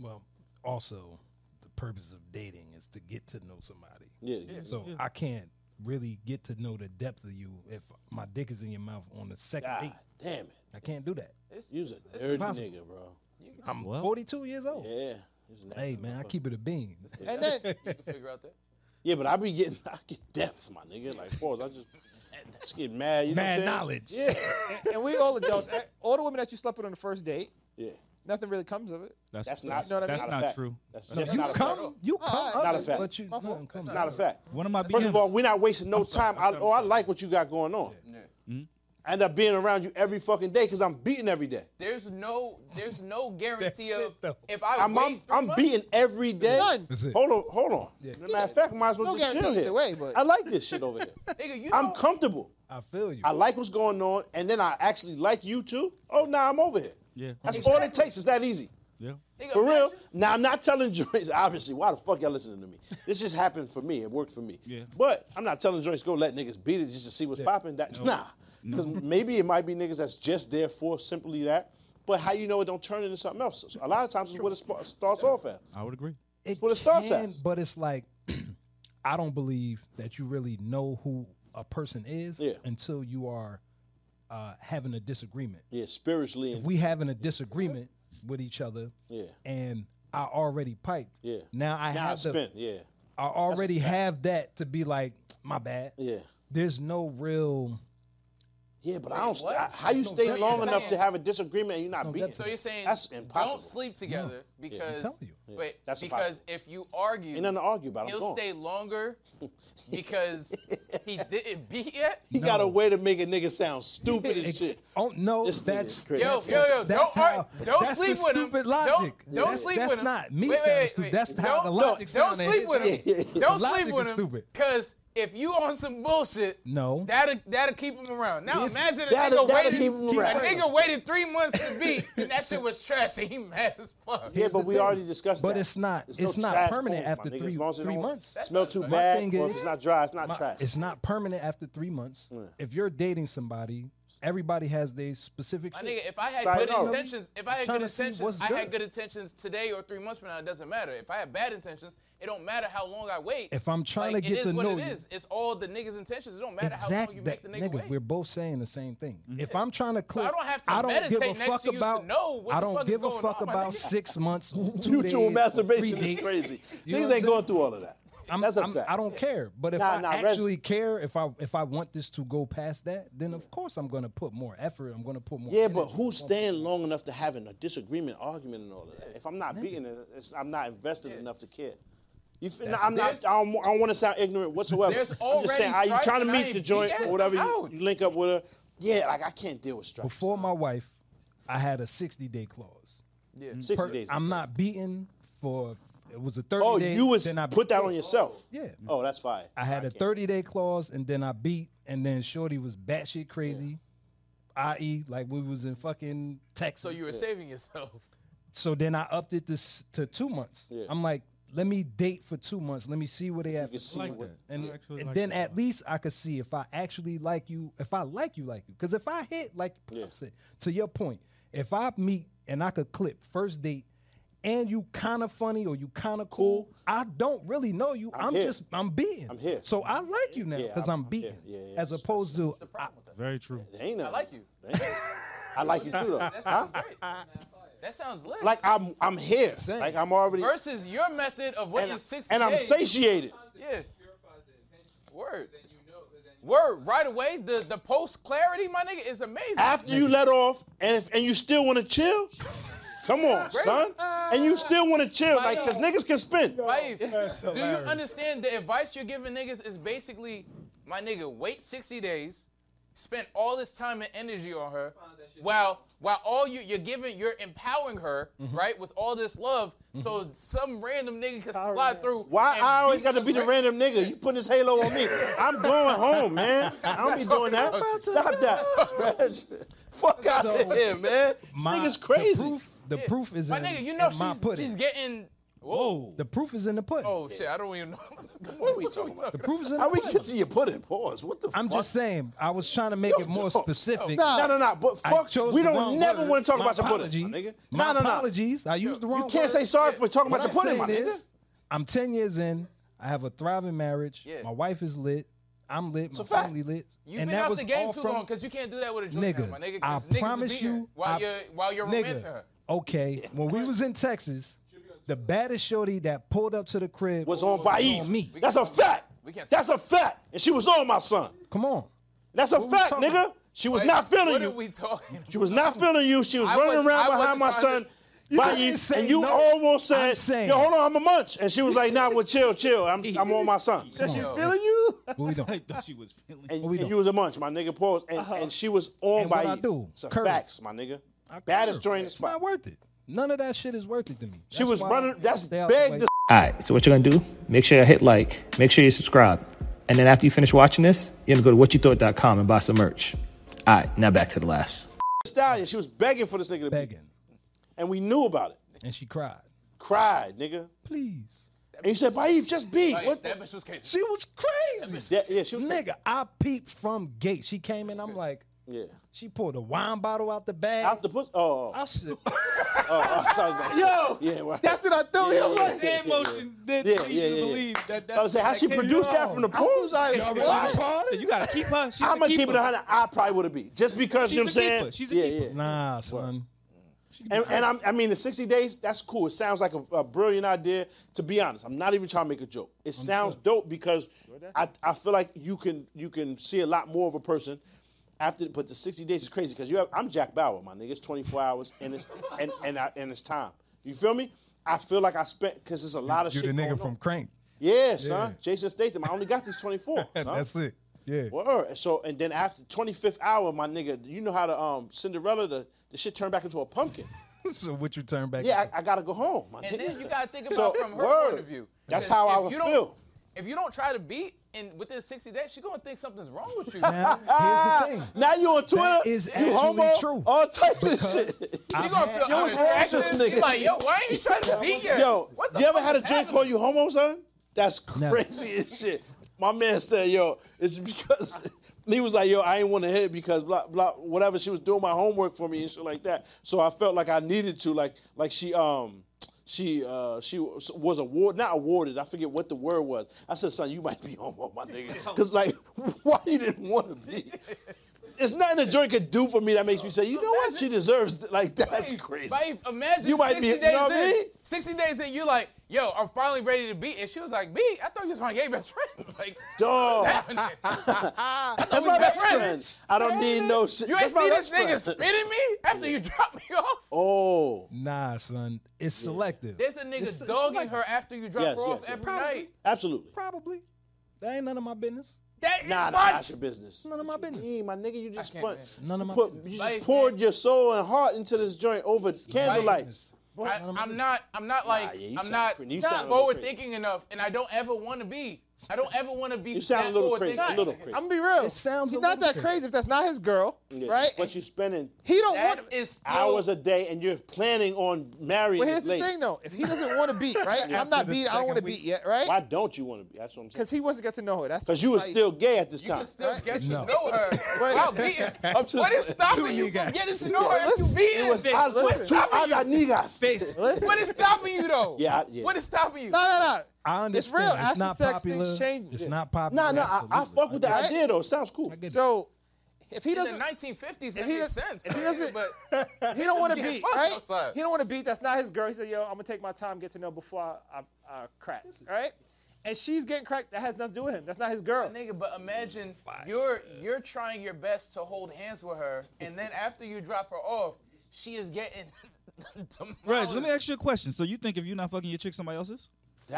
S2: Well, also, the purpose of dating is to get to know somebody.
S1: Yeah, yeah.
S2: So I can't really get to know the depth of you if my dick is in your mouth on the second
S1: God
S2: date.
S1: damn it.
S2: I can't do that.
S4: it's, it's,
S1: You's a
S4: it's
S1: dirty
S2: impossible.
S1: nigga, bro.
S2: I'm
S7: Well.
S2: 42 years old.
S1: Yeah. he's a nasty
S2: Hey man, I
S1: motherfucker.
S2: keep it a bean.
S3: And then
S4: you can figure out that.
S1: Yeah, but I be getting, *laughs* I get depth, my nigga. Like, pause. I just, *laughs* just get mad. You know
S2: Mad
S1: what I'm
S2: knowledge.
S1: saying?
S2: Uh.
S3: and we all adults, eh, all the women that you slept with on the first date,
S1: Yeah. Yeah.
S3: nothing really comes of it.
S7: That's
S1: That's not,
S3: You know what I
S7: that's
S3: mean?
S1: not,
S7: not
S1: a fact.
S7: true.
S1: That's
S7: That's
S1: just
S2: You
S1: not, a fact.
S2: come, you
S3: All
S2: come,
S3: right.
S1: Not a
S2: up,
S1: fact.
S2: but you
S3: My fault.
S2: nothing comes
S1: It's
S2: up.
S1: not a fact.
S7: One of my
S1: First
S7: BMs.
S1: of all, we're not wasting no time. I, oh, I like what you got going on.
S4: Yeah.
S1: I end up being around you every fucking day because I'm beating every day.
S4: There's no there's no guarantee
S2: That's
S4: of
S2: it, though.
S4: if I
S1: I'm, I'm,
S4: wait three
S1: I'm
S4: months,
S1: beating every day.
S3: None.
S2: That's it.
S1: Hold on, hold on. Matter of fact, might as well
S3: No
S1: just chill
S3: guarantee
S1: here.
S3: either way, but-
S1: I like this shit
S4: *laughs*
S1: over here.
S4: Nigga, you
S1: I'm
S4: don't-
S1: comfortable.
S2: I feel you.
S1: I like what's going on, and then I actually like you too. Oh, now I'm over here.
S7: Yeah.
S1: That's all it takes. It's that easy.
S7: yeah.
S4: nigga,
S1: For real.
S4: imagine-
S1: Now I'm not telling *laughs* Joyce. Obviously, why the fuck y'all listening to me? This just happened for me. It worked for me.
S7: Yeah.
S1: But I'm not telling Joyce go let niggas beat it just to see what's popping. That nah, because maybe it might be niggas that's just there for simply that. But how you know it don't turn into something else? So a lot of times it's what it sp- starts off at.
S7: I would agree.
S2: It's
S1: what it starts
S2: can,
S1: as.
S2: But it's like *clears throat* I don't believe that you really know who a person is
S1: Yeah.
S2: until you are uh, having a disagreement.
S1: Yeah, spiritually
S2: If
S1: and
S2: we having a disagreement with each other,
S1: Yeah.
S2: and I already piped.
S1: Yeah.
S2: Now I
S1: now I
S2: have to-
S1: spent. Yeah,
S2: I already have that to be like my bad.
S1: yeah,
S2: There's no real.
S1: yeah. But I don't. St-
S4: what?
S1: I- how you stay
S4: you're
S1: long enough
S4: saying-
S1: to have a disagreement and you're not beating?
S2: that's-
S4: So you're saying
S1: that's impossible.
S4: Don't sleep together because
S2: telling you.
S4: But
S1: That's
S4: because
S1: impossible.
S4: if you argue,
S1: Ain't nothing to argue about. I'm
S4: he'll
S1: gone. *laughs*
S4: stay longer because he didn't
S2: *laughs*
S4: beat yet.
S1: He got a way to make a nigga sound stupid as shit.
S2: Oh no,
S1: This nigga
S2: that's
S1: is crazy.
S4: Yo,
S1: That's-
S4: yo, yo!
S2: that's
S4: Don't, ar-
S2: how-
S4: don't
S2: that's
S4: sleep
S2: the
S4: with him.
S2: stupid logic.
S4: Don't, don't
S2: That's-
S4: sleep
S2: that's
S4: with him.
S2: not me
S4: Wait,
S2: sounding
S4: wait,
S2: stupid.
S4: wait.
S2: That's
S4: don't,
S2: how the logic
S4: Don't
S2: sounded.
S4: sleep with
S1: *laughs*
S4: him.
S1: Yeah, yeah, yeah.
S4: Don't
S2: Logic
S4: sleep with
S2: is
S4: him.
S2: stupid.
S4: Cause if you on some bullshit,
S2: No.
S4: that'll that'll keep him around. Now imagine a
S1: that'll- that'll
S4: nigga waited,
S1: keep him
S4: a
S1: around.
S4: nigga waited three months to beat, and that shit was trash, and he mad as fuck.
S1: Yeah, but
S2: the
S1: we
S2: thing.
S1: already discussed
S2: But
S1: that.
S2: it's not-
S1: There's
S2: it's not
S1: trash
S2: permanent
S1: my
S2: after
S1: nigga,
S2: three-
S1: as long as it
S2: three
S1: don't
S2: months. That's
S1: Smell
S4: not
S1: too
S4: trash. My
S1: bad,
S2: thing
S1: or if
S2: is-
S1: it's not dry, it's not
S2: my-
S1: trash.
S2: It's not permanent after three months. If you're dating somebody, everybody has their specific.
S4: My
S2: shit.
S4: nigga, if I had
S1: Sorry,
S4: good
S1: no.
S4: intentions, if I had
S2: Trying
S4: good
S2: to see
S4: intentions,
S2: what's
S4: I had
S2: good.
S4: good intentions today or three months from now. It doesn't matter. If I had bad intentions, it don't matter how long I wait.
S2: If I'm trying
S4: Like,
S2: to get
S4: it is
S2: to
S4: what
S2: know
S4: it
S2: you.
S4: is. It's all the niggas' intentions. It don't matter how long
S2: Exact
S4: you
S2: that
S4: make the nigga,
S2: nigga.
S4: wait.
S2: We're both saying the same thing.
S1: Mm-hmm.
S2: If I'm trying to click,
S4: I don't have to
S2: I don't give a
S4: meditate next
S2: fuck
S4: to you to
S2: about.
S4: know what
S2: I
S4: the
S2: don't
S4: fuck is
S2: give a
S4: going
S2: fuck
S4: on, my
S2: about
S4: nigga.
S1: *laughs*
S2: six months. two
S1: Mutual
S2: days,
S1: masturbation
S2: three
S1: is
S2: days.
S1: crazy.
S2: *laughs* You know
S1: Niggas
S2: what I'm
S1: ain't going
S2: saying?
S1: through all of that.
S2: I'm,
S1: That's a
S2: I'm,
S1: fact.
S2: I don't care. But if
S1: Nah,
S2: I
S1: nah, res-
S2: actually care, if I if I want this to go past that, then of course I'm gonna put more effort. I'm gonna put more.
S1: Yeah, but
S2: energy.
S1: who's staying long enough to having a disagreement, argument, and all of that? If I'm not beating it, it's, I'm not invested enough to care. You feel, nah, I'm not.
S4: There's-
S1: I don't, wa- I don't want to sound ignorant whatsoever.
S4: There's
S1: I'm just saying,
S4: already
S1: are you
S4: strife
S1: trying to
S4: and I
S1: meet
S4: ain't
S1: the joint
S4: beating
S1: or whatever you,
S4: out.
S1: you link up with her? Yeah, like I can't deal with strife.
S2: before my wife, I had a 60 day clause.
S1: sixty
S2: Per-
S1: days.
S2: I'm not beaten for it was a 30
S1: Oh,
S2: day.
S1: you was
S2: then I
S1: put that on yourself.
S2: Yeah.
S1: Oh, that's fine.
S2: I had a 30 day clause and then I beat and then Shorty was batshit crazy. I.e., like we was in fucking Texas.
S4: So you were saving
S2: *laughs*
S4: yourself.
S2: So then I upped it to s- to two months.
S1: Yeah.
S2: I'm like, let me date for two months. Let me see where they
S1: can
S2: at. for two
S1: see
S2: months.
S1: what-
S2: And,
S7: I actually
S2: and
S7: like
S2: then
S7: that
S2: at least I could see if I actually like you, if I like you, like you. Because if I hit, like Pop said, to your point, if I meet and I could clip first date and you kind of funny or you kind of cool, I don't really know you. I'm,
S1: here.
S2: just, I'm beating.
S1: I'm here.
S2: So I like you now
S1: Yeah,
S2: because
S1: I'm-
S2: I'm,
S1: I'm
S2: beating.
S1: here. Yeah, yeah,
S2: as opposed to, I-
S7: Very true.
S1: They ain't
S4: I like you.
S1: nothing. I like you too, though.
S4: *laughs* That
S1: Huh?
S4: sounds great. That sounds lit.
S1: Like I'm, I'm here. Like I'm already.
S4: Versus your method of waiting
S1: And-
S4: six
S1: and I'm
S4: days.
S1: satiated.
S4: Yeah. Word. Word. Right away, the, the post clarity, my nigga, is amazing.
S1: After you let off, and if, and you still want to chill, come on, son.
S4: uh,
S1: And you still want to chill, like, cause niggas can spin.
S4: Wife, do you
S1: hilarious.
S4: understand the advice you're giving niggas is basically, my nigga, wait 60 days, spend all this time and energy on her, while while all you you're giving, you're empowering her,
S2: Mm-hmm.
S4: right, with all this love, so some random nigga can slide through.
S1: Why
S4: and
S1: I always
S4: beat
S1: got to be the
S4: ra-
S1: random nigga? You putting this halo on me. I'm going home,
S4: *laughs*
S1: man. I don't be doing that. Stop *laughs* that. Reg. Fuck out of here, man. This
S2: My-
S1: nigga's crazy.
S2: The proof, the proof is
S4: My
S2: in,
S4: nigga, you know
S2: in my
S4: she's,
S2: pudding.
S4: she's getting. Whoa.
S2: The proof is in the pudding.
S4: Oh shit, I don't even know.
S2: *laughs*
S1: what are we talking about?
S2: The proof is in
S1: How
S2: the
S1: we
S2: pudding.
S1: get to your pudding? Pause. What the
S2: I'm
S1: fuck?
S2: just saying, I was trying to make it more specific.
S1: No, no, no, no. But
S2: I
S1: fuck,
S2: chose
S1: we
S2: the
S1: don't
S2: wrong
S1: never
S2: word.
S1: want to talk
S2: My
S1: about your pudding, my
S2: apologies.
S1: nigga.
S2: My
S1: No, no, no.
S2: apologies. I used the wrong
S1: You can't
S2: word.
S1: say sorry for talking
S2: What
S1: about your
S2: I'm
S1: pudding, my
S2: saying
S1: nigga.
S2: is, I'm 10 years in. I have a thriving marriage.
S4: Yeah.
S2: My wife is lit. I'm lit. my
S4: a fact.
S2: family lit.
S4: You've
S2: and
S4: been
S2: that
S4: out
S2: was
S4: the game
S2: all
S4: too
S2: from-
S4: long because you can't do that with a joint now,
S2: Nigga,
S4: my nigga.
S2: I
S4: 'cause niggas is
S2: promise
S4: beating
S2: you,
S4: while
S2: I-
S4: you're while you're
S2: Nigga,
S4: romancing her.
S2: okay. When we was in Texas, the baddest shorty that pulled up to the crib Oh,
S1: was on
S2: on me.
S1: Baif. That's a fact.
S4: We can't
S1: That's a fact. And she was on my son.
S2: Come on.
S1: That's a
S2: What we
S1: fact,
S2: talking
S1: nigga.
S2: about?
S1: She was
S4: Like,
S1: not feeling
S4: what What
S1: you.
S4: are we talking?
S1: She was not feeling you. She was
S4: I
S1: running
S4: wasn't-
S1: around
S4: I
S1: behind
S4: wasn't
S1: my
S4: trying
S1: son.
S4: to-
S2: You
S1: Baif,
S2: didn't say
S1: and you
S2: no.
S1: almost
S2: I'm
S1: said,
S2: saying-
S1: "Yo, hold on, I'm a munch," and she was like, "Nah, well, chill, chill. I'm, I'm on my son."
S4: Because she's
S8: Feeling you?
S2: But
S1: *laughs*
S2: we don't.
S7: I thought she was feeling.
S1: and,
S2: What we
S1: and
S2: doing?
S1: you was a munch, my nigga. Pause. And, Uh-huh. and she was all
S2: And
S1: by
S2: what I
S1: you.
S2: do?
S1: So
S2: Curve.
S1: facts, my nigga.
S2: I
S1: Baddest
S2: curve.
S1: joint in the
S2: It's not
S1: spot.
S2: worth it. None of that shit is worth it to me.
S1: She was
S2: why
S1: running.
S2: I
S1: That's
S2: stay out the
S1: big.
S2: way.
S1: dis-
S9: All right, so what you're gonna do? Make sure you hit like, make sure you subscribe, and then after you finish watching this, you're gonna go to whatyoutthought.com and buy some merch. All right, now back to the laughs.
S1: stallion. She was begging for this nigga to be,
S2: begging,
S1: and we knew about it.
S2: and she cried.
S1: Cried, nigga.
S2: Please.
S1: And you said, "Baif, just be."
S4: Like,
S1: what?
S4: that bitch was crazy.
S2: She was crazy.
S1: Yeah, yeah, she was.
S2: Nigga, I peeped from gate. She came in. I'm like,
S1: Yeah.
S2: she pulled a wine bottle out the bag.
S1: Out the pussy. Oh, oh,
S2: I said,
S1: oh, I was about to-
S8: Yo,
S1: yeah. Well,
S8: that's what I thought. Yeah,
S1: Oh, yeah,
S8: like,
S1: yeah,
S6: That motion did
S1: Yeah,
S6: lead
S1: yeah,
S6: you to
S1: yeah, yeah.
S6: believe that
S1: I was saying, how she produced that from the pool?
S6: So you gotta keep her. She's
S1: I'm
S6: a
S1: gonna keep it
S6: keeper.
S1: 100. I probably would have beat just because you know what I'm
S6: She's a
S1: saying.
S6: keeper. She's a
S1: yeah,
S6: keeper.
S1: yeah.
S2: nah, son.
S1: And, and I'm, I mean, the 60 days, that's cool. It sounds like a, a brilliant idea. To be honest, I'm not even trying to make a joke. It sounds dope because I, I feel like you can you can see a lot more of a person after. But the 60 days is crazy because you have. I'm Jack Bauer, my nigga. It's 24 hours and it's and and I, and it's time. You feel me? I feel like I spent because there's a lot of
S2: You the
S1: shit.
S2: nigga
S1: going
S2: from
S1: on.
S2: Crank. *laughs*
S1: yeah, son. Jason Statham. I only got these 24. son.
S2: That's it. Yeah.
S1: Word. And So and then after 25th hour, my nigga, you know how the um Cinderella the, the shit turned back into a pumpkin.
S2: *laughs* so what you turn back?
S1: Yeah, I, I gotta go home. My
S4: And
S1: nigga.
S4: then you gotta think
S1: So,
S4: about from her
S1: word.
S4: point of view.
S1: That's
S4: Because
S1: how I
S4: if
S1: would
S4: you don't-
S1: feel.
S4: If you don't try to beat in within 60 days, she gonna think something's wrong with you.
S2: now, here's the thing.
S1: Now you on Twitter,
S2: That is
S1: you
S2: actually
S1: homo,
S2: true.
S1: all types of shit.
S4: She gonna feel
S1: Yo, it's wrong with this
S4: unattractive. She
S1: nigga.
S4: like, yo, why ain't you trying to beat her?
S1: Yo,
S4: what the
S1: you ever
S4: fuck
S1: had a
S4: is
S1: drink call
S4: happening?
S1: you homo, son? That's
S2: Never.
S1: crazy as shit. My man said, yo, it's because *laughs* he was like, yo, I ain't want to hit because blah blah whatever. She was doing my homework for me and shit like that. So I felt like I needed to, like, like she um she uh she was awarded not awarded, I forget what the word was. I said, son, you might be homo, my
S4: *laughs*
S1: nigga. Cause like *laughs* why you didn't want to be? It's nothing a joint could do for me that makes me say, you know what? She deserves th- like that's crazy.
S4: Babe, imagine
S1: You might be- you
S4: 60 days
S1: know what I
S4: in.
S1: mean?
S4: 60 days in, you like, yo, I'm finally ready to beat. And she was like, beat? I thought you was my gay best friend. *laughs* Like,
S1: Dog. *laughs*
S4: what's happening?
S1: That's
S4: we
S1: my
S4: best
S1: best friend.
S4: friends.
S1: I don't need no shit.
S4: You ain't
S1: That's my
S4: see this
S1: best
S4: nigga
S1: friend.
S4: spitting me after you dropped me off?
S1: *laughs* Oh,
S2: Nah, son. It's selective.
S4: There's a nigga
S2: It's- it's
S4: dogging
S2: like-
S4: her after you drop
S1: Yes,
S4: her off
S1: yes, yes.
S4: every
S2: Probably.
S4: night.
S1: absolutely.
S2: Probably. That ain't none of my business.
S4: That is
S1: Nah, nah, that's your business.
S2: None of my
S1: What you
S2: business.
S1: mean, my nigga, you just
S4: can't,
S1: put,
S4: man.
S2: None of my
S1: put
S2: business.
S1: you just
S4: Like,
S1: poured
S4: man.
S1: your soul and heart into this joint over candlelight.
S4: I, I'm not. I'm not like.
S1: yeah, you
S4: I'm
S1: sound
S4: not
S1: pretty- you sound a little
S4: forward
S1: crazy.
S4: thinking enough, and I don't ever want to be. I don't ever want to be.
S1: You sound a
S4: that
S1: little
S4: forward
S1: crazy, a
S4: thinking.
S1: little crazy.
S3: I'm gonna be real.
S2: It sounds
S3: He's
S2: a
S3: not
S2: little
S3: that
S2: bit.
S3: crazy if that's not his girl,
S1: Yeah,
S3: right?
S1: But you're spending
S3: he don't
S4: That
S3: want.
S4: is still,
S1: hours a day and you're planning on marrying
S3: But here's
S1: this lady.
S3: the thing, though. If he doesn't want to beat, right? I'm not
S2: the
S3: beat. I don't
S2: second
S3: want to
S2: week.
S3: beat yet, right?
S1: Why don't you want to be? That's what I'm saying.
S3: Because he wants to get to know her. That's
S1: Because you were
S3: like-
S1: still gay at this
S4: You can
S1: time.
S4: still get to
S2: No.
S4: know
S1: *laughs*
S4: her. Wow, beating. What is
S2: Two
S4: stopping you from
S2: niggas.
S4: getting to know her if you
S1: It was
S4: beating?
S1: out
S4: What's
S1: two
S4: stopping
S1: other
S4: you?
S1: niggas.
S4: What is stopping you though?
S1: Yeah, I- yeah.
S4: What is stopping you?
S3: No, no, no.
S2: I
S3: It's
S2: understand.
S3: real.
S2: It's
S3: After
S2: not
S3: sex,
S2: popular.
S3: things change.
S2: It's not
S1: Nah,
S2: popular.
S1: nah, I, I
S2: absolutely.
S1: fuck with the
S3: Right?
S1: idea though. Sounds cool.
S3: So if he
S4: in
S3: doesn't,
S4: the 1950s,
S3: if
S4: that
S3: he
S4: makes
S3: does-
S4: sense.
S3: if he
S4: man,
S3: doesn't- *laughs*
S4: but
S3: he don't want to
S4: Just get
S3: beat,
S4: fucked
S3: right?
S4: outside.
S3: He don't want to beat. That's not his girl. He said, "Yo, I'm gonna take my time, get to know before I, I, I crack." Right? And she's getting cracked. That has nothing to do with him. That's not his girl.
S4: Nigga, but imagine you're you're trying your best to hold hands with her, and then after you drop her off, she is getting *laughs* demolished.
S7: Reg, let me ask you a question. So you think if you're not fucking your chick, somebody else's?
S4: No,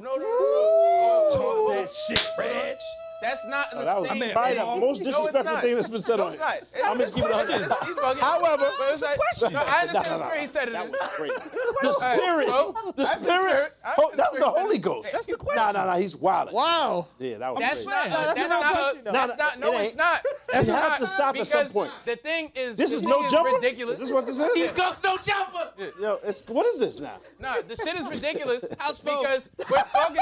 S4: no, no, no, Oh, no.
S7: Talk
S4: that
S2: shit, Reg.
S4: That's not the
S1: Oh, that was
S4: same.
S1: probably
S4: thing.
S1: the most
S4: No, it's
S1: disrespectful
S4: not.
S1: thing that's been said
S4: no,
S1: on
S4: it's
S1: here.
S4: Not. It's
S1: I'ma
S4: just
S1: keep it a
S4: questions.
S1: hundred.
S4: It's- it's bugging.
S1: However-
S4: but it's like,
S1: Question.
S4: no, I understand
S1: Nah,
S4: the
S1: nah,
S4: spirit he said it.
S1: that
S4: in.
S1: was
S4: *laughs*
S1: great.
S4: All
S1: The
S4: right,
S1: spirit,
S4: bro.
S1: the
S4: That's
S1: spirit,
S4: I
S1: ho-
S4: understand
S1: that was the
S4: spirit.
S1: Holy Ghost.
S4: That's the
S1: Nah, nah, nah, he's wild. Wow. Yeah, that was
S4: That's
S1: great.
S4: not.
S3: that's
S4: that's
S3: not
S4: not.
S3: pushing, though.
S4: a, that's not. No,
S1: it
S4: it's
S1: ain't.
S4: not.
S1: It
S4: It's
S1: has
S4: not,
S1: to stop at some
S4: because
S1: point.
S4: The thing is,
S1: This
S4: the
S1: is
S4: thing
S1: no jumper?
S4: Ridiculous.
S1: Is this what this is?
S4: He's got no jumper.
S1: Yo, it's what is this now?
S4: Nah, the shit is ridiculous. because we're talking.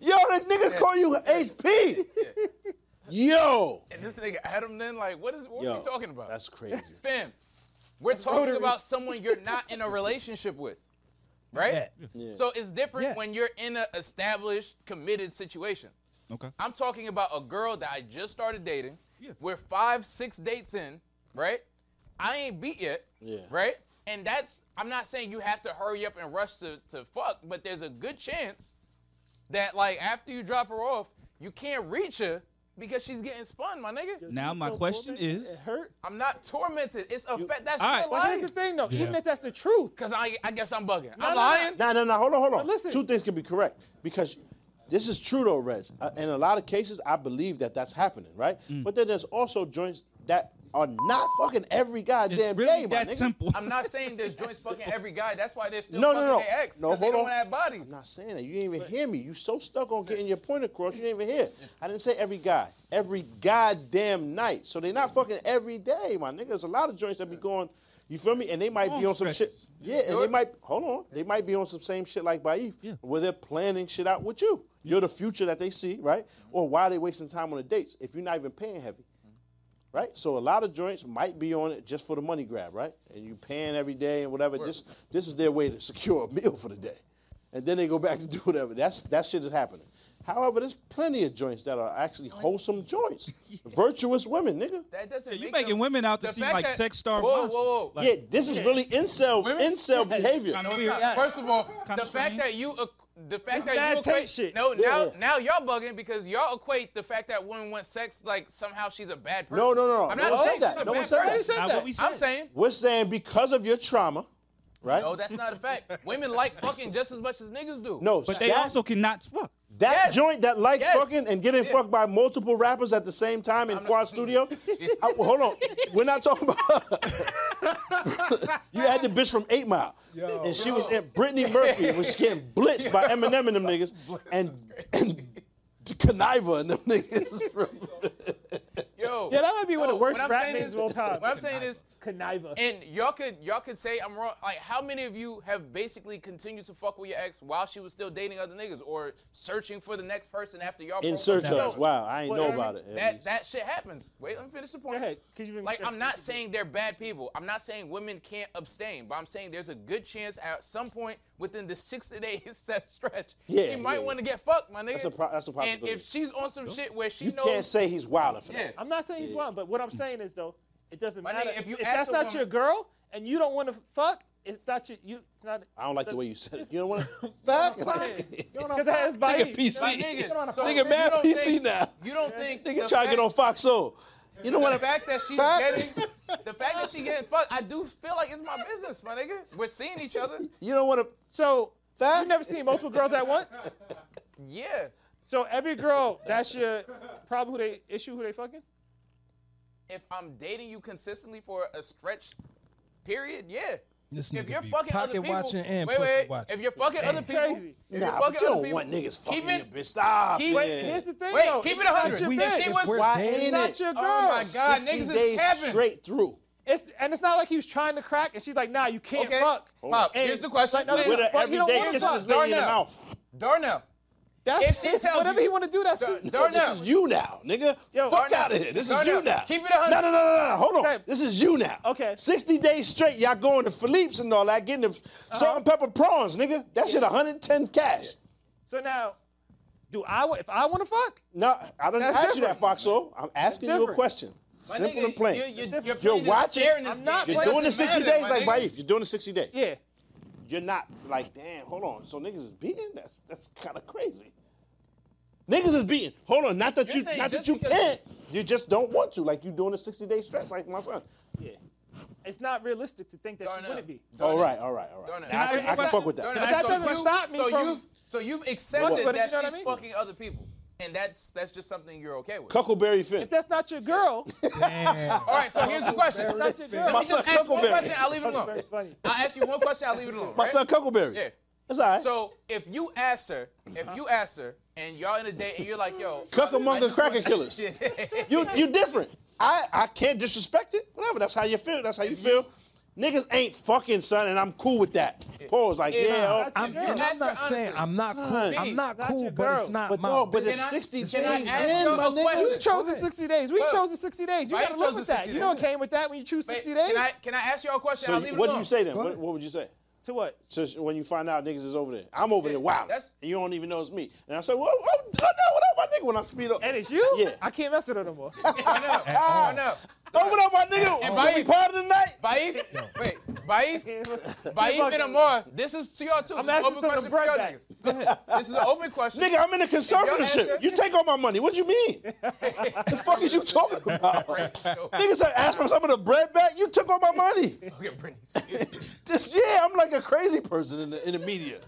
S1: Yo, that niggas call you HP. Yo.
S4: And this nigga Adam, then like, what is? What are
S1: Yo,
S4: we talking about?
S1: That's
S4: *laughs*
S1: crazy.
S4: Fam, we're talking about someone you're not in a relationship with, right?
S1: Yeah.
S4: So it's different when you're in an established, committed situation.
S7: Okay.
S4: I'm talking about a girl that I just started dating. We're five, six dates in, right? I ain't beat yet,
S1: Yeah.
S4: right? And that's, I'm not saying you have to hurry up and rush to, to fuck, but there's a good chance that, like, after you drop her off, you can't reach her because she's getting spun, my nigga.
S7: Now my question is,
S4: I'm not tormented. It's a fact. That's
S7: All right.
S4: real
S7: But
S4: life.
S7: here's
S3: the thing, though.
S7: Yeah.
S3: Even if that's the truth,
S4: Cause I, I guess I'm bugging.
S3: No,
S4: I'm
S3: no,
S4: lying.
S1: No, no, no. Hold on, hold on.
S3: listen.
S1: Two things can be correct because this is true though, Reg. Uh, In a lot of cases, I believe that that's happening, right?
S4: Mm.
S1: But then there's also joints that are not fucking every goddamn day,
S7: really
S1: my
S7: that
S1: nigga.
S7: simple.
S4: I'm not saying there's joints fucking every guy. That's why they're still
S1: No,
S4: fucking
S1: no, no.
S4: their ex.
S1: No,
S4: 'cause they
S1: hold
S4: don't
S1: on.
S4: wanna have
S1: I'm
S4: bodies.
S1: not saying that. You didn't even hear me. You so stuck on getting your point across, you didn't even hear. I didn't say every guy. Every goddamn night. So they not fucking every day, my nigga. There's a lot of joints that be going, you feel me? And they might be
S7: Long
S1: on some
S7: stretches.
S1: shit. Yeah, and they might hold on. They might be on some same shit like Baif, where they're planning shit out with you. You're the future that they see, right? Or why are they wasting time on the dates if you're not even paying heavy? right? So a lot of joints might be on it just for the money grab, right? And you paying every day and whatever. This this is their way to secure a meal for the day, and then they go back to do whatever. That's that shit is happening. However, there's plenty of joints that are actually wholesome joints, virtuous women, nigga.
S4: That doesn't.
S7: you
S4: make
S7: making
S4: them-
S7: women out to
S4: the
S7: seem
S4: fact
S7: like
S4: that-
S7: sex-starved
S4: Whoa,
S7: monsters.
S4: whoa, whoa.
S7: Like-
S1: yeah, this is really incel incel behavior.
S4: No, it's
S7: weird.
S4: not.
S7: Yeah.
S4: First of all,
S7: Kinda
S4: the fact
S7: strange.
S4: that you equ- the fact that
S8: bad
S4: you equate
S8: tape shit.
S4: no now
S1: Yeah.
S4: now y'all bugging because y'all equate the fact that women want sex like somehow she's a bad person.
S1: No, no, no, no.
S4: I'm
S1: No
S4: not
S1: one
S4: saying
S1: said
S4: she's a
S1: that. No
S4: bad
S1: one said that.
S4: person.
S1: Not
S7: what we
S4: I'm
S7: said.
S4: saying
S1: We're saying because of your trauma, right?
S4: no, that's not a fact. women like fucking just as much as niggas do.
S1: No,
S7: but they
S1: that-
S7: also cannot fuck.
S1: That
S4: Yes.
S1: joint that likes
S4: Yes.
S1: fucking and getting
S4: Yeah.
S1: fucked by multiple rappers at the same time in Quad
S4: *laughs*
S1: Studio. I- well, hold on, we're not talking about. *laughs* you had the bitch from Eight Mile, and she was in Brittany Murphy was getting blitzed by Eminem and them
S4: *laughs*
S1: niggas, and and Conniva and them niggas. bro.
S4: *laughs* Yo,
S8: Yeah, that might be one of the
S4: yo,
S8: worst
S4: what I'm
S8: rap
S4: saying
S8: names
S4: is-
S8: of all time.
S4: What I'm saying is,
S8: Conniva.
S4: and y'all could y'all could say I'm wrong. Like, how many of you have basically continued to fuck with your ex while she was still dating other niggas or searching for the next person after y'all?
S1: in
S4: broke
S1: search
S4: up?
S1: of. Wow, I ain't
S8: Well,
S1: know
S8: I mean,
S1: about it. at
S4: That
S1: least.
S4: that shit happens. Wait, let me finish the point.
S8: ahead, 'cause you've been-
S4: like I'm not saying they're bad people. I'm not saying women can't abstain, but I'm saying there's a good chance at some point within the 60 *laughs* days that stretch,
S1: Yeah,
S4: she might
S1: yeah.
S4: want to get fucked, my nigga.
S1: a pro- that's a
S4: And
S1: possibility.
S4: if she's on some shit where she
S1: you
S4: knows,
S1: can't say he's wilder for
S4: yeah,
S1: that.
S8: I'm not saying he's wrong, but what I'm saying is though, it doesn't
S4: My
S8: matter.
S4: nigga, if you ask
S8: that's
S4: a
S8: not
S4: woman-
S8: your girl and you don't want to fuck, it's not your you. It's not.
S1: I don't like the way you said it. You don't want to fuck. *laughs*
S8: Because that is by
S1: Nigga, PC.
S4: my nigga, so
S1: Nigga,
S4: you
S1: mad
S4: don't
S1: PC
S4: think-
S1: now.
S4: You don't think
S1: Nigga
S4: the
S1: try to get
S4: fact-
S1: on Fox Soul. You don't
S4: the
S1: want to.
S4: fact that she's
S1: Fuck.
S4: getting the fact that she getting fucked, I do feel like it's my business, my nigga. We're seeing each other.
S1: You don't want to.
S8: So
S1: That
S8: you've never seen multiple girls at once.
S4: Yeah.
S8: So every girl, that's your problem. Who they issue? Who they fucking?
S4: If I'm dating you consistently for a stretched period, yeah.
S2: This
S4: If
S2: nigga
S4: you're
S2: be
S4: fucking other
S2: pocket
S4: people,
S2: watching and
S4: wait,
S2: pussy
S4: wait.
S2: watching.
S4: If you're fucking other people,
S8: Crazy.
S4: if
S1: Nah,
S4: you're
S1: but
S4: fucking
S1: you don't
S4: other people,
S1: want niggas fucking
S4: keep
S1: your
S4: it,
S1: bitch. Stop.
S4: keep-
S1: man.
S4: Wait,
S8: Here's the thing.
S4: Wait,
S8: though,
S4: keep it
S8: it's not
S4: 100.
S8: your
S4: We-
S8: bitch.
S4: if she was-
S2: we're
S1: Why
S2: dead.
S1: ain't
S8: not
S1: it?
S8: your girl.
S4: Oh my God, niggas
S1: 60
S4: is
S1: days
S4: capping.
S1: straight through.
S8: It's and it's not like he was trying to crack, and she's like, "Nah, you can't
S4: Okay,
S8: fuck."
S4: Pop.
S8: And-
S4: Here's the question.
S8: Like, no,
S4: Wait,
S1: With
S4: Fuck,
S1: an
S8: you don't
S1: everyday
S8: want
S1: kiss
S8: to
S1: this
S4: fuck.
S1: lady in the
S4: Darnell.
S1: mouth.
S4: Darnell,
S8: That's
S4: If she
S8: it's
S4: tells
S8: whatever
S4: you-
S8: he want to do. That's
S4: Dar-
S8: his-
S1: This
S3: *laughs*
S4: Darnell,
S1: is you now, nigga.
S8: Yo,
S1: Fuck
S4: Darnell,
S1: out of here. This is
S4: Darnell,
S1: you now.
S4: keep it 100.
S1: No, no, no, no, no. Hold on.
S8: Okay.
S1: This is you now.
S8: Okay.
S1: 60 days straight, y'all going to Philippe's and all that, getting the
S4: Uh-huh.
S1: salt and pepper prawns, nigga. That shit 110 cash.
S8: So now, do I? wa- If I want to fuck,
S1: No, I didn't
S8: That's
S1: ask you
S8: different.
S1: that, Foxo. I'm asking you a
S8: different.
S1: question.
S4: My
S1: Simple
S4: nigga,
S1: and plain.
S4: you're- you're- you're playing
S1: You're
S4: this
S1: watching.
S4: chair in this game.
S1: You're
S4: It
S1: doing the
S4: doesn't
S1: 60
S4: matter,
S1: days,
S4: my
S1: like
S4: nigga.
S1: Vaif. You're doing the 60 days.
S3: Yeah.
S1: You're not like, damn, hold on. So niggas is beating? That's that's kind of crazy. Niggas is beating. Hold on. Not that
S4: You're
S1: you
S4: saying
S1: not that
S4: just
S1: you
S4: because-
S1: can't. You just don't want to. Like you doing a 60 day stretch, like my son.
S3: It's not realistic to think that she
S4: Darnell.
S3: wouldn't be.
S1: All right, all right, all
S4: Darnell.
S1: right. Now I, can, I can fuck with that.
S4: Darnell,
S3: But that
S4: so
S3: doesn't
S4: you-
S3: stop me
S4: so
S3: from-
S4: You've, so you've accepted
S3: But you
S4: that
S3: know what I
S4: she's
S3: mean?
S4: fucking other people, and that's that's just something you're okay with.
S1: Cuckleberry Finn.
S3: If that's not your
S4: *laughs*
S3: girl,
S2: Damn.
S4: All right, so here's the question. Let
S3: that's
S4: me
S3: your girl.
S1: My son
S4: just ask one
S1: Cuckleberry.
S4: question. I'll leave it alone.
S3: Cuckleberry's funny.
S4: I'll ask you one question. I'll leave it alone.
S1: My
S4: right?
S1: son Cuckleberry.
S4: Yeah.
S1: That's all right.
S4: So if you asked her, if you asked her, and y'all in a date, and you're like, yo, I
S1: Cuckamonga
S4: just wanna-
S1: cracker killers.
S4: Yeah. *laughs*
S1: You you different. I, I can't disrespect it. Whatever. That's how you feel. That's how you feel. Niggas ain't fucking son, and I'm cool with that. Pause. Like
S4: Yeah.
S1: yeah, oh,
S2: I'm,
S4: your
S2: and
S4: girl.
S2: I'm not
S4: Ask her
S2: saying
S4: honestly.
S2: I'm not cool.
S1: Son.
S2: I'm not
S3: Not
S2: cool,
S3: your
S2: but it's
S3: girl.
S2: not
S1: but
S2: my.
S1: no, but
S4: Can
S1: it's
S4: I-
S1: 60 days
S4: can I ask
S1: in,
S4: y'all
S1: my
S4: a question?
S1: nigga.
S3: You chose the 60 days. We
S4: Well,
S3: chose the 60 days. You
S4: Right,
S3: gotta
S4: chose
S3: live
S4: the
S3: with that.
S4: 60
S3: You know it
S4: days.
S3: came with that when you choose 60 days?
S4: Can I can I ask y'all a question?
S1: So
S4: I'll leave it
S1: what do
S4: alone.
S1: you say then? What, what would you say?
S3: to what?
S1: So sh- when you find out niggas is over there, I'm over there. Wow,
S4: that's-
S1: and you don't even know it's me. And I say, well, oh, oh, no, what up, my nigga? When I speed up,
S3: And it's you?
S1: Yeah.
S3: I can't mess with her no
S4: *laughs*
S3: more.
S4: I
S3: *laughs*
S4: know. I know.
S1: oh, what up, my nigga? Can
S4: And
S1: we
S4: Vaif-
S1: party tonight?
S4: Baif,
S3: *laughs*
S4: wait, Baif, Baif
S3: Fuck
S4: and
S3: you.
S4: Amar. This is to y'all too.
S3: I'm
S4: This is
S3: asking
S4: an
S3: some
S4: open
S3: of the
S4: question for y'all
S3: bread
S4: niggas. This is an open question.
S1: Nigga, I'm in a
S4: answer-
S1: conservatorship. You take all my money. What you mean?
S4: *laughs*
S1: the fuck is you talking about? Niggas said, ask for some of the bread back. You took all my money.
S4: Fucking Britney *laughs* Spears.
S1: This yeah, I'm like a crazy person in the, in the media.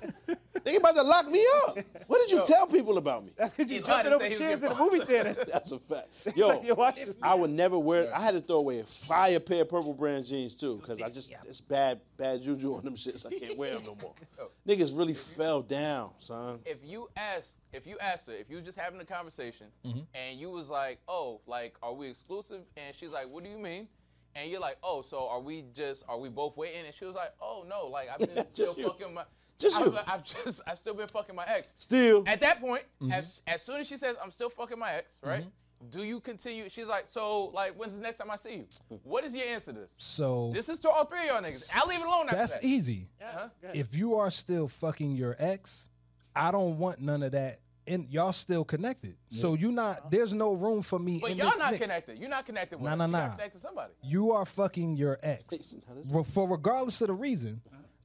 S1: They about to lock me up. What did you tell people about me?
S3: Because you
S4: He lied
S3: jumping
S4: and
S3: over
S4: said he was
S3: chairs in
S4: getting
S3: the movie theater.
S1: That's a
S2: *laughs*
S1: fact. Yo,
S3: You watch this.
S1: I would never wear. I had to throw away a fire pair of purple brand jeans too, because I just it's bad bad juju on them shits. I can't wear them no
S4: *laughs*
S1: more.
S4: Oh.
S1: Niggas really fell down, son.
S4: If you asked, if you asked her, if you was just having a conversation,
S1: Mm-hmm.
S4: and you was like, "Oh, like, are we exclusive?" and she's like, "What do you mean?" and you're like, "Oh, so are we just are we both waiting?" and she was like, "Oh no, like I've
S1: *laughs*
S4: been
S1: Just
S4: still
S1: you.
S4: fucking my."
S1: Just
S4: I've,
S1: you.
S4: I've just, I've still been fucking my ex.
S1: Still, Mm-hmm.
S4: At that point, as, as soon as she says, I'm still fucking my ex, right? Do you continue? She's like, so, like, when's the next time I see you? What is your answer to this?
S2: So
S4: This is to all three of y'all niggas. I'll leave it alone after
S2: that's
S4: that.
S2: easy.
S4: Uh-huh.
S2: If you are still fucking your ex, I don't want none of that. And y'all still connected, so you not. There's no room for me.
S4: But
S2: in
S4: y'all
S2: this
S4: not
S2: mix.
S4: connected. You're not connected with
S2: Nah,
S4: her.
S2: nah,
S4: You're
S2: nah.
S4: not connected to somebody.
S2: You are fucking your ex.
S1: Jason, how does-
S2: Re- For regardless of the reason,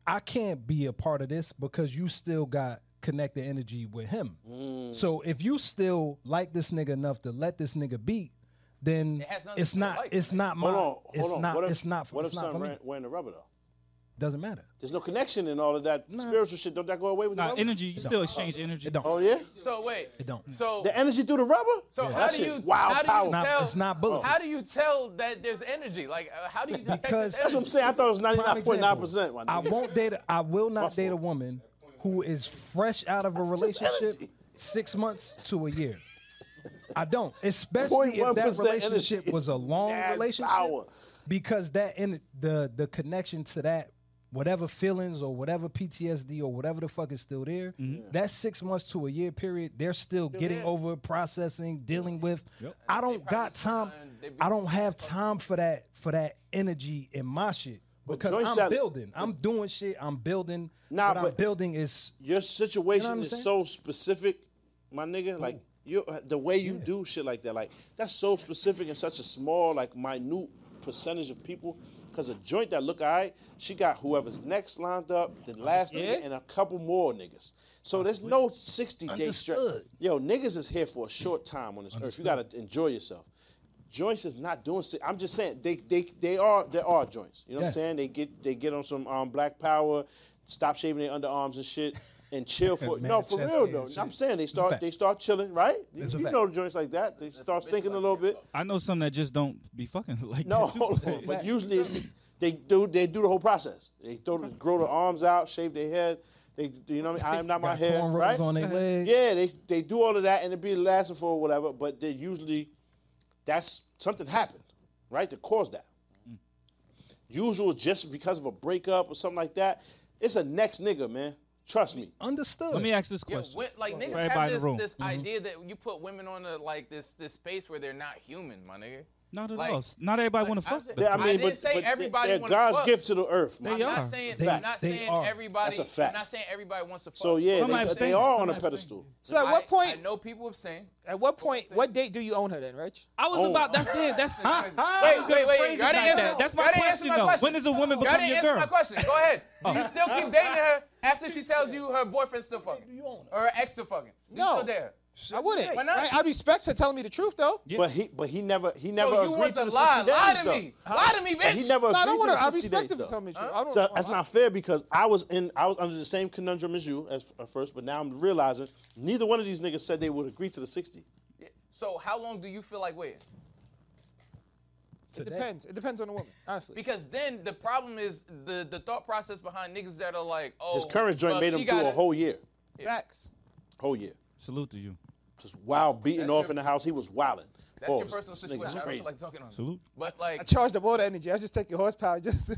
S2: I can't be a part of this because you still got connected energy with him. So if you still like this nigga enough to let this nigga beat, then
S4: It has nothing
S2: it's
S4: to do with
S2: not
S4: liking,
S2: it's
S4: man.
S2: not
S1: hold
S2: my
S1: on, hold
S2: it's
S1: on.
S2: not
S1: what if,
S2: it's not
S1: what
S2: it's
S1: if
S2: not for
S1: son
S2: me.
S1: ran, wearing the rubber though?
S2: Doesn't matter.
S1: There's no connection in all of that spiritual shit. Don't that go away with the
S7: Nah,
S1: rubber?
S7: energy. You still exchange energy.
S2: It don't.
S1: Oh yeah,
S4: So, wait.
S2: It don't.
S4: So,
S1: the energy through the rubber.
S4: so
S1: That
S4: how do
S1: shit
S4: you,
S1: wild
S4: how do
S1: power.
S4: you
S2: Nah,
S4: tell,
S2: it's not bullet.
S4: how do you tell that there's energy? Like, uh, how do you detect
S2: Because-
S4: this
S1: That's what I'm
S4: energy?
S1: saying. I thought it was
S2: Prime
S1: 99.9%. My
S2: example. I
S1: nigga. *laughs*
S2: won't date. A, I will not
S1: Buffalo.
S2: date a woman who is fresh out of a
S1: just
S2: relationship
S1: energy.
S2: six months to a year.
S1: *laughs*
S2: I don't, especially if that
S1: 0.1%
S2: relationship
S1: energy
S2: was a
S1: is
S2: long
S1: mad
S2: relationship,
S1: power.
S2: because that in the the connection to that whatever feelings or whatever PTSD or whatever the fuck is still there.
S7: Mm-hmm.
S2: That six months to a year period, they're still, getting over, processing, dealing with. I don't got time.
S4: sometimes they be-
S2: I don't have time for that for that energy in my shit because
S1: Joyce,
S2: I'm
S1: that-
S2: building. I'm doing shit. I'm building.
S1: Nah,
S2: what I'm
S1: but-
S2: building is
S1: Your
S2: You
S1: situation
S2: know what I'm Hmm.
S1: is so specific, my nigga. Like you, the way you do shit like that, like that's so specific and such a small, like minute percentage of people. Cause a joint that look alright, she got whoever's next lined up, the last nigga, and a couple more niggas. So there's no 60 day stretch.
S2: Understood.
S1: Yo, niggas is here for a short time on this earth. You gotta enjoy yourself. Joints is not doing. si- I'm just saying they they they are there are joints. You know what I'm
S2: Yes.
S1: saying? They get they get on some um, black power, stop shaving their underarms and shit, and chill for
S2: *laughs* Man,
S1: no for
S2: chest
S1: real
S2: hair
S1: though.
S2: and
S1: I'm
S2: shit.
S1: saying they
S2: a
S1: start
S2: fact.
S1: they start chilling right. You,
S2: It's a
S1: you
S2: fact.
S1: know the joints like that. They start
S4: bitch
S1: stinking a
S4: like
S1: little
S4: that,
S1: bit.
S7: I know some that just don't be fucking *laughs*
S1: *laughs*
S7: like
S1: No,
S7: that.
S1: hold on. But usually it's- they do they do the whole process. They throw the, grow their arms out, shave their head. They you know what I mean? I am not my
S2: got
S1: hair.
S2: cornrows
S1: Right?
S2: on their leg.
S1: Yeah, they they do all of that and it be lasting for whatever, but they usually that's something happened, right? To cause that. Usual just because of a breakup or something like that. It's a next nigga, man. Trust me.
S2: understood.
S7: Let me ask this
S4: Yeah,
S7: question.
S4: wi- like niggas
S7: everybody in
S4: have
S1: Mm-hmm.
S7: the
S4: this,
S7: room.
S4: this idea that you put women on a like this this space where they're not human, my nigga.
S7: Not at
S4: Like,
S7: all. Not everybody want to fuck.
S4: said-
S7: the
S4: Yeah, I
S7: Queen.
S4: mean, I didn't but- say but they- everybody
S1: They're
S4: wanna
S1: God's
S4: fuck.
S1: gift to the earth. man.
S4: I'm not saying,
S1: They-
S4: I'm not
S1: they
S4: saying
S1: are.
S4: everybody.
S1: That's a fact.
S4: I'm not saying everybody wants to. Fuck.
S1: So yeah, they, they are on a pedestal.
S3: So at what point?
S4: I know people have seen.
S3: At what point? What date do you own her then, Rich?
S7: I was
S4: Oh. about- that's
S7: the that's
S4: Huh?
S7: I was gonna phrase it
S4: Y'all didn't
S7: like
S4: answer-
S7: that. That's my
S4: y'all didn't answer
S7: question, though.
S4: question.
S7: When does a woman
S4: Y'all
S7: become
S4: didn't
S7: your
S4: answer
S7: girl?
S4: my question.
S1: *laughs*
S4: Go ahead. Do you still keep dating her after she tells you her boyfriend's still fucking or her ex still fucking? Do You
S3: No.
S4: still date her?
S3: I wouldn't.
S4: Why not?
S3: I, I respect her telling me the truth though.
S1: But he, but he never, he never
S4: you
S1: agreed
S4: want
S1: to
S4: to
S1: the
S4: lie.
S1: 60
S4: Lie
S1: days,
S4: to me.
S1: though.
S4: Lie to me, bitch.
S1: He never agreed
S4: No, I don't
S1: to
S4: wanna-
S1: the
S4: I
S1: 60
S3: respect
S1: days,
S3: him for
S1: though.
S3: telling me the truth. I don't-
S1: So that's not fair because I was in, I was under the same conundrum as you as, at first, but now I'm realizing neither one of these niggas said they would agree to the 60.
S4: So how long do you feel like waiting?
S3: It depends. It depends on the woman, honestly.
S4: Because then the problem is the the thought process behind niggas that are like, oh,
S1: His current joint
S4: well,
S1: made
S4: she
S1: him
S4: got
S1: do a
S4: it.
S1: whole year,
S3: Facts.
S1: whole year.
S7: Salute to you.
S1: Just wild beating off in the house. He was wilding.
S4: That's your personal situation. I don't feel like talking on it.
S7: Salute.
S4: But like,
S1: *laughs*
S3: I charged up all the energy. I just take your horsepower. *laughs* Just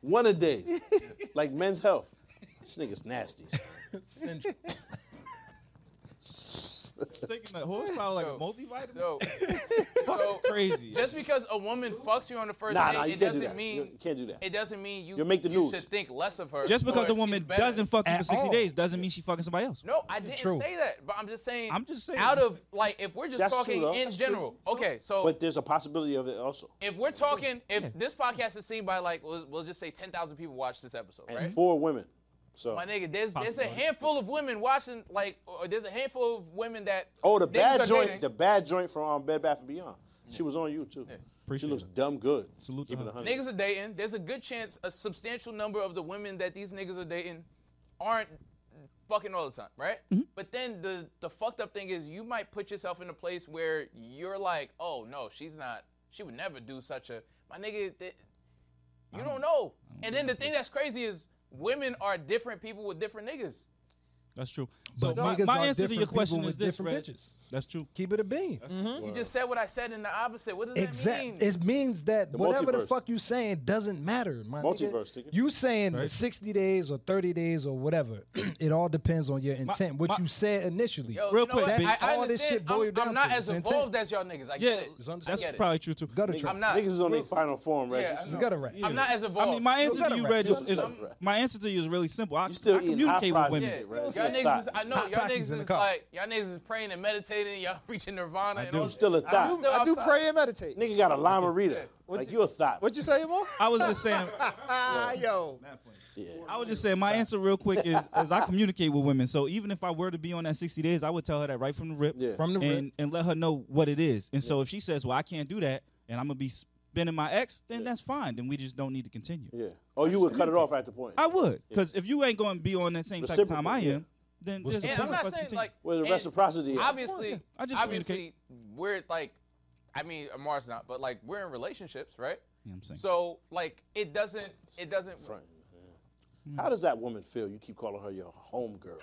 S1: One a
S4: *laughs*
S1: day, like Men's Health. This nigga's nasty.
S7: *laughs* Taking the horsepower like
S4: So-
S7: a multivitamin.
S4: so, so
S7: Crazy.
S4: just because a woman fucks you on the first
S1: Nah,
S4: date,
S1: nah, you can't
S4: it
S1: do
S4: doesn't
S1: that.
S4: mean
S1: You can't do that.
S4: It doesn't mean you
S1: You'll make the
S4: you
S1: news.
S4: should think less of her.
S7: Just because
S4: or
S7: a woman
S4: she's better.
S7: doesn't fuck you
S2: At
S7: for 60
S2: all.
S7: days doesn't mean she fucking somebody else.
S4: No, I didn't
S2: True.
S4: say that. But I'm just saying.
S7: I'm just saying.
S4: Out of like, if we're just
S1: That's true,
S4: talking
S1: though.
S4: in
S1: That's true.
S4: general, okay. So
S1: But there's a possibility of it also.
S4: if we're talking, if this podcast is seen by like, we'll, we'll just say 10,000 people watch this episode,
S1: And
S4: right?
S1: four women. So
S4: My nigga, there's there's a handful of women watching, like, or there's a handful of women that.
S1: Oh, the
S4: niggas
S1: bad
S4: are
S1: joint,
S4: dating.
S1: the bad joint from um, Bed Bath and Beyond. She was on you too. she
S7: Appreciate
S1: looks
S7: it.
S1: dumb good.
S7: Salute to
S1: Keep it
S7: her.
S1: 100.
S4: niggas are dating. There's a good chance a substantial number of the women that these niggas are dating aren't fucking all the time, right? But then the the fucked up thing is you might put yourself in a place where you're like, oh no, she's not. She would never do such a my nigga. Th- you don't know. And then the thing that's crazy is women are different people with different niggas.
S7: That's true.
S2: But
S7: so my,
S2: niggas
S7: my
S2: are
S7: answer to
S2: different
S7: your question
S2: people
S7: is
S2: with
S7: this,
S2: different
S7: Red.
S2: bitches.
S7: That's true.
S2: Keep it a bean.
S4: You just said what I said in the opposite. What does
S2: Exactly.
S4: that mean?
S2: It means that whatever the
S1: multiverse.
S2: fuck you saying doesn't matter. My nigga.
S1: Multiverse, nigga.
S2: You saying the 60 days or 30 days or whatever. *clears throat* it all depends on your intent. what
S7: my-
S2: you said initially.
S4: Yo,
S7: Real
S4: you know
S7: quick,
S4: what?
S7: B.
S4: I, I
S2: All this
S4: understand.
S2: shit boil
S4: I'm,
S2: down
S4: I'm not
S2: to
S4: as
S2: intent.
S4: evolved as y'all niggas. I
S7: Yeah,
S4: get it. I
S7: that's
S4: get it.
S7: probably true too.
S2: Gutter
S1: Niggas-
S2: trap.
S4: I'm not.
S1: Niggas is on their final form, right?
S4: Yeah,
S1: Just-
S4: I
S2: You
S4: know.
S2: got it right.
S4: I'm not as
S7: I
S4: evolved.
S7: mean, my answer
S2: got
S7: to
S2: it
S7: you,
S2: right.
S7: Reg,
S2: You
S7: is
S1: got it right.
S7: my answer to you is really simple. I,
S1: You still
S7: I
S1: eating hot
S7: communicate
S1: fries
S7: with women.
S1: and
S4: Yeah,
S1: shit, right? It's
S4: y'all
S1: like
S4: niggas is,
S1: thought.
S4: I know y'all
S2: Takis
S4: niggas
S2: in the
S4: is
S2: car.
S4: like y'all niggas is praying and meditating. Y'all *laughs* reaching nirvana and all
S1: You
S4: that.
S1: still a
S3: I do,
S1: thought.
S3: I do
S4: outside.
S3: pray and meditate.
S1: Nigga got a lima rita. Like you a thought.
S3: What'd you say, *laughs* Mo?
S7: I was just saying.
S3: Ah, yo.
S7: I was just saying. My answer, real quick, is, is I communicate with women. So even if I were to be on that 60 days, I would tell her that right from the rip.
S1: Yeah.
S2: From the
S7: and,
S2: rip.
S7: and let her know what it is. And so if she says, "Well, I can't do that," and I'm gonna be spending my ex, then that's fine. Then we just don't need to continue.
S1: Yeah. Oh, you would cut it off at the point.
S7: I would, because if you ain't gonna be on that same type of time I am,
S1: Reciprocal, yeah.
S7: then there's no
S4: And I'm
S7: point for
S4: not
S7: us to
S4: saying
S7: continue.
S4: like
S1: Where the
S4: and
S1: reciprocity at?
S4: Obviously,
S7: Yeah, I just
S4: obviously we're like, I mean, Amar's not, but like we're in relationships, right?
S7: You know what I'm saying.
S4: So like it doesn't it doesn't
S1: Front. Yeah. How does that woman feel? You keep calling her your home girl.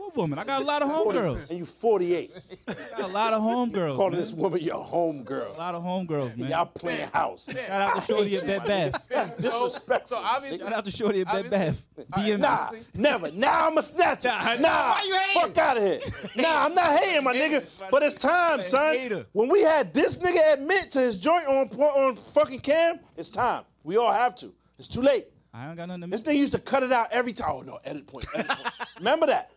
S7: What woman? I got a
S1: *laughs*
S7: lot of homegirls.
S1: And you 48.
S7: I got a lot of homegirls.
S1: Calling
S7: man.
S1: this woman your home
S7: A
S1: girl.
S7: lot of homegirls, man.
S1: Y'all playing house.
S7: Shout out to Shorty at Bed Bath.
S4: That's
S1: disrespectful,
S4: So, so obviously,
S7: Shout out to Shorty at Bed Bath.
S4: Obviously-
S7: DM
S1: Nah,
S4: See?
S1: never. Now I'm a snatcher. Nah, fuck out of here. Nah, I'm not hating my nigga, but it's time, son.
S7: hater.
S1: When we had this nigga admit to his joint on po- on fucking cam, it's time. We all have to. It's too late.
S7: I ain't got nothing to
S1: This
S7: miss.
S1: nigga used to cut it out every time. Oh no, edit point. Edit point. Remember that.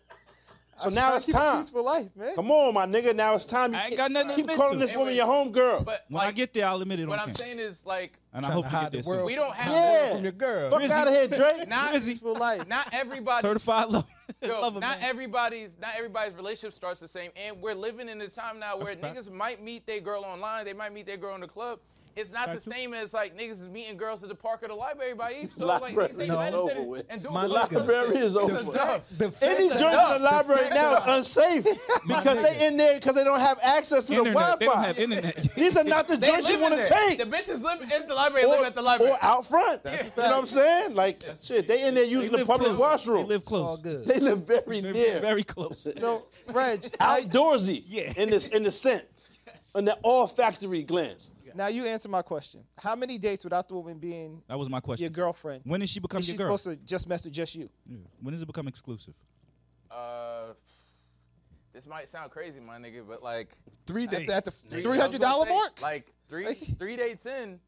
S1: So now it's
S3: Keep a
S1: time.
S3: peaceful life, man.
S1: Come on, my nigga. Now it's time. You
S7: I ain't got nothing to
S1: keep
S7: admit
S1: calling
S7: to.
S1: this woman your home girl.
S4: but
S7: When I
S4: like,
S7: get there, I'll admit it on
S4: what I'm
S7: camera.
S4: saying is like
S7: And I hope you
S2: hide the
S7: get there
S2: world.
S7: soon.
S4: we don't have
S1: yeah,
S2: From your girl.
S1: fuck out of here, Drake.
S4: not
S3: Peaceful life.
S4: not everybody
S7: Certified love.
S4: *laughs* Yo,
S7: love
S4: not everybody's not everybody's relationship starts the same, and we're living in a time now where niggas might meet their girl online, they might meet their girl in the club. It's not the same as like niggas is meeting girls at the park or the library by each. So like
S1: Library
S4: niggas ain't
S1: is
S4: meditating
S1: over with.
S4: and doing
S2: My
S4: all this other
S1: library
S4: shit.
S1: is
S4: It's a
S1: over with.
S4: dub.
S2: The
S1: Any
S2: fact-
S1: joint in the
S4: enough.
S1: library
S4: That's
S1: now is
S4: enough. *laughs*
S1: unsafe *laughs* because they in there because they don't have access to the
S7: Internet.
S1: Wi-Fi.
S7: They don't have internet.
S1: These are not the
S4: They
S1: joints you
S4: live in
S1: want to
S4: there.
S1: take.
S4: The bitches live in the library, live at the library.
S1: Or out front. You know what I'm saying? Like, shit, they *laughs* in there using the
S7: live
S1: public
S7: close.
S1: washroom.
S7: They live
S2: all
S7: close.
S2: good.
S1: They live very near.
S7: Very close.
S3: So, Reg, I,
S1: Outdoorsy in this in the
S7: *laughs*
S1: scent. In the olfactory glands.
S3: now you answer my question. How many dates without the woman being
S7: That was my question.
S3: your girlfriend?
S7: When did she become
S3: is she
S7: your girl?
S3: supposed to just mess with just you?
S7: When does it become exclusive?
S4: Uh, this This might sound crazy, my nigga, but like
S2: Three
S4: After-
S2: days.
S4: after
S3: Three $300
S4: I was gonna
S3: mark?
S4: say, Like three three dates in.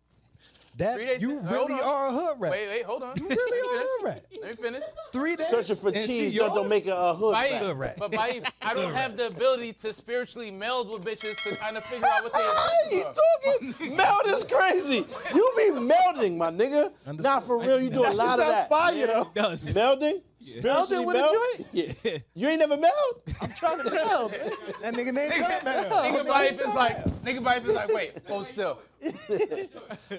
S2: That
S4: Three days
S2: you
S4: in- hold
S2: really
S4: on.
S2: are a hood rat.
S4: Wait, wait, hold on.
S2: You really are a hood rat.
S4: Let me finish.
S2: Three days.
S1: Searching for
S2: And she
S1: cheese that
S2: yours?
S1: don't make a, a hood.
S4: Baif,
S1: rat.
S2: Hood rat.
S4: But Baif, I don't
S2: Hood
S4: have
S2: rat.
S4: the ability to spiritually meld with bitches to kind of figure out what they
S1: Hey, you
S3: *laughs*
S1: talking? Meld is crazy. You be melding, my nigga. Nah, for real, you do a
S3: That
S1: lot of
S3: shit
S1: that.
S3: sounds fire, though.
S7: does.
S1: Melding? Spiritually
S3: Melding with a
S1: meld?
S3: joint?
S1: Yeah. You ain't never meld? I'm trying to meld.
S2: That nigga named Gunman.
S4: Nigga Baif is like, nigga Baif is like, wait, hold still.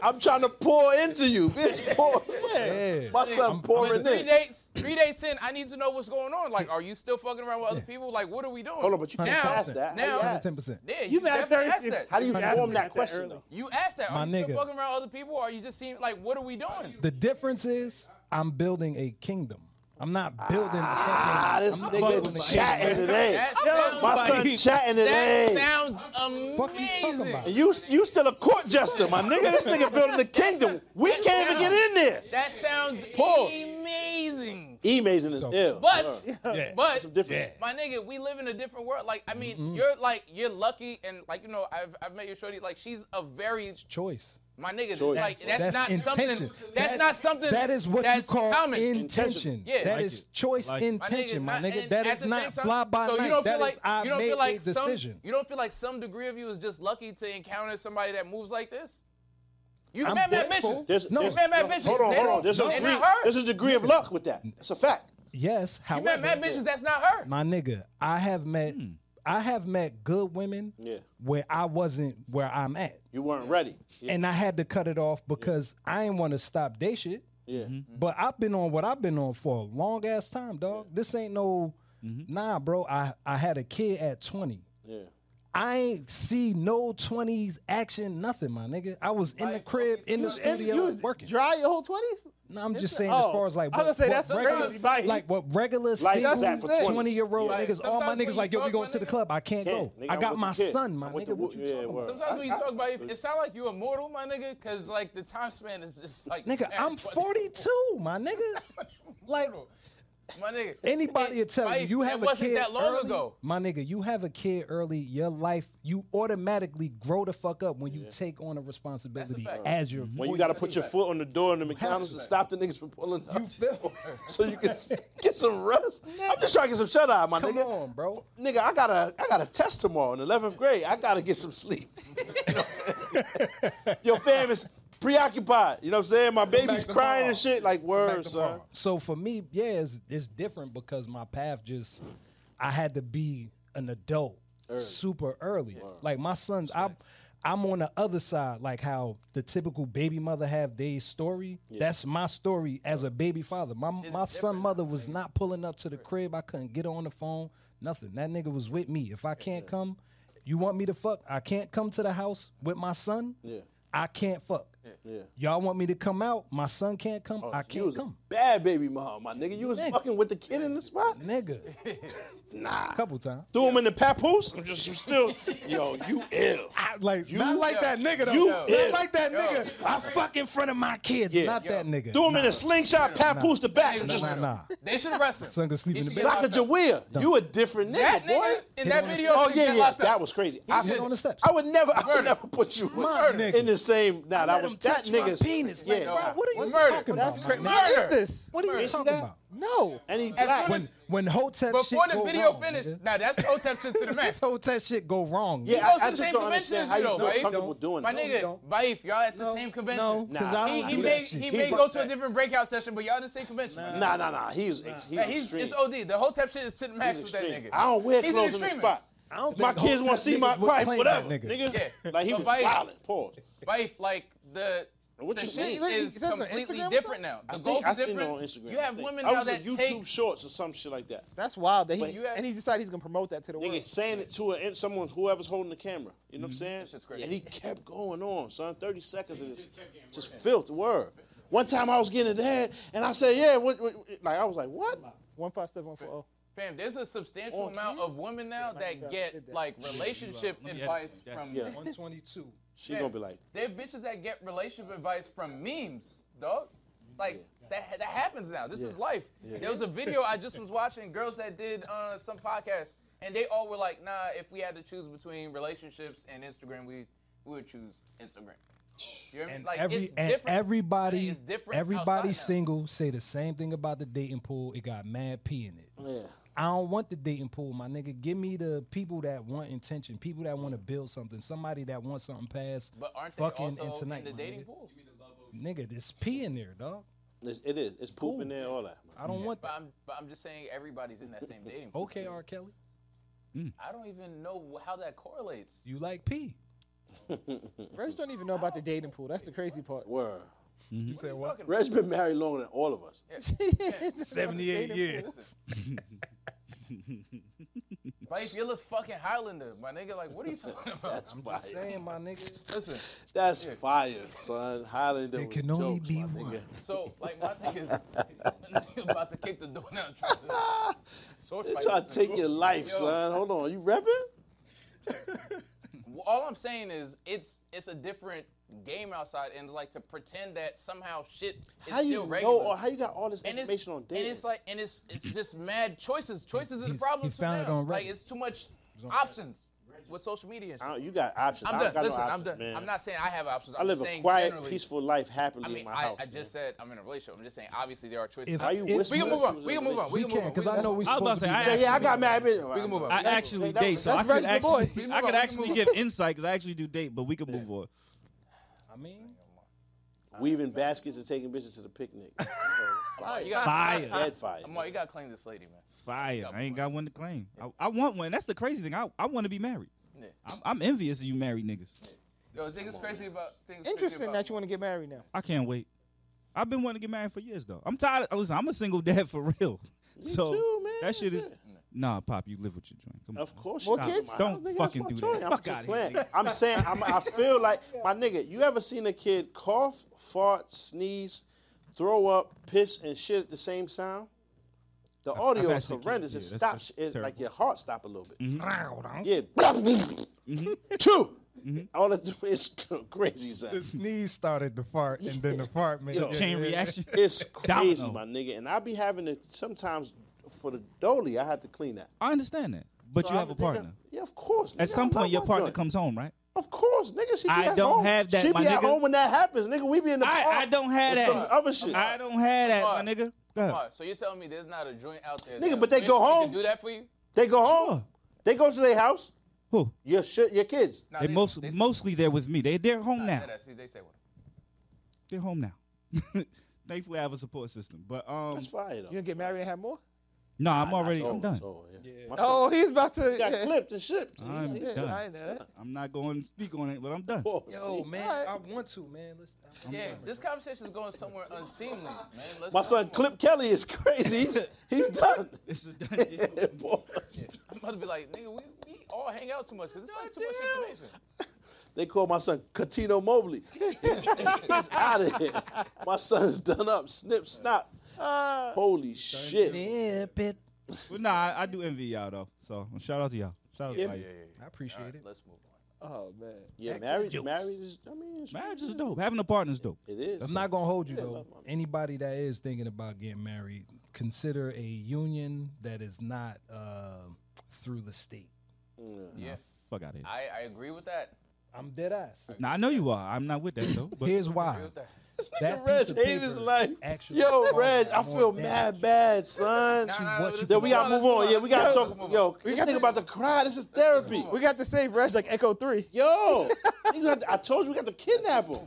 S1: I'm trying to pour into you, bitch. Pour.
S2: Yeah.
S1: My son pouring
S4: But three
S1: in.
S4: dates, three dates in, I need to know what's going on. Like, are you still fucking around with other people? Like, what are we doing?
S1: Hold on, but you can't
S4: Now-
S1: ask that.
S4: now-
S1: How you, ask?
S2: 110%.
S4: yeah, you,
S3: You been out
S4: definitely
S3: there-
S4: asked that.
S1: How do you
S3: How you
S1: form
S3: asked
S1: that
S3: that
S1: question?
S3: early?
S1: though?
S4: You asked that. Are
S2: My
S4: you still
S2: nigga.
S4: fucking around with other people? Or are you just seeing like, what are we doing?
S2: The difference is I'm building a kingdom. I'm not building
S1: Ah,
S2: a
S1: this
S2: fucking. I'm building
S1: nigga
S2: a
S1: chatting
S2: kingdom.
S1: today.
S4: That sounds,
S1: My son chatting
S4: that
S1: today.
S4: sounds
S2: Fuck you talking about?
S4: amazing.
S1: You you still a court jester, my nigga. This nigga building the kingdom. We
S4: That
S1: can't even get
S4: sounds-
S1: in there.
S4: That sounds
S1: Pause.
S4: amazing.
S1: E-Mazing is ill.
S4: But,
S2: Yeah. Mm-hmm.
S4: but,
S1: different.
S4: my nigga, we live in a different world. Like, I mean, you're like, you're lucky, and like, you know, I've, I've met your shorty. Like, she's a very
S2: Choice.
S4: My nigga, that's
S1: Choice.
S4: like that's,
S2: That's
S4: not something.
S2: intention.
S4: That's
S2: That-
S4: not something.
S2: That is what
S4: that's
S2: you call
S4: common.
S2: intention.
S1: Intention.
S4: Yeah.
S2: that
S4: Like
S2: is
S7: it.
S2: choice
S7: Like it.
S2: intention, my
S4: not-
S2: nigga.
S4: and
S2: That
S4: at
S2: is
S4: the same
S2: not
S4: time-
S2: fly by
S4: so
S2: night.
S4: You don't
S2: That
S4: feel like
S2: is I
S4: you don't
S2: made
S4: feel like
S2: a decision.
S4: some. You don't feel like some degree of you is just lucky to encounter somebody that moves like this. You
S2: I'm
S4: met mad
S2: grateful.
S4: bitches.
S1: There's-
S2: No.
S1: there's-
S4: Man, man,
S1: no,
S4: bitches,
S1: Hold on,
S4: they
S1: hold on.
S4: don't-
S1: There's
S4: they
S1: a
S4: not
S1: degree,
S4: hurt.
S1: there's a degree of luck with that. It's a fact.
S2: yes,
S4: You met
S2: however,
S4: mad bitches. That's not her.
S2: my nigga, I have met,
S7: Hmm.
S2: I have met good women
S1: Yeah.
S2: where I wasn't where I'm at,
S1: You weren't ready. Yeah.
S2: and I had to cut it off because I didn't want to stop they shit.
S1: yeah.
S2: But I've been on what I've been on for a long ass time, dog. This ain't no,
S7: Mm-hmm.
S2: nah, bro. I I had a kid at twenty.
S1: Yeah.
S2: I ain't see no twenties action, nothing, my nigga. I was in the crib, in the
S3: And
S2: studio,
S3: you was
S2: working.
S3: dry your whole twenties?
S2: No, I'm just saying
S3: oh,
S2: as far as like
S3: I was gonna say, that's
S2: regular-
S3: crazy, like-
S2: like what regular
S1: Like
S2: single
S1: that for 20s.
S2: 20 year old
S4: Yeah.
S2: niggas, all my
S4: Sometimes when
S2: niggas like,
S4: you
S2: yo, we
S4: talk,
S2: going
S4: my
S2: to the
S4: nigga-
S2: club. I can't
S1: Can't,
S2: go.
S1: nigga,
S2: I
S1: I'm
S2: got
S1: with
S2: my
S1: the kid.
S2: son, my
S1: I'm with
S2: nigga.
S1: the
S2: what
S1: wo-
S2: you
S1: yeah,
S2: talking
S1: word.
S2: about?
S4: Sometimes when you talk about it, it sounds like you immortal, my nigga, because like the time span is just like.
S2: Nigga,
S4: *laughs*
S2: I'm 42, my nigga. Like
S4: My nigga,
S2: anybody will
S4: it-
S2: tell you,
S4: Mike,
S2: you have
S4: it
S2: a
S4: wasn't
S2: kid
S4: that long
S2: early,
S4: ago.
S2: My nigga, you have a kid early, your life, you automatically grow the fuck up when you take on a responsibility
S4: fact.
S2: as your
S1: Mm-hmm. When you
S2: voice.
S1: got to put your foot on the door in the McDonald's and stop the niggas from pulling up.
S2: You
S1: *laughs*
S2: feel-
S1: so you can s- get some rest. I'm just trying to get some shut eye, my
S2: Come
S1: nigga.
S2: on, bro.
S1: Nigga, I got to I got to test tomorrow in 11th grade. I got to get some sleep. *laughs* you know what I'm
S2: *laughs*
S1: saying? Your fam is preoccupied. You know what I'm saying? My baby's
S6: back
S1: crying and
S6: tomorrow.
S1: shit. Like, word, son.
S6: tomorrow.
S2: So for me, yeah, it's, it's different because my path just, I had to be an adult super early. Like my sons, I, I'm on the other side, like how the typical baby mother have their story. That's my story as a baby father. My my son mother was not pulling up to the crib. I couldn't get her on the phone. Nothing. That nigga was with me. If I can't come, you want me to fuck? I can't come to the house with my son.
S1: Yeah.
S2: I can't fuck.
S1: Yeah. Oh,
S2: Y'all want me to come out? My son can't come. I
S1: You was a
S2: can't come.
S1: bad baby mom, my nigga. You was
S2: Nigga.
S1: fucking with the kid in the spot.
S2: Nigga. nah. Couple times.
S1: Threw him in the papoose. I'm just I'm
S2: *laughs*
S1: still, yo, you ill.
S2: I, like
S1: You-
S2: not like that nigga though.
S1: You
S2: not
S1: is.
S2: like that
S4: Yo.
S2: nigga. I fuck in front of my kids.
S1: Yeah.
S2: Not
S1: Yo.
S2: that nigga.
S1: Threw him in a slingshot, papoose the back.
S4: Nah,
S1: Just
S2: nah, nah.
S4: They should arrest him.
S2: Son gonna sleep
S4: He
S2: in the
S4: should
S2: bed.
S4: get locked
S1: Saka
S4: up.
S1: Jawea, you a different nigga,
S4: That nigga
S1: boy.
S4: in that video
S1: Oh
S4: should
S1: yeah,
S4: get
S1: yeah,
S4: locked up.
S1: that was crazy. I,
S4: should-
S2: Sit on the steps.
S1: I would never, I would
S4: Murder.
S1: never put you
S2: My
S1: in,
S2: nigga.
S1: in the same. Nah, that
S2: Let
S1: was
S2: him
S1: that
S2: touch my
S1: nigga's
S2: penis. Like,
S1: Yeah,
S2: bro, what are you
S4: Murder.
S2: talking
S4: That's
S2: about?
S4: cra-
S2: my nigga?
S3: What is this?
S2: What are you talking
S1: that?
S2: about?
S3: No.
S1: and he's
S4: As
S1: black.
S4: soon
S2: When
S4: as-
S2: when Hotep shit
S4: Before the
S2: go
S4: video
S2: wrong,
S4: finished,
S2: nigga.
S4: now that's the OTEP shit to the
S2: this *laughs*
S4: max.
S2: Hotep shit go wrong.
S1: yeah,
S2: nigga.
S4: goes to
S1: I, I
S4: the
S1: just
S4: same
S1: don't
S4: conventions
S1: understand how you
S4: though,
S1: feel
S4: right?
S1: comfortable doing
S4: My
S1: that.
S4: nigga, Baif, y'all at the same
S2: No,
S4: convention.
S2: 'cause
S1: Nah,
S2: I
S4: He,
S2: don't
S4: he
S2: do
S4: may
S2: that shit.
S4: he may
S1: He's-
S4: go to a different breakout session, but y'all the same convention. my nigga.
S1: Nah, nah, nah. He's ex- he's
S4: Yeah, he's
S1: extreme.
S4: it's OD. The whole type shit is to the max
S1: He's
S4: with that
S1: extreme.
S4: nigga.
S1: I don't wear
S4: He's an
S1: clothes in the
S4: extremist.
S1: spot.
S2: I don't
S1: If my
S2: think
S1: kids
S2: Hotep
S1: want to see
S2: niggas
S1: my
S2: would
S1: wife,
S2: claim
S1: whatever,
S2: that nigga.
S1: nigga.
S4: Yeah.
S1: Like he
S4: But
S1: was
S4: Baif-
S1: violent. Pause.
S4: Baif, like the
S1: What
S4: the
S1: you
S4: shit
S1: mean?
S4: is
S3: Is that on
S4: completely
S3: Instagram or
S4: different now. The
S1: I
S4: goals
S1: think I
S4: are
S1: seen it
S4: different.
S1: on Instagram.
S4: You
S1: I
S4: have
S1: think.
S4: women
S1: I
S4: now
S1: was
S4: that
S1: in YouTube
S4: take
S1: Shorts or some shit like that.
S3: That's wild. That he,
S4: you have-
S3: and he decided he's gonna promote that to the
S1: Nigga
S3: world.
S1: saying it to a, someone, whoever's holding the camera. You know what I'm saying?
S4: Mm-hmm. shit's crazy.
S1: And he kept going on, son. 30 seconds of this. Just filth word. One time I was getting it head, and I said, yeah, what, what- what- like, I was like, what?
S3: One five seven one four oh. zero.
S4: Fam, there's a substantial
S1: On
S4: amount
S1: camera?
S4: of women now that
S3: God,
S4: get
S3: did that.
S4: like relationship advice from
S1: Yeah.
S2: 122.
S1: She gonna be like,
S4: They're bitches that get relationship advice from memes, dog. Like that that happens now. This is life. There was a video I just was watching girls that did uh, some podcast and they all were like, nah, if we had to choose between relationships and Instagram, we we would choose Instagram. You know what I mean?
S2: And
S4: Like
S2: every
S4: it's
S2: and
S4: different.
S2: everybody,
S4: It's different outside
S2: everybody
S4: now.
S2: single say the same thing about the dating pool. It got mad pee in it.
S1: Yeah.
S2: I don't want the dating pool, my nigga. Give me the people that want intention, people that want to build something, somebody that wants something past
S4: But aren't they
S2: fucking
S4: also
S2: and tonight,
S4: in the
S2: my
S4: dating
S2: nigga.
S4: pool?
S2: Nigga, there's pee in there, dog.
S1: It's, it is. It's poop in there, all that.
S2: I don't want
S4: But I'm, but I'm just saying everybody's in that same dating pool.
S2: Okay, R. Kelly,
S4: I don't even know how that correlates.
S2: you like pee?
S3: Reg don't even know about the dating pool. That's the crazy part.
S1: Word.
S2: You said what?
S1: Reg been married longer than all of us.
S4: Dating pool, listen. *laughs* like if you're the fucking Highlander, my nigga, like what are you talking about?
S1: That's fire.
S2: Saying my
S1: *laughs*
S2: nigga,
S4: Listen,
S1: That's fire, son. Highlander
S2: There
S1: was
S2: can only
S1: jokes,
S2: be
S1: my nigga. *laughs*
S4: so like my thing is *laughs* I'm about to kick the door down and try to sword
S1: Ah, They
S4: fight
S1: try to
S4: this
S1: take
S4: dude.
S1: your life,
S4: Yo,
S1: son. Hold on. You repping?
S4: All I'm saying is it's it's a different game outside and like to pretend that somehow shit is
S1: How you
S4: still
S1: know
S4: regular.
S1: or how you got all this
S4: and it's,
S1: information on dating?
S4: And it's like, and it's it's just mad choices. Choices is the
S2: He's-
S4: problem.
S2: he
S4: too
S2: found it
S4: now.
S2: on Reddit.
S4: Like it's too much options with social media. And shit.
S1: I don't- you got options.
S4: I'm
S1: I don't
S4: done.
S1: got no
S4: Listen, I'm
S1: options,
S4: done.
S1: man.
S4: I'm not saying I have options.
S1: I
S4: I'm
S1: live
S4: just
S1: a
S4: saying
S1: quiet,
S4: generally.
S1: peaceful life happily
S4: I
S1: in
S4: mean,
S1: my
S4: I,
S1: house.
S4: I just said I'm in a relationship. I'm just saying, obviously there are choices.
S2: If-
S1: Why you
S2: if-
S4: we
S1: whispering
S4: can move
S1: that you
S4: on.
S1: was
S4: We
S1: in
S4: can
S1: a
S4: move on.
S2: we
S4: We can move
S2: can't
S4: on.
S2: because
S4: We-
S2: I know we
S7: I was about
S2: supposed
S7: to
S2: to
S7: say
S2: be.
S7: I
S1: Yeah, yeah, I
S7: actually-
S1: got mad. bitch.
S4: We can move on.
S7: I
S4: That-
S7: actually
S1: that-
S7: date, so I
S1: that's
S7: could
S1: Reg's the
S7: actually,
S4: boy.
S7: *laughs* I could
S4: That's
S7: actually
S4: Reg's
S7: give insight because I actually do date, but we could move on.
S2: I mean,
S1: Weaving baskets and taking bitches to the picnic.
S4: uh,
S1: *laughs*
S4: you got
S7: Fire.
S1: Dead fire.
S4: Amar, you gotta claim this lady, man.
S7: Fire! I ain't got one to claim. I, I want one. That's the crazy thing. I, I want to be married.
S4: Yeah.
S7: I'm, I'm envious of you married niggas.
S4: Yo, the thing is crazy about things.
S3: Interesting that you want to get married now.
S7: I can't wait. I've been wanting to get married for years though. I'm tired. Of, listen, I'm a single dad *laughs* for real. so
S1: too, man.
S7: that shit is nah, pop. You live with your joint. Come
S1: Of
S7: on.
S1: course,
S3: More
S1: you
S3: kids?
S1: got
S7: Don't
S1: my nigga,
S7: fucking
S1: that's
S7: do
S1: my
S7: that.
S1: joint.
S7: Fuck
S1: I'm just
S7: outta
S1: playing.
S7: here.
S1: I'm saying, I'm, I feel like my nigga. You ever seen a kid cough, fart, sneeze, throw up, piss, and shit at the same sound? The audio
S7: I've
S1: is
S7: actually-
S1: horrendous.
S7: yeah,
S1: it
S7: that's-
S1: stops.
S7: that's
S1: It, like
S7: terrible. Mm-hmm.
S1: your heart stop a little bit. Yeah, two. All that do is crazy
S2: the
S1: sound.
S2: sneeze started the fart, and then the fart made
S1: Yo.
S7: Chain reaction.
S1: It's crazy, my
S7: *laughs* Domino.
S1: nigga. And I be having to sometimes for the dolly. I had to clean that.
S7: I understand that, but
S1: So
S7: you
S1: I
S7: have a
S1: think I-
S7: partner.
S1: Yeah, of course.
S7: At
S1: nigga,
S7: some
S1: I love
S7: point, your
S1: my
S7: partner
S1: joint.
S7: comes home, right?
S1: Of course, nigga. She be
S7: I
S1: at
S7: don't
S1: home.
S7: have that,
S1: She
S7: my
S1: be at
S7: nigga.
S1: home when that happens, nigga. We be in the
S7: I,
S1: park
S7: I don't have
S1: or
S7: that.
S1: Some other shit.
S7: I don't have that,
S4: Alright.
S7: my nigga. Go ahead.
S4: Amar, so you're telling me there's not a joint out there?
S1: Nigga,
S4: that
S1: but they
S4: wish
S1: go
S4: we could
S1: home.
S4: Do that for you?
S1: They go home.
S7: Sure.
S1: They go to their house.
S7: Who?
S1: Your shit. Your kids.
S4: Nah,
S7: They most,
S4: they-
S7: mostly they're with me. They they're home now.
S4: Yeah, that's- They say what?
S7: They're home now. *laughs* Thankfully, I have a support system. But um,
S1: That's fire though.
S3: *laughs* You gonna get married and have more?
S7: no, I'm already I'm done.
S1: So, yeah. My son
S3: Oh, he's about to.
S1: got
S3: yeah.
S1: clipped and shipped.
S7: I'm
S3: Yeah,
S7: done.
S3: I know that.
S7: I'm not going to speak on it, but I'm done. *laughs*
S1: Oh,
S2: Yo,
S1: see?
S2: man, I want to, man. Let's,
S4: Yeah, this conversation is going somewhere unseemly, man. Let's
S1: My
S4: not-
S1: son Clip Kelly is *laughs* crazy. He's, he's
S7: *laughs*
S1: done. *laughs*
S7: It's a done deal.
S1: Boss.
S4: I'm about to be like, nigga, we, we all hang out too much because it's like too much information.
S1: They call my son Catino Mobley. he's out of here. My son's done up. Snip snap. Holy shit.
S2: Nip it.
S7: But nah, I, I do envy y'all though. So shout out to y'all. Shout out
S1: Yeah.
S7: to y'all.
S2: I appreciate
S4: All right,
S2: it.
S4: let's move on.
S3: Oh man.
S1: Yeah, marriage. Marriage is. I mean, it's,
S7: Marriage is dope. Having a partner is dope.
S1: It is.
S2: I'm not gonna hold you
S1: Yeah,
S2: though.
S1: love my-
S2: Anybody that is thinking about getting married, consider a union that is not uh, through the state.
S4: Yeah,
S7: Fuck out of here.
S4: I, I agree with that.
S2: I'm dead ass.
S7: Now I know you are. I'm not with that though. But
S2: Here's
S4: I agree
S2: why.
S4: with that.
S2: That
S1: Reg
S2: piece of
S1: hating his
S2: paper
S1: life.
S2: actually
S1: Yo,
S2: caused
S1: Reg, I
S2: more
S1: feel
S2: damage.
S1: mad bad, son.
S4: Nah,
S2: you
S4: nah,
S2: what
S4: let's
S2: you-
S1: Then we gotta
S4: let's
S1: move on. Yeah, we gotta
S4: let's
S1: talk.
S4: move on.
S1: Yo, this nigga about to cry. This is therapy.
S3: We got to save Rush like Echo Three.
S1: Yo, you got I told you we got to kidnap him.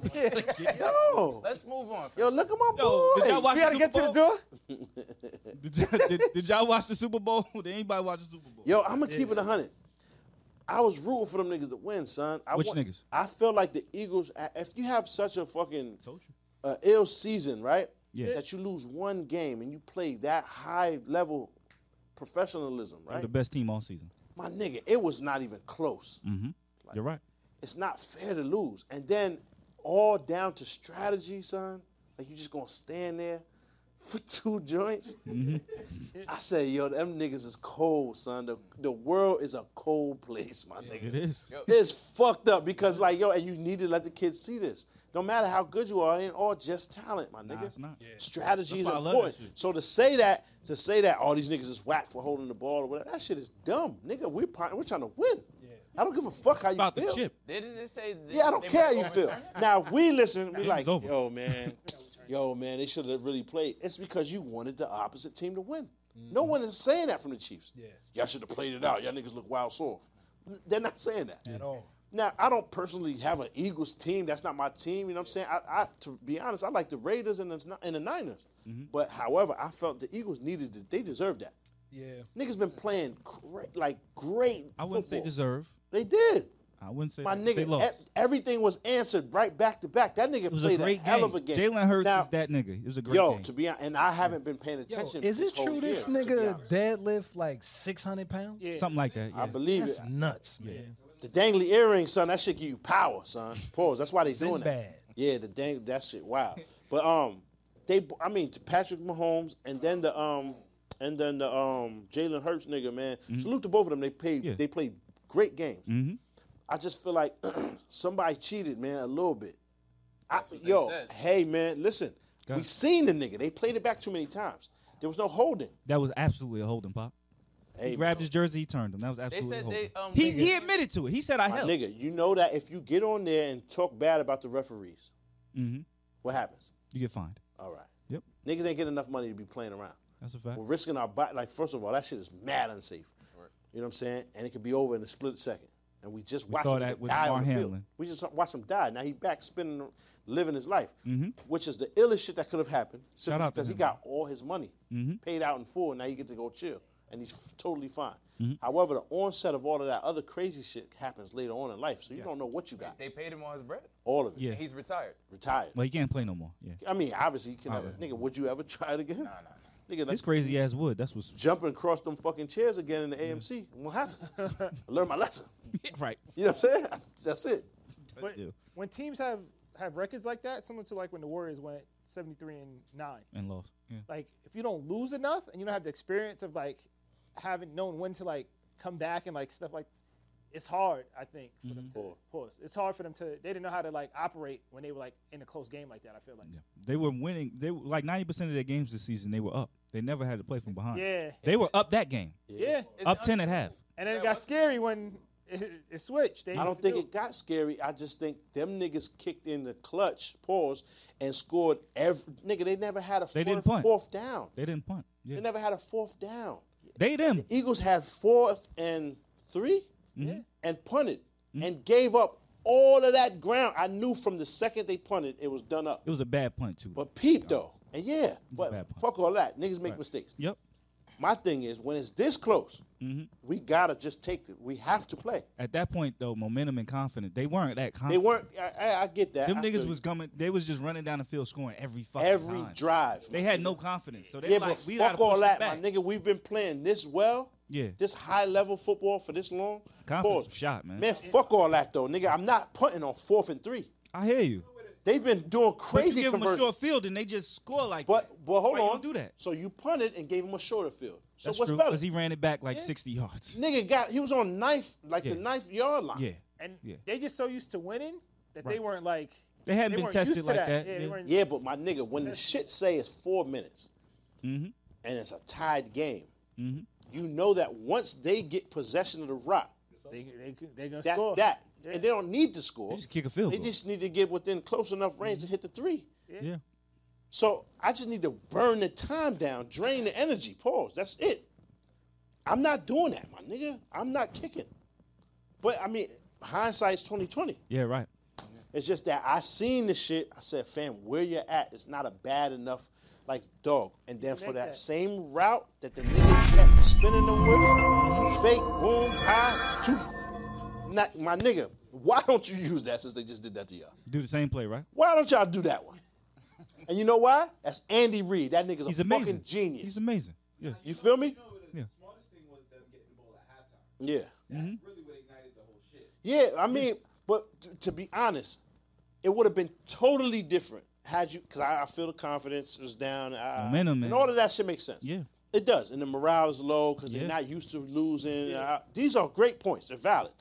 S1: Yo,
S4: Let's move on.
S1: yo, look at my
S7: Yo, did y'all
S1: boy.
S7: watch
S3: We
S7: the
S3: gotta
S7: Super
S3: get to the
S7: Bowl?
S3: door.
S7: *laughs* Did y'all, did, did y'all watch the Super Bowl? *laughs* Did anybody watch the Super Bowl?
S1: Yo, I'm gonna keep it hundred. I was rooting for them niggas to win, son. I
S7: Which
S1: want-
S7: niggas?
S1: I feel like the Eagles. If you have such a fucking
S7: Told you.
S1: uh, ill season, right?
S7: Yeah.
S1: That you lose one game and you play that high level professionalism,
S7: They're
S1: right?
S7: the best team all season.
S1: My nigga, it was not even close.
S7: You're right.
S1: it's not fair to lose. And then all down to strategy, son. Like you just gonna stand there *laughs* for two joints.
S7: Mm-hmm.
S1: I say, yo, them niggas is cold, son. The, the world is a cold place, my nigga.
S7: It is.
S1: It's fucked up because like yo, and you need to let the kids see this. No matter how good you are, it ain't all just talent, my nigga.
S7: it's not. Yeah.
S1: Strategy
S7: That's
S1: is
S7: why I love that
S1: important. So to say that, to say that, all these niggas is whack for holding the ball or whatever, that shit is dumb, nigga. We're pri- we're trying to win. I don't give a fuck how you
S7: About the
S1: feel.
S7: chip.
S4: Didn't they say? that
S1: Yeah, I don't
S4: they
S1: care how
S4: would
S1: you feel.
S4: overturn it?
S1: Now if we listen, we like,
S7: was over.
S1: yo man, yo man, they should have really played. It's because you wanted the opposite team to win. No
S7: Mm-hmm.
S1: one is saying that from the Chiefs.
S2: Yeah.
S1: Y'all should have played it out. Y'all niggas look wild soft. They're not saying that.
S2: at
S3: Oh,
S2: all.
S1: Now, I don't personally have an Eagles team. That's not my team. You know what I'm saying? I, I to be honest, I like the Raiders and the, and the Niners.
S7: Mm-hmm.
S1: But however, I felt the Eagles needed it. They deserved that.
S2: Yeah.
S1: Niggas been playing great, like great.
S7: I wouldn't say
S1: football.
S7: deserve.
S1: They did.
S7: I wouldn't say
S1: My
S7: that.
S1: nigga,
S7: They lost.
S1: e- everything was answered right back to back. That nigga
S7: it was a
S1: played
S7: great
S1: hell
S7: game.
S1: of a game.
S7: Jalen Hurts
S1: Now,
S7: is that nigga. It was a great
S1: yo,
S7: game.
S1: to be honest, and I haven't been paying
S2: Yo,
S1: attention.
S2: is
S1: this
S2: it
S1: whole
S2: true this
S1: year, to be
S2: nigga
S1: honest.
S2: deadlift like 600 pounds? Yeah.
S7: Something like that.
S1: I
S7: Yeah.
S1: believe
S2: That's
S1: it.
S2: nuts, man.
S1: The dangly earring, son, that shit give you power, son. Pause. That's why they doing
S2: Sinbad.
S1: that. Yeah, the dang that shit. Wow.
S7: *laughs*
S1: But um, they I mean to Patrick Mahomes and then the um and then the um Jalen Hurts nigga man. Salute to both of them. They played
S7: Mm-hmm. Yeah. Mm-hmm.
S1: they played great games. I just feel like *clears throat* somebody cheated, man, a little bit. I,
S4: they
S1: yo,
S4: said.
S1: hey man, listen, we
S7: ahead.
S1: seen the nigga. They played it back too many times. There was no holding.
S7: That was absolutely a holding pop.
S1: Hey,
S7: He grabbed his jersey, he turned him. That was
S4: They
S7: absolutely a
S4: said
S7: holding.
S4: they um.
S7: he,
S4: they-
S7: he admitted to it. He said I
S1: my
S7: helped.
S1: nigga, you know that if you get on there and talk bad about the referees,
S7: Mhm.
S1: what happens?
S7: You get fined.
S1: All right.
S7: Yep.
S1: Niggas ain't getting enough money to be playing around.
S7: That's a fact.
S1: We're risking our body. Like, first of all, that shit is mad unsafe. You know what I'm saying? And it could be over in a split second. And we just watched
S7: saw
S1: him
S7: that
S1: nigga
S7: with
S1: die
S7: Damar
S1: on the field.
S7: Hamlin.
S1: We just watched him die. Now he back spinning, living his life, which is the illest shit that could have happened. simply
S7: Mm-hmm. out to
S1: because he
S7: him. Mm-hmm.
S1: got all his money paid out in full. Now he get to go chill, and he's f- totally fine.
S7: Mm-hmm.
S1: However, the onset of all of that other crazy shit happens later on in life, so you don't know what you got.
S4: They paid him all his bread.
S1: All of it.
S7: Yeah.
S4: And he's retired.
S1: Retired.
S7: Well, he can't play no more. Yeah.
S1: I mean, obviously, you can never. Nigga, would you ever try it again? Nah, nah. Nigga,
S7: This
S1: that's
S7: crazy ass wood. That's what's *laughs*
S1: jumping across them fucking chairs again in the AMC. What happened?
S7: *laughs*
S1: I learned my lesson.
S7: Mm-hmm. right.
S1: You know what I'm saying? *laughs* That's it.
S3: But
S7: Yeah.
S3: when teams have have records like that, similar to like when the Warriors went 73 and nine,
S7: And lost. Yeah.
S3: like if you don't lose enough and you don't have the experience of like having known when to like come back and like stuff like, it's hard. I think for them to pause. It's hard for them to. They didn't know how to like operate when they were like in a close game like that. I feel like.
S7: Yeah. They were winning. They were like ninety percent of their games this season. They were up. They never had to play from behind.
S3: Yeah.
S7: They were up that game.
S3: Yeah.
S7: Up ten at half.
S3: And then
S4: Yeah,
S3: it got
S4: what-
S3: scary when it, it switched. They
S1: I don't think it got scary. I just think them niggas kicked in the clutch, pause, and scored every nigga. They never had a
S7: They
S1: fourth,
S7: didn't punt.
S1: fourth down.
S7: They didn't punt.
S1: They
S7: Yeah.
S1: never had a fourth down.
S7: They them.
S1: Eagles had fourth and 3
S7: Mm-hmm.
S1: and punted and gave up all of that ground. I knew from the second they punted, it was done up.
S7: It was a bad punt too.
S1: But peep though, and yeah, but
S7: bad punt.
S1: fuck all that. Niggas make mistakes.
S7: yep.
S1: My thing is when it's this close,
S7: Mm-hmm.
S1: we gotta just take it. We have to play.
S7: At that point though, momentum and confidence. They weren't that confident.
S1: They weren't. I, I, I get that.
S7: Them
S1: I feel
S7: niggas
S1: you.
S7: was coming. They was just running down the field, scoring every fucking
S1: every
S7: time.
S1: drive.
S7: They had no confidence, so they
S1: yeah,
S7: were like,
S1: but
S7: we
S1: fuck
S7: gotta
S1: all
S7: push
S1: that,
S7: them
S1: my
S7: back.
S1: nigga. We've been playing this well.
S7: Yeah.
S1: This high level football for this long.
S7: Confidence
S1: Pause.
S7: was shot, man.
S1: Man, fuck all that though, nigga. I'm not punting on fourth and three.
S7: I hear you.
S1: They've been doing
S7: But you
S1: crazy
S7: give them a
S1: conversions.
S7: short field and they just score like.
S1: But
S7: that.
S1: but hold
S7: Why you
S1: on.
S7: don't do that.
S1: So you punted and gave him a shorter field. So
S7: That's
S1: what's
S7: true.
S1: better?
S7: Because he ran it back like 60 yards.
S1: nigga got he was on ninth, like
S7: Yeah.
S1: the ninth yard line.
S7: Yeah.
S3: And
S7: Yeah.
S3: they just so used to winning that they weren't like.
S7: They hadn't been
S3: weren't
S7: tested
S3: used to
S7: like that.
S3: Yeah,
S7: yeah.
S3: They weren't,
S1: Yeah, but my nigga, when the shit say it's four minutes
S7: Mm-hmm.
S1: and it's a tied game, you know that once they get possession of the rock,
S3: They, they, they're going to
S1: that's
S3: score.
S1: that. And they don't need to score.
S7: They just kick a field
S1: They
S7: goal. Mm-hmm.
S1: just need to get within close enough range to hit the three.
S7: Yeah.
S1: So I just need to burn the time down, drain the energy. Pause. That's it. I'm not doing that, my nigga. I'm not kicking. But I mean, hindsight's 2020.
S7: Yeah, right.
S1: It's just that I seen the shit. I said, fam, where you're at, it's not a bad enough, like, dog. And then for that, same route that the niggas kept spinning them with, fake, boom, high, two. Not, my nigga, why don't you use that since they just did that to y'all?
S7: Do the same play, right?
S1: Why don't y'all do that one? And you know why? That's Andy Reid. That nigga's
S7: He's
S1: a
S7: amazing.
S1: fucking genius.
S7: He's amazing. Yeah.
S1: you feel me?
S10: You know, the
S7: Yeah.
S10: smartest thing was them getting the ball at halftime.
S1: Yeah.
S10: That's really what ignited the whole shit.
S1: Yeah, I mean, but t- to be honest, it would have been totally different had you, because I, I feel the confidence was down. I,
S7: Momentum,
S1: And
S7: man.
S1: all of that shit makes sense.
S7: Yeah.
S1: It does. And the morale is low because
S7: Yeah. Mm-hmm.
S1: they're not used to losing. Uh, these are great points. They're valid.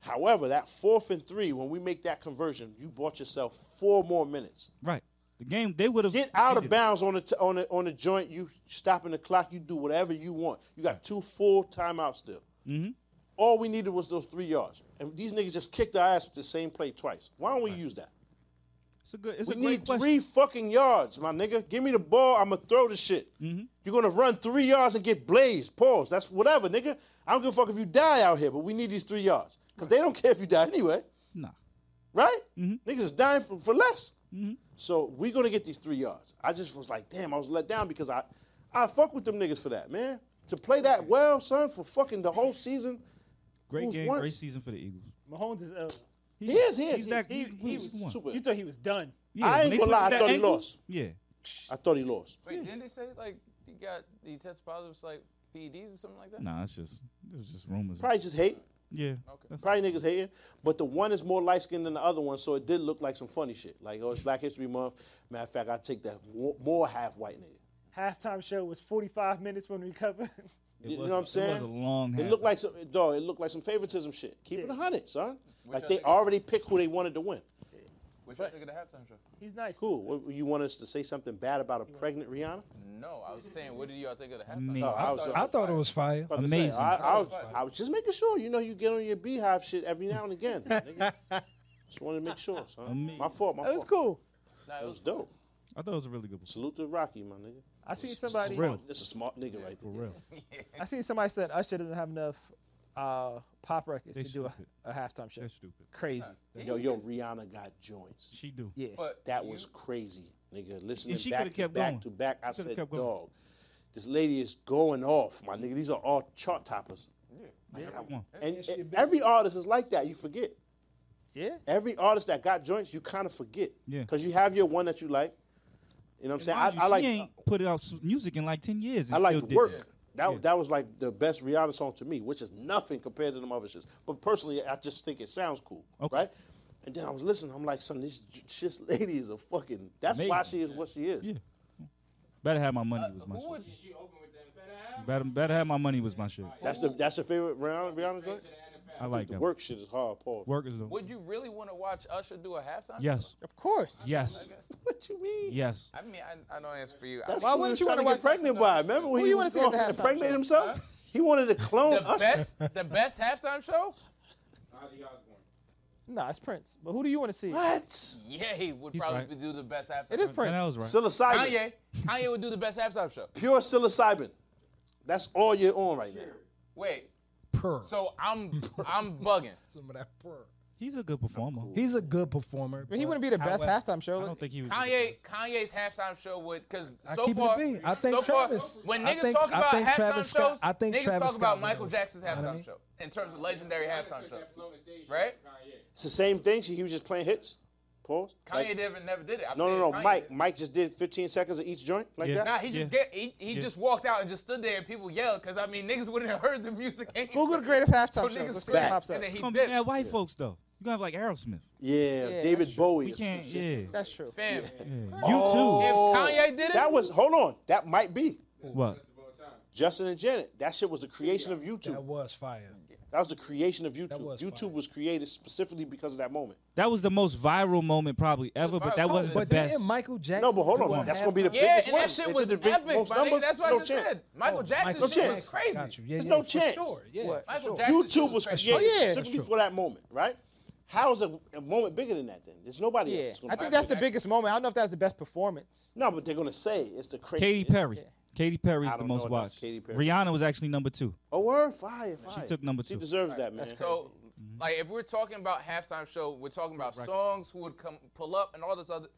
S1: However, that fourth and three, when we make that conversion, you bought yourself four more minutes.
S7: Right. The game they would have
S1: get out of bounds on the t- on the on the joint. You stopping the clock. You do whatever you want. You got two full timeouts still.
S7: Mm-hmm.
S1: All we needed was those three yards, and these niggas just kicked our ass with the same play twice. Why don't we use that?
S7: It's a good. It's
S1: we
S7: a great
S1: need
S7: question.
S1: three fucking yards, my nigga. Give me the ball. I'ma throw the shit.
S7: Mhm.
S1: You're gonna run three yards and get blazed. Pause. That's whatever, nigga. I don't give a fuck if you die out here, but we need these three yards because they don't care if you die anyway.
S7: Nah. Mm-hmm.
S1: Right? Niggas is dying for, for less.
S7: Mhm.
S1: So we're gonna get these three yards. I just was like, damn, I was let down because I, I fuck with them niggas for that, man. To play that well, son, for fucking the whole season.
S7: Great
S1: lose
S7: game,
S1: once.
S7: great season for the Eagles.
S3: Mahomes is. Uh,
S1: He is, he is.
S7: He's that-
S3: he,
S7: he's-
S3: he
S7: he's one.
S3: was super. You thought he was done.
S7: Yeah,
S1: I
S7: when
S1: ain't
S7: they
S1: gonna lie, I
S7: twisted that
S1: thought he
S7: ankle-
S1: lost.
S7: Yeah.
S1: I thought he lost.
S4: Wait, didn't they say like he got he tested positive for like PEDs or something like that?
S7: Nah, it's just it's just rumors.
S1: Probably just hate.
S7: Yeah.
S1: Probably niggas hating, but the one is more light skinned than the other one, so it did look like some funny shit. Like, oh, it's Black History Month. Matter of fact, I take that wo- more half white nigga.
S3: Halftime show was 45 minutes from recover.
S1: you know
S7: was-
S1: what I'm
S7: it
S1: saying?
S7: was a long
S1: It
S7: half.
S1: looked like some dog. It looked like some favoritism shit. Keep it a hundred, son. like
S4: I
S1: they
S4: think-
S1: already picked who they wanted to win.
S4: Which I think of the halftime show.
S3: *laughs* He's nice.
S1: Cool. What, you want us to say something bad about a pregnant Rihanna?
S4: No, I was saying, what did y'all think of the halftime?
S7: Amazing.
S4: show?
S1: Oh, I was-
S2: I thought it was fire.
S1: About to say,
S7: Amazing.
S1: I, I was, I was just making sure. You know, you get on your beehive shit every now and
S7: *laughs*
S1: again. nigga. just wanted to make sure, son. My fault. My
S3: That was
S1: fault.
S3: cool.
S4: Nah,
S1: It was dope.
S7: I thought it was a really good.
S1: Salute to Rocky, my nigga.
S3: I seen somebody.
S7: real.
S1: That's a smart nigga right there.
S7: For real.
S3: I seen somebody said Usher doesn't have enough uh, pop records
S7: They
S3: to do a,
S7: stupid.
S3: a halftime show.
S7: That's stupid.
S3: Crazy.
S1: Yo, yo, Rihanna got joints.
S7: She do.
S3: Yeah.
S4: But
S1: That
S4: you-
S1: was crazy, nigga. Listening
S7: she
S1: back
S7: coulda kept
S1: to back
S7: going.
S1: to back, I
S7: She coulda
S1: said,
S7: kept going.
S1: dog, this lady is going off, my nigga. These are all chart toppers. Yeah.
S7: Everyone.
S1: And, and every artist is like that. You forget.
S3: Yeah.
S1: Every artist that got joints, you kind of forget.
S7: Yeah.
S1: Because you have your one that you like. You know what I'm saying? I,
S7: Mind you,
S1: I
S7: she
S1: like
S7: ain't put out s- music in like ten years. and
S1: I like
S7: still did
S1: work.
S7: that.
S1: That, that was like the best Rihanna song to me, which is nothing compared to them other shits. But personally, I just think it sounds cool,
S7: Okay.
S1: right? And then I was listening. I'm like, son, this j- shit lady is a fucking. That's why she is
S7: Amazing.
S1: what she is.
S7: Yeah. Better have my money was my
S4: Who
S7: shit.
S4: would?
S10: She opened with that. Better have
S7: Better, better have my money was my shit.
S1: That's the that's your favorite Rihanna, Rihanna joint.
S10: to the
S7: I
S10: NFL.
S7: like
S1: The
S7: that.
S1: work shit is hard, Paul.
S7: Work is the
S4: Would you really want to watch Usher do a halftime?
S7: yes,
S3: Of course.
S7: yes,
S1: What you mean?
S7: yes.
S4: I mean, I, I know answer for you.
S1: That's
S4: I,
S1: why wouldn't
S3: wouldn't you
S1: you want to
S3: wanna
S1: get pregnant by? Remember when
S3: Who
S1: he
S3: you
S1: was
S3: wanna see
S1: going
S3: at
S1: to
S3: the halftime
S1: impregnate
S3: show?
S1: himself? He wanted to clone
S4: the
S1: us.
S4: best, the best halftime show.
S10: Ozzy Osbourne.
S3: Nah, it's Prince. But who do you want to see?
S1: What?
S4: Yeah, he would
S7: He's
S4: probably
S7: right.
S4: do the best halftime.
S3: It is
S4: show.
S3: Prince.
S7: And that was right.
S1: Psilocybin.
S4: Kanye, Kanye would do the best halftime show.
S1: Pure psilocybin. That's all you're on right now.
S4: Wait,
S2: Purr.
S4: so I'm I'm bugging.
S2: Some of that purr.
S7: He's a good performer.
S2: He's a good performer.
S3: But he wouldn't be the best
S2: half.
S3: halftime show.
S7: I don't think he was.
S4: Kanye Kanye's halftime show would because
S2: I
S4: so
S2: keep it a
S4: far
S2: bean. I think
S4: so
S2: Travis-
S4: far when
S2: I
S4: niggas
S2: think-
S4: talk
S2: I
S4: about
S2: think
S4: halftime
S2: Travis Scott-
S4: shows,
S2: I think
S4: niggas
S2: Travis
S4: talk
S2: Scott
S4: about
S2: was
S4: Michael
S2: better.
S4: Jackson's halftime
S2: mean?
S4: show in terms of legendary halftime shows.
S10: Floating stage.
S4: Right?
S10: Kanye.
S1: It's the same thing. She, he was just playing hits. Pause.
S4: Kanye never never did it. I'm
S1: No, no, no.
S4: saying Kanye
S1: Mike,
S4: did.
S1: Mike just did 15 seconds of each joint like
S7: Yeah.
S1: that.
S4: Nah, he just
S7: Yeah.
S4: get he, he just walked out and just stood there and people yelled because I mean niggas wouldn't have heard the music. Anyway.
S3: Google the greatest
S4: So
S3: halftime show.
S4: niggas
S3: Let's see
S4: screamed,
S3: what pops up.
S4: and then he
S7: It's gonna
S4: did.
S7: be mad white folks though. You gonna have like Aerosmith.
S1: Yeah,
S3: Yeah,
S1: David
S3: that's true.
S1: Bowie.
S7: We
S1: or some
S7: can't.
S1: shit.
S7: Yeah.
S3: That's true.
S4: Fam,
S7: You
S4: If Kanye did it-
S1: That was hold on. That might be
S7: too. What?
S10: All the time.
S1: Justin and Janet. That shit was the creation of YouTube.
S2: That was fire.
S1: That was the creation of YouTube.
S2: was
S1: YouTube
S2: fire.
S1: was created specifically because of that moment.
S7: That was the most viral moment probably ever, but that wasn't the
S2: But
S7: best.
S2: didn't Michael Jackson?
S1: No, but hold
S2: do a
S1: on. That's gonna be the
S2: halftime-
S4: yeah,
S1: biggest
S4: and
S1: one.
S4: that shit
S1: It
S4: was
S1: did the big-
S4: epic.
S1: most
S4: my nigga,
S1: numbers,
S4: that's what
S1: no
S4: I just
S1: chance.
S4: said. Michael
S2: Oh,
S4: Jackson
S2: Michael
S4: shit was
S1: Jackson.
S4: crazy.
S2: Got you. Yeah,
S1: There's
S2: yeah,
S1: no
S2: for
S1: chance.
S2: Sure. Yeah.
S3: What?
S2: for
S4: Michael
S2: sure.
S4: Jackson shit
S1: YouTube was
S4: crazy.
S1: created
S3: Oh, yeah.
S1: specifically for that moment, right? How is a, a moment bigger than that? Then there's nobody else.
S3: Yeah.
S1: that's gonna
S3: I
S1: do
S3: think
S1: that.
S3: that's the biggest moment. I don't know if that's the best performance.
S1: No, but they're gonna say it's the crazy.
S7: Katy Perry. Katy Perry
S1: I
S7: is the
S1: don't know
S7: most
S1: enough
S7: watched.
S1: Katy Perry.
S7: Rihanna was actually number two.
S1: Oh, word, fire, fire.
S7: took number
S1: She
S7: two.
S1: deserves that, man.
S4: So, like, if we're talking about halftime show, we're talking about songs who would come pull up and all this other.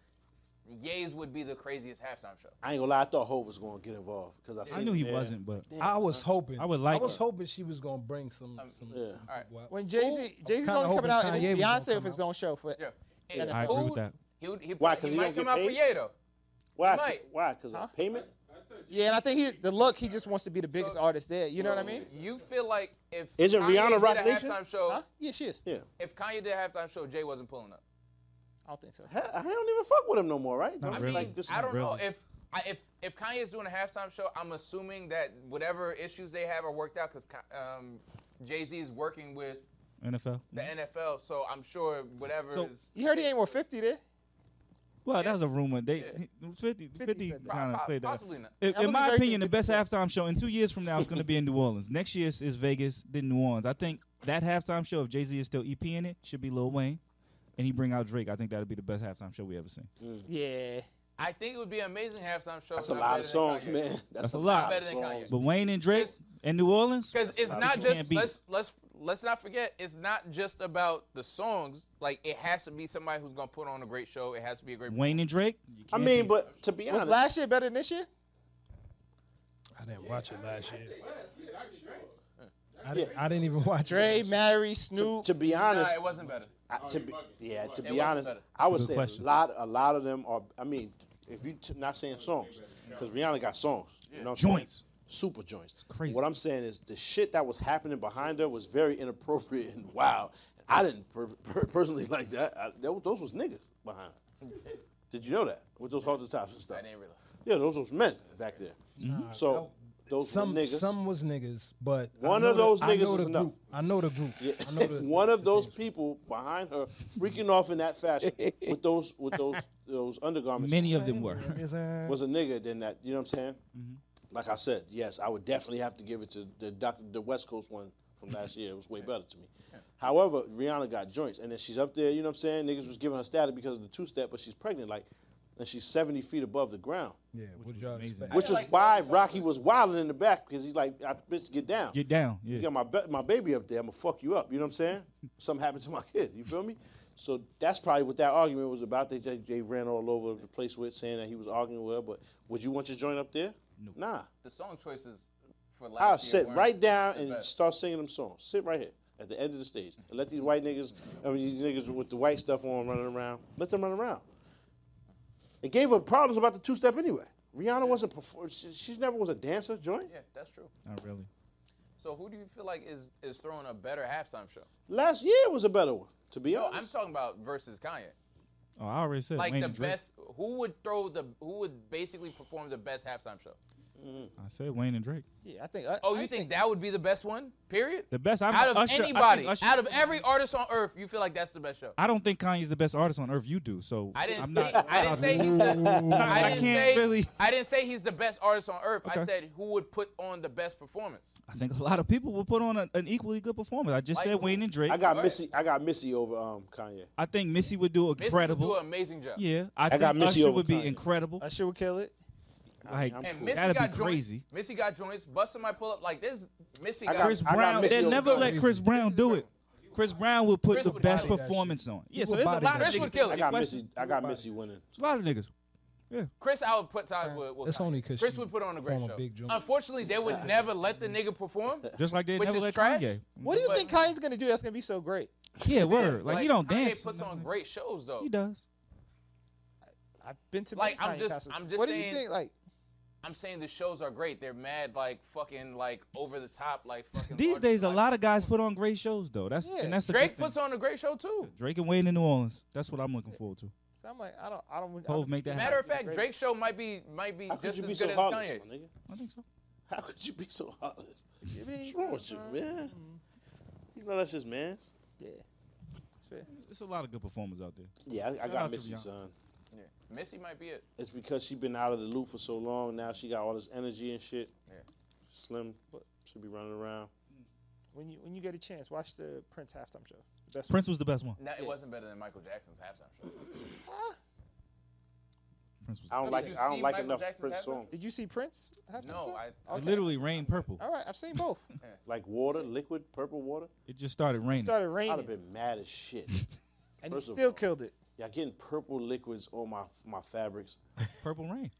S4: Ye's would be the craziest halftime show.
S1: I ain't gonna lie, I thought Hov was gonna get involved because I,
S7: I
S1: seen
S7: knew
S1: him
S7: he
S1: there.
S7: wasn't, but
S2: I was hoping.
S7: I would like
S2: I was
S7: her.
S2: hoping she was gonna bring some. some,
S1: Um, yeah.
S2: some
S4: All right.
S2: what-
S3: When Jay Z, Jay Z's
S2: kinda
S3: only
S2: hoping
S3: coming out,
S2: Kanye
S3: if
S2: was gonna
S3: Beyonce
S2: come
S3: with his
S2: out.
S3: own show for
S4: Yeah.
S3: And
S7: I agree with that.
S4: He, would, he,
S1: Why,
S4: he
S1: 'cause he
S4: might
S1: don't
S4: come
S1: get
S4: out for
S1: paid?
S4: Ye, though.
S1: Why?
S4: Mike.
S1: Why? Because of payment?
S3: Yeah, and I think he, the look, he just wants to be the biggest
S4: So-
S3: artist there. You know what I mean?
S4: You feel like if
S1: Isn't
S4: Kanye
S1: Rihanna
S4: did
S1: Rock
S4: a
S1: Nation?
S4: halftime show,
S3: Huh? Yeah, she is.
S1: Yeah.
S4: if Kanye did a halftime show, Jay wasn't pulling up.
S3: I don't think so.
S1: I, I don't even fuck with him no more, right?
S7: Not
S1: Don't
S4: I
S1: be
S4: mean,
S7: really.
S1: like this-
S4: I don't know
S7: really.
S4: if I, if if Kanye's doing a halftime show. I'm assuming that whatever issues they have are worked out because um, Jay Z is working with
S7: NFL.
S4: The NFL, so I'm sure whatever is.
S3: You heard he ain't worth 50 there.
S7: Well, that was a rumor. They
S4: Yeah.
S7: 50, 50
S4: said that.
S7: kind of
S4: Po-
S7: played that.
S4: possibly not.
S7: In,
S4: That
S7: in
S4: was
S7: my
S4: very
S7: opinion, the
S4: 50%.
S7: best halftime show in two years from now is going to be in New Orleans. Next year is, is Vegas, then New Orleans. I think that halftime show, if Jay Z is still EP in it, should be Lil Wayne, and he bring out Drake. I think that'll be the best halftime show we ever seen.
S4: Mm-hmm.
S3: Yeah.
S4: I think it would be an amazing halftime show.
S1: That's
S4: but
S1: a
S4: I'm
S1: lot of
S4: better than
S1: songs,
S4: Kanye.
S1: man. That's,
S7: a lot.
S4: better than Kanye.
S7: But Wayne and Drake and New Orleans,
S4: Because it's
S7: you
S4: not
S7: can't
S4: just
S7: beat it.
S4: let's let's let's not forget it's not just about the songs. Like it has to be somebody who's gonna put on a great show. It has to be a great.
S7: Wayne and Drake. you
S1: I
S7: can't
S1: mean,
S7: beat it.
S1: but to be
S3: Was
S1: honest,
S3: last year better than this year?
S2: I didn't watch it last year. I
S1: Yeah.
S2: didn't, I didn't even watch it.
S3: Dre, Mary, Snoop.
S1: to be honest,
S4: Nah, it wasn't better.
S1: I, to be, yeah, to be
S4: wasn't
S1: honest,
S4: better.
S1: I would
S7: Good
S1: say
S7: question.
S1: a lot. A lot of them are. I mean, if you t- not saying songs, because Rihanna got songs. You know what I'm saying?
S7: Joints.
S1: super joints.
S7: crazy.
S1: What I'm saying is the shit that was happening behind her was very inappropriate and wild. I didn't per- per- personally *laughs* like that. I, that was, those was niggas behind. her.
S4: *laughs*
S1: Did you know that with those halter tops and stuff?
S4: I didn't realize.
S1: Yeah, those was men back there. So those
S2: Some
S1: were niggas.
S2: some was niggas, but I
S1: One
S2: know
S1: of those
S2: the, I
S1: niggas
S2: know
S1: was
S2: the
S1: enough.
S2: group. I know the group. I know
S1: if *laughs*
S2: the,
S1: one of those people behind her freaking off in that fashion with those with
S2: *laughs*
S1: those those undergarments
S7: many of them were.
S1: was a nigga, then that you know what I'm saying?
S2: Mm-hmm.
S1: Like I said, yes, I would definitely have to give it to the doc, the West Coast one from last year. It
S2: *laughs*
S1: was way better to me. However, Rihanna got joints, and then she's up there. You know what I'm saying? Niggas was giving her static because of the two step, but she's pregnant, like, and she's 70 feet above the ground,
S2: yeah, which y'all expect?
S1: which is
S4: like
S1: why
S4: that.
S1: Rocky was wilding in the back because he's like, I, "Bitch, get down."
S7: Get down.
S1: You
S7: Yeah.
S1: got my ba- my baby up there. I'm gonna fuck you up. You know what I'm saying? *laughs* Something happened to my kid. You feel me? So that's probably what that argument was about. They just they ran all over the place with saying that he was arguing with her. But would you want your joint up there? Nah.
S4: The song choices for last
S1: I'll
S4: year
S1: sit
S4: weren't
S1: right down
S4: the
S1: and
S4: best.
S1: start singing them songs. Sit right here at the end of the stage and let these white niggas, I mean these niggas with the white stuff on running around, let them run around. It gave her problems about the two step anyway. Rihanna wasn't perform. She, she never was a dancer joint.
S4: Yeah, that's true.
S7: Not really.
S4: So who do you feel like is is throwing a better halftime show?
S1: Last year was a better one, to be
S4: No,
S1: honest.
S4: I'm talking about versus Kanye.
S7: Oh, I already said
S4: Like
S7: Wayne
S4: the
S7: and Drake.
S4: best. Who would throw the? Who would basically perform the best halftime show?
S7: I said Wayne and Drake.
S3: Yeah, I think. I,
S4: Oh,
S3: I
S4: you think, that would be the best one? Period.
S7: The best. I'm,
S4: out of
S7: Usher- I think
S4: anybody,
S7: Usher-
S4: out of every artist on earth, you feel like that's the best show.
S7: I don't think Kanye's the best artist on earth. You do. So
S4: I didn't.
S7: I'm
S4: think-
S7: not.
S4: I didn't say he's the. I,
S7: I
S4: didn't
S7: can't
S4: say,
S7: really-
S4: I didn't say he's the best artist on earth. I
S7: Okay.
S4: said who would put on the best performance.
S7: I think a lot of people will put on a, an equally good performance. I just
S4: Like
S7: said
S4: who?
S7: Wayne and Drake.
S1: I
S7: I,
S1: got
S4: Right.
S1: Missy. I got Missy over um Kanye.
S7: think Missy would do
S4: Missy would
S7: incredible.
S4: do an amazing job.
S7: yeah, I, think
S1: got Missy
S7: Usher
S1: over
S7: would be
S1: Kanye.
S7: incredible.
S3: I sure would kill it.
S2: Mm-hmm.
S7: Like
S1: I'm
S4: And
S1: cool.
S4: Missy
S7: That'd be
S4: got
S7: crazy.
S4: joints. Missy got joints. Bust somebody pull up like this. Missy
S1: I
S4: got.
S1: got-
S7: Chris
S1: I got
S7: Brown,
S1: Missy
S7: they
S1: over
S7: never
S1: Kanye.
S7: let Chris Brown do it. Chris Brown will put
S4: Chris
S7: the
S4: would
S7: best
S4: body
S2: that
S7: performance on. Yeah,
S2: He
S7: so
S2: would
S7: there's a
S2: body that
S7: lot of
S4: Chris
S2: shit.
S7: niggas.
S4: would kill
S1: I
S4: it.
S1: got
S7: question.
S1: Missy. I got Missy winning.
S7: There's a lot of niggas.
S4: Chris, I would put Todd with. with
S2: That's
S4: Kanye.
S2: only 'cause
S4: Chris
S2: she
S4: would put on a great
S2: perform a
S4: show.
S2: big joint.
S4: Unfortunately, they would never let the nigga perform.
S7: Just like they
S4: Which
S7: never
S4: is
S7: let
S4: trash.
S7: Kanye.
S3: What do you
S4: But-
S3: think Kanye's gonna do that's gonna be so great?
S7: Yeah, word. Like, he don't
S4: Kanye
S7: dance.
S4: puts on great shows though.
S7: He does.
S3: I've been to
S4: Like,
S3: many
S4: I'm
S3: Kanye
S4: just-
S3: concerts.
S4: I'm just
S3: What do
S4: saying-
S3: you think? Like,
S4: I'm saying the shows are great. They're mad like fucking like over the top like fucking.
S7: These
S4: larger-
S7: days, a
S4: like-
S7: lot of guys put on great shows though. That's
S3: Yeah.
S7: and that's a good
S4: Drake
S7: thing.
S4: puts on a great show too.
S7: Drake and Wayne in New Orleans. That's what I'm looking forward to.
S3: so I'm like, I don't, I don't. I
S7: Hove
S3: don't-
S7: make that
S4: Matter of
S7: happen.
S4: fact, Drake's show might be might be
S1: How could
S4: just
S1: you
S4: as
S1: be
S4: good
S1: so
S4: as
S1: heartless,
S4: Kanye's.
S1: my nigga?
S7: I think so.
S1: How could you be so heartless?
S3: You mean,
S1: What's wrong with you, man? You know that's his man.
S3: Yeah.
S7: There's a lot of good performers out there.
S1: Yeah, I, I
S7: out
S1: got
S7: to
S1: Missy,
S7: Rihanna.
S1: son.
S4: Yeah. Missy might be it.
S1: It's because she been out of the loop for so long. Now she got all this energy and shit.
S4: Yeah.
S1: Slim should be running around.
S3: When you when you get a chance, watch the Prince halftime show. The best
S7: Prince was the best one.
S4: No, it wasn't better than Michael Jackson's halftime show.
S7: Prince was.
S1: I don't
S4: Did
S1: like.
S4: you
S1: I don't
S4: see
S1: like
S4: Michael
S1: enough
S4: Jackson's
S1: Prince
S4: album?
S1: songs.
S3: One. Did you see Prince halftime
S4: No,
S3: show?
S4: I.
S7: It literally rained purple.
S3: All right, I've seen
S1: *laughs*
S3: both.
S1: Like water, liquid, purple water.
S7: It just started
S3: It
S7: raining.
S3: started
S1: I'd have
S3: raining,
S1: been mad as
S7: *laughs*
S1: shit.
S3: and he
S1: first of
S3: still
S1: all.
S3: killed it.
S1: Y'all getting purple liquids on my my fabrics.
S7: Purple rain.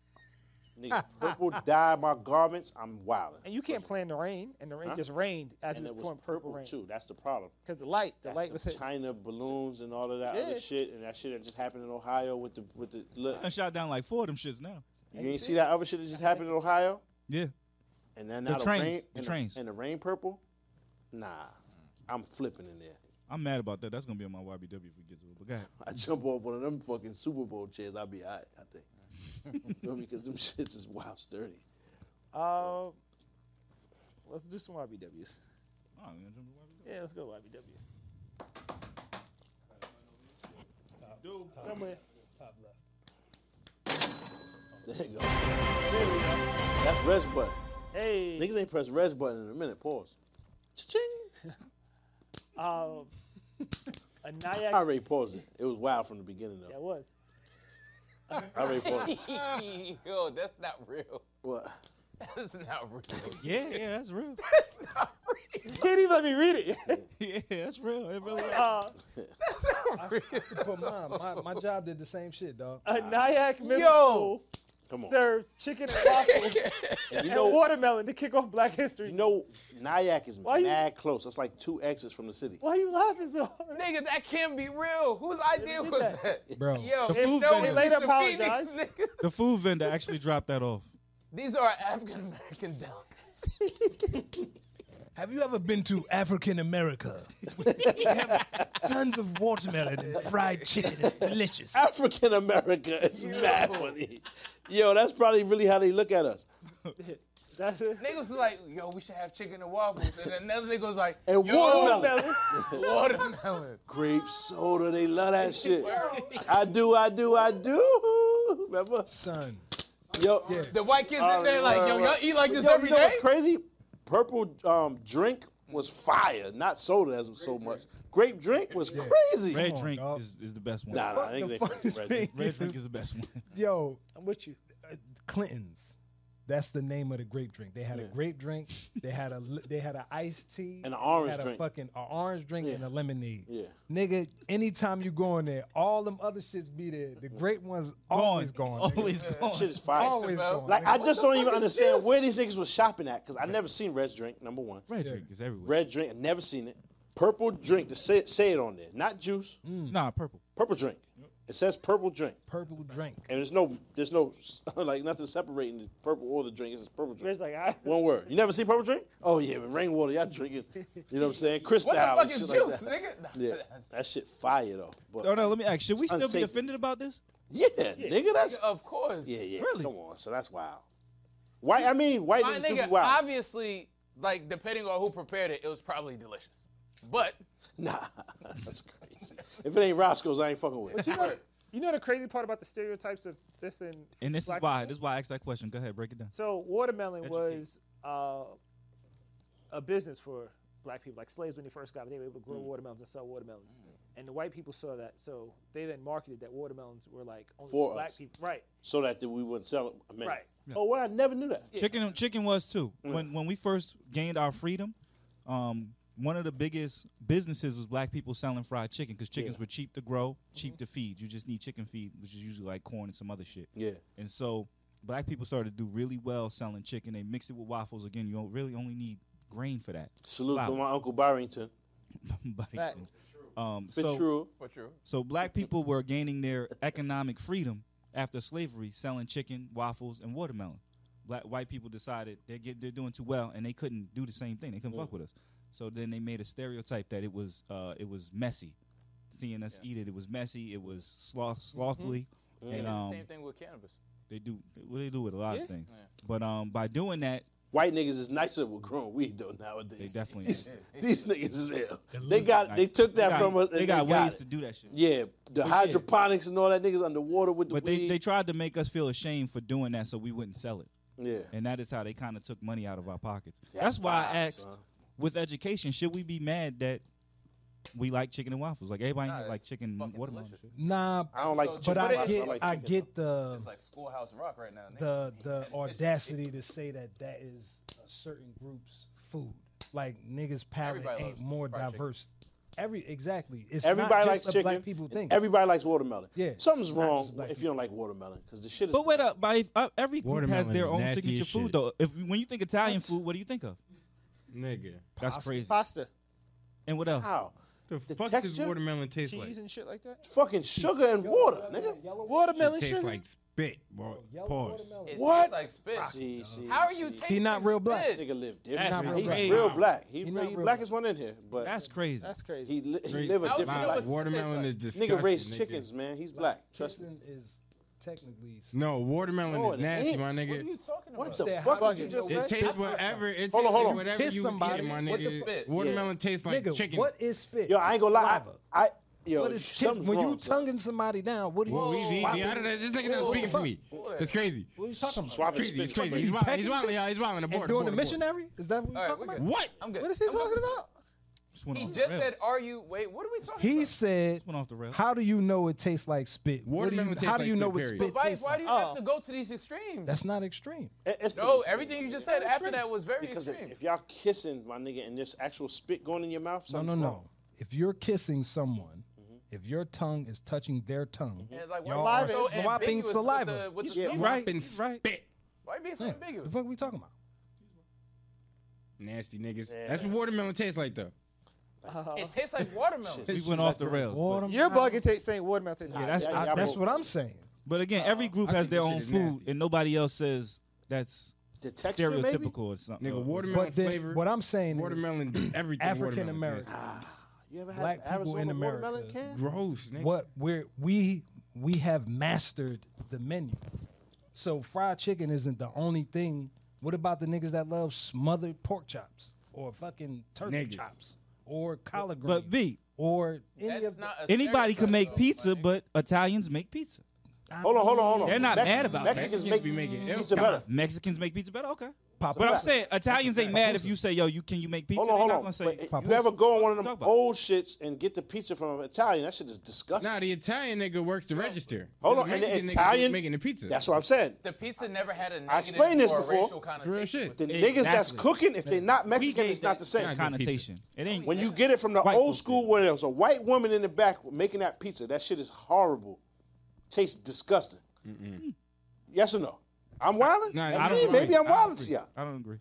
S1: Nigga, purple dye my garments. I'm wildin'.
S3: And you can't plan the rain, and the rain
S1: Huh?
S3: just rained as
S1: and
S3: it
S1: it
S3: was
S1: was
S3: pouring
S1: purple
S3: purple rain.
S1: too. That's the problem.
S3: Because the light, the
S1: That's
S3: light
S1: the
S3: was hit.
S1: China balloons and all of that
S3: Yeah.
S1: other shit, and that shit that just happened in Ohio with the with the look.
S7: I shot down like four of them shits now.
S1: You ain't see that other shit that just happened in Ohio,
S7: Yeah.
S1: and then
S7: The
S1: now
S7: trains,
S1: rain,
S7: the
S1: and
S7: trains.
S1: and the rain purple. Nah, I'm flipping in there. *laughs*
S7: I'm mad about that. That's gonna be on my YBW if we get to it. But go ahead.
S1: I jump off one of them fucking Super Bowl chairs, I'll be all right, I think. you feel me? Because them *laughs* shits is wild sturdy.
S3: Um, let's do some YBWs.
S7: Oh, we gonna jump to YBW?
S3: Yeah, let's go YBWs. Somewhere.
S2: Top left.
S1: There you go. That's res button.
S3: Hey.
S1: Niggas ain't press res button in a minute. Pause.
S3: *laughs* Um, a
S1: I
S3: Nyack.
S1: already paused it. It was wild from the beginning
S3: Yeah,
S1: though.
S3: it was.
S1: I already paused it.
S4: Yo, that's not real.
S1: What?
S4: That's not real.
S7: Yeah, yeah, that's real.
S4: *laughs* That's not real.
S3: Can't even let me read it.
S7: yeah, that's real. It really is.
S3: Uh,
S4: That's not real.
S2: But mine, my, my job did the same shit, dog.
S3: *laughs* a Nyack middle
S4: Yo.
S3: school
S1: Come on.
S3: served chicken and waffle
S1: And you
S3: and
S1: know,
S3: watermelon to kick off Black
S1: you
S3: History.
S1: know, Nyack is
S3: Why you-
S1: mad close. That's like two exits from the city.
S3: Why are you laughing so hard?
S4: Nigga, that can't be real. Whose idea
S3: did
S4: was
S3: that.
S4: that?
S2: Bro.
S4: Yo,
S7: The
S4: if
S7: food
S4: no,
S7: vendors.
S3: Later
S4: apologize.
S3: apologize.
S4: Nigga.
S7: The food vendor actually dropped that off.
S4: These are African American delicacies. *laughs*
S2: Have you ever been to African America? We have tons of watermelon and fried chicken. It's delicious.
S1: African America is mad funny. Yo, that's probably really how they look at us.
S3: That's it.
S4: Niggas was like, yo, we should have chicken and waffles. And another nigga was like,
S1: And
S4: yo,
S1: watermelon.
S4: Watermelon.
S1: Grape soda, they love that
S3: *laughs*
S1: shit.
S4: Word.
S1: I do, I do, I do. Remember?
S2: Son,
S1: Yo,
S4: The white kids in there like, yo,
S1: Alright,
S4: y'all eat like this
S1: Oh, Yo,
S4: every
S1: you know
S4: day?
S1: what's crazy? Purple um, drink was fire, not soda as so much. Grape drink was crazy.
S7: Red
S2: on,
S7: drink
S2: dog.
S7: is, is the best one.
S1: Nah, nah, niggas
S2: the
S1: ain't fucking
S2: funny
S1: red drink.
S2: thing
S7: Red drink
S2: is-
S7: is the best *laughs* one.
S2: yo,
S3: I'm with you.
S2: uh, Clinton's. That's the name of the grape drink. They had a grape drink. They had a li- they had an iced tea
S1: And an
S2: they
S1: orange
S2: had
S1: drink.
S2: A fucking an orange drink
S1: Yeah.
S2: and a lemonade.
S1: Yeah.
S2: Nigga, anytime you go in there, all them other shits be there. The grape ones always gone. nigga.
S7: Always gone.
S1: Shit is fire.
S2: Always
S4: Bro.
S2: gone.
S1: Like
S2: nigga.
S1: I just don't
S4: the
S1: even
S4: fuck is
S1: understand
S4: this?
S1: where these niggas was shopping at because I never seen red drink. Number one,
S7: Red drink is everywhere.
S1: red drink, I never seen it. Purple drink, to say, say it on there, not juice.
S7: Nah, purple.
S1: Purple drink. It says purple drink,
S2: purple drink.
S1: and there's no, there's no, *laughs* like nothing separating the purple or the drink. It's just purple drink.
S3: Rich like, I,
S1: One word. You never see purple drink? Oh yeah, with rainwater, y'all drinking. You know what I'm saying? Crystal.
S4: What the
S1: and
S4: fuck is
S1: shit like
S4: juice,
S1: that.
S4: nigga?
S1: Yeah, that shit fire though. But
S7: Oh no, let me ask. Should we still be
S1: unsafe.
S7: offended about this?
S1: yeah, nigga, that's
S4: Of course.
S1: yeah, yeah.
S7: Really?
S1: Come on, so that's wild. White, I mean, white
S4: My
S1: niggas do be
S4: nigga,
S1: wild.
S4: obviously, like, depending on who prepared it, it was probably delicious. But,
S1: Nah, *laughs* that's crazy. If it ain't Roscoe's, I ain't fucking with. it.
S3: you know, you know the crazy part about the stereotypes of this and
S7: And this
S3: black
S7: is why.
S3: people?
S7: This is why I asked that question. Go ahead, break it down.
S3: So watermelon
S7: Educate.
S3: was uh, a business for black people, like slaves when they first got it. They were able to grow
S7: Mm.
S3: watermelons and sell watermelons, and the white people saw that, so they then marketed that watermelons were like only
S1: For
S3: black
S1: us.
S3: people, right?
S1: So that we wouldn't sell it. I mean,
S3: Right.
S1: Oh, well, I never knew that.
S7: Chicken, chicken was too. When when we first gained our freedom, um, one of the biggest businesses was black people selling fried chicken because chickens were cheap to grow, cheap to feed. You just need chicken feed, which is usually like corn and some other shit.
S1: Yeah.
S7: And so black people started to do really well selling chicken. They mix it with waffles. Again, you don't really only need grain for that. *laughs*
S1: Salute to
S7: Flour.
S1: my uncle Barrington.
S7: Buddy.
S3: Fact.
S7: um, so,
S1: Fitzgerald.
S4: for true.
S7: So black people were gaining their economic freedom after slavery, selling chicken, waffles, and watermelon. Black white people decided they get they're doing too well, and they couldn't do the same thing. They couldn't
S1: Mm.
S7: fuck with us. So then they made a stereotype that it was uh, it was messy, seeing us eat it. It was messy. It was sloth slothly.
S1: Mm-hmm.
S4: They did
S7: And
S4: the
S7: um,
S4: same thing with cannabis.
S7: they do what they do with a lot of things. But um, by doing that,
S1: White niggas is nicer with grown weed though
S7: they
S1: nowadays.
S7: definitely
S1: these, *laughs* these niggas is ill. They
S2: losing
S1: got they took that
S7: got-
S1: from us.
S7: They
S1: and
S7: got
S1: they got
S7: ways
S1: it.
S7: to do that shit.
S1: Yeah, the hydroponics and all that niggas underwater with the
S7: But they,
S1: weed.
S7: they tried to make us feel ashamed for doing that, so we wouldn't sell it.
S1: yeah,
S7: and that is how they kind of took money out of our pockets. That's why I
S1: wild,
S7: asked,
S1: son.
S7: with education, should we be mad that we like chicken and waffles? Like everybody
S4: Nah,
S7: here like
S4: it's
S7: chicken and
S4: fucking
S7: watermelon.
S4: delicious.
S2: Nah,
S1: I don't like.
S4: So
S1: the
S2: but
S1: chicken
S2: I
S1: wraps,
S2: get I,
S1: like chicken,
S2: get
S7: Um,
S2: the
S4: It's like Schoolhouse Rock right now. nigga.
S2: the the audacity to say that that is a certain group's food. Like niggas palate
S4: Everybody
S2: ain't
S4: loves
S2: more
S4: fried chicken.
S2: diverse. Every exactly. It's
S1: though. Everybody
S2: not
S1: likes
S2: just
S1: chicken.
S2: a black people
S1: and
S2: thing.
S1: Everybody likes watermelon.
S2: Yeah,
S1: something's
S2: it's not
S1: wrong
S2: just black
S1: if you don't like watermelon because the shit is.
S7: But wait up, but if, uh, every group has
S6: Watermelon
S7: their
S6: is
S7: own
S6: nasty as
S7: signature food
S6: shit.
S7: though. If when you think Italian food, what do you think of?
S6: Nigga.
S7: That's crazy.
S3: Pasta,
S7: And what else?
S1: How?
S6: The,
S1: The
S6: fuck
S1: texture?
S6: does watermelon taste
S3: cheese
S6: like?
S3: and shit like that.
S1: Fucking sugar and water, nigga.
S3: Watermelon
S6: It tastes
S3: sugar.
S6: like spit, bro. Pause.
S4: It
S1: What?
S4: tastes like spit.
S1: See, see,
S4: How are you
S1: see.
S4: tasting
S2: not real black.
S4: spit?
S1: Nigga live different.
S7: That's
S1: he
S7: crazy.
S1: real black. He,
S2: He
S1: real,
S2: not
S1: he
S2: real
S1: blackest one in here, but
S7: That's crazy.
S3: That's crazy.
S1: he li- he live a different
S4: How would you know
S1: life.
S4: it's-
S6: Watermelon is disgusting.
S1: Nigga raised
S6: nigga.
S1: chickens, man. He's black. Trust me.
S2: Chicken is technically.
S6: No, watermelon
S2: No,
S6: is
S2: it
S6: nasty,
S2: ain't.
S6: my
S2: What
S6: nigga.
S2: are you talking
S1: What
S2: about?
S1: the
S2: Said
S1: fuck
S2: hot
S1: did you just
S2: bucket.
S6: It
S1: say?
S6: tastes
S1: That's what-
S6: whatever. It
S1: Hold on, hold
S6: tastes
S1: on.
S6: whatever
S1: Kiss
S6: you
S1: somebody.
S6: eat, my
S1: What the
S6: nigga.
S1: fuck?
S6: Watermelon
S1: Yeah.
S6: tastes like
S2: Nigga,
S6: chicken.
S2: what is spit?
S1: Yo, I ain't gonna lie.
S2: Saliva.
S1: I, I yo,
S2: What is kiss?
S1: something's
S2: When you
S1: wrong, son.
S2: tonguing somebody down, what are you?
S6: Well, he's- he's-
S2: swapping?
S6: I don't know, this nigga not
S2: What the
S6: speaking for
S2: fuck?
S6: me. It's crazy.
S2: What are you talking about?
S1: Swapping
S6: He's crazy.
S1: spit.
S6: He's crazy. He's wild. He's wild. y'all. He's wild. And
S2: And doing the missionary? Is that what
S4: All
S2: you're
S4: right,
S2: talking
S4: we're
S2: about?
S4: good.
S6: What?
S4: I'm good.
S3: What is he
S4: I'm good.
S3: talking about?
S7: This went
S4: He
S7: off the
S4: just
S7: rails.
S4: said, "Are you?" Wait, what are we talking
S2: He
S4: about?
S2: said,
S7: This went off the rail.
S2: "How do you know it tastes like spit? What do you,
S6: Watermelon tastes
S2: how do
S6: like
S2: you know
S6: spit,
S2: what
S6: period.
S2: spit
S4: But why,
S2: tastes
S4: why
S2: like?
S4: do you
S1: Oh.
S4: have to go to these extremes?
S2: That's not extreme.
S1: It- it's
S4: no,
S1: pretty-
S4: everything you just said after that was very
S1: Because
S4: extreme.
S1: if y'all kissing my nigga and there's actual spit going in your mouth,
S2: No, no,
S1: something's
S2: no.
S1: wrong.
S2: If you're kissing someone,
S6: Mm-hmm.
S2: if your tongue is touching their tongue,
S4: And, like, why
S2: y'all
S4: are
S2: are
S4: you so
S2: swapping
S4: ambiguous with
S2: saliva.
S4: the- with the
S1: Yeah,
S4: saliva?
S6: Right. Spit.
S4: Why are you being so
S2: Yeah, the
S4: ambiguous?
S2: fuck we talking about?
S6: Nasty niggas. That's what watermelon tastes like, though.
S2: Uh-huh.
S4: It tastes like watermelon.
S7: We went off the rails. but-
S2: Watermelon.
S3: Your bucket tastes saying watermelon tastes
S1: Nah,
S3: like
S7: that's-
S1: that-
S7: I-
S1: y'all
S2: That's
S1: both-
S2: what I'm saying.
S7: But again, every group
S6: I
S7: has
S6: think
S7: their
S6: this
S7: own
S6: shit is
S7: food,
S6: nasty.
S7: and nobody else says that's
S1: The texture, maybe.
S7: stereotypical or something.
S6: Nigga,
S7: Or-
S6: watermelon
S2: But then,
S6: flavor.
S2: what I'm saying
S6: watermelon,
S2: is
S6: *clears throat* everything.
S2: African
S6: watermelon
S2: Americans,
S6: tastes. Ah.
S1: You ever
S2: Black
S1: had
S2: people
S1: an Arizona
S2: in America.
S1: watermelon can?
S6: Gross, nigga.
S2: what we're we we have mastered the menu. So fried chicken isn't the only thing. What about the niggas that love smothered pork chops or fucking turkey
S6: Niggas.
S2: chops or collard greens?
S7: But B,
S2: or any
S4: That's
S2: of
S4: not a
S7: anybody
S4: stereotype,
S7: can make
S4: though,
S7: pizza,
S4: my nigga.
S7: but Italians make pizza.
S1: Hold on, hold on, hold on.
S7: They're not
S1: Mex-
S7: mad about
S1: Mexicans
S6: Mexicans
S1: make
S6: be making ill-
S1: pizza
S6: Come on.
S1: better.
S7: Mexicans make pizza better. Okay,
S2: Papa.
S7: but I'm
S1: fact.
S7: saying Italians ain't mad if you say, "Yo, you can you make pizza?"
S1: Hold on, hold
S7: They're not
S1: on.
S7: gonna say,
S1: But if
S2: Papoose.
S1: you ever go on one of
S7: Talk
S1: them
S7: about it.
S1: old shits and get the pizza from an Italian, that shit is disgusting.
S6: Nah, the Italian nigga works the register.
S1: Hold on,
S6: The
S1: and the
S6: Mexican nigga
S1: Italian-
S6: making the pizza.
S1: That's what I'm saying.
S4: The pizza never had a negative
S1: explained this
S4: or
S1: before.
S4: racial connotation.
S6: real shit.
S1: The niggas that's cooking, if they're not
S7: We
S1: Mexican,
S7: gave
S1: it's not
S7: that
S1: the same.
S7: connotation. It ain't.
S1: When you get it from the
S7: White
S1: old
S7: folks
S1: school
S7: did.
S1: where there was a white woman in the back making that pizza, that shit is horrible. Tastes disgusting. Yes or no? I'm wilding?
S6: Nah,
S1: And
S6: I
S1: me,
S6: don't
S1: Maybe
S6: agree.
S1: I'm
S6: I don't
S1: wilding to
S6: agree.
S1: y'all.
S7: I don't agree.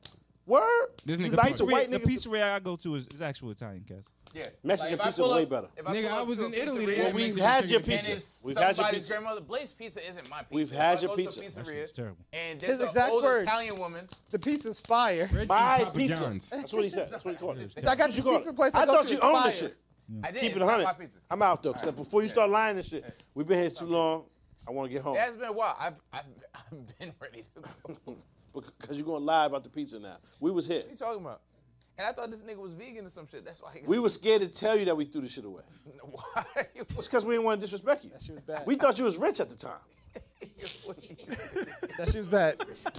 S1: Word?
S6: This
S1: you
S6: nigga
S1: like
S6: pussy.
S1: the white
S7: the
S1: niggas?
S7: pizzeria I go to is, is actual Italian, cuz.
S4: Yeah.
S1: Mexican
S4: if I
S1: pizza
S4: pull
S1: way better.
S4: if
S6: Nigga,
S4: pull
S6: I
S4: up
S6: was
S4: to a
S6: in
S4: pizzeria
S6: Italy
S1: Well,
S6: when
S4: and
S1: we've
S6: Mexican
S1: had your
S6: chicken
S4: And
S1: pizza.
S4: it's
S1: We've had
S4: somebody's
S1: your pizza.
S4: grandmother. Blaze pizza isn't my pizza.
S1: We've
S4: If
S1: had
S4: I
S1: your
S4: go to a
S1: pizza. That
S7: shit's
S4: pizzeria,
S7: terrible.
S4: And there's
S3: His
S4: an
S3: exact
S4: old
S3: words.
S4: Italian woman.
S3: the pizza's fire.
S6: Reggie
S1: My
S6: Papa
S1: pizza.
S6: John's.
S1: That's what he said. That's what he called it.
S3: I got
S1: What
S3: the
S1: you call
S3: pizza
S1: it?
S3: place I,
S1: I
S3: go
S1: thought
S3: to
S1: you
S3: is
S1: owned
S3: fire.
S1: this shit.
S4: I didn't
S1: Keep
S4: it's
S1: it
S4: not my
S1: 100.
S4: pizza.
S1: I'm out though, because before you start lying and shit, we've been here too long. I want to get home.
S4: It has been a while. I've, I've, I've been ready to go. What are
S1: Because you're going to lie about the pizza now. We was here.
S4: you talking about? And I thought this nigga was vegan or some shit. That's why he
S1: We were scared to tell you that we threw the shit away.
S4: Why *laughs* you
S1: It's because we didn't want to disrespect you.
S3: That shit was bad.
S1: We thought you was rich at the time.
S3: That shit was bad.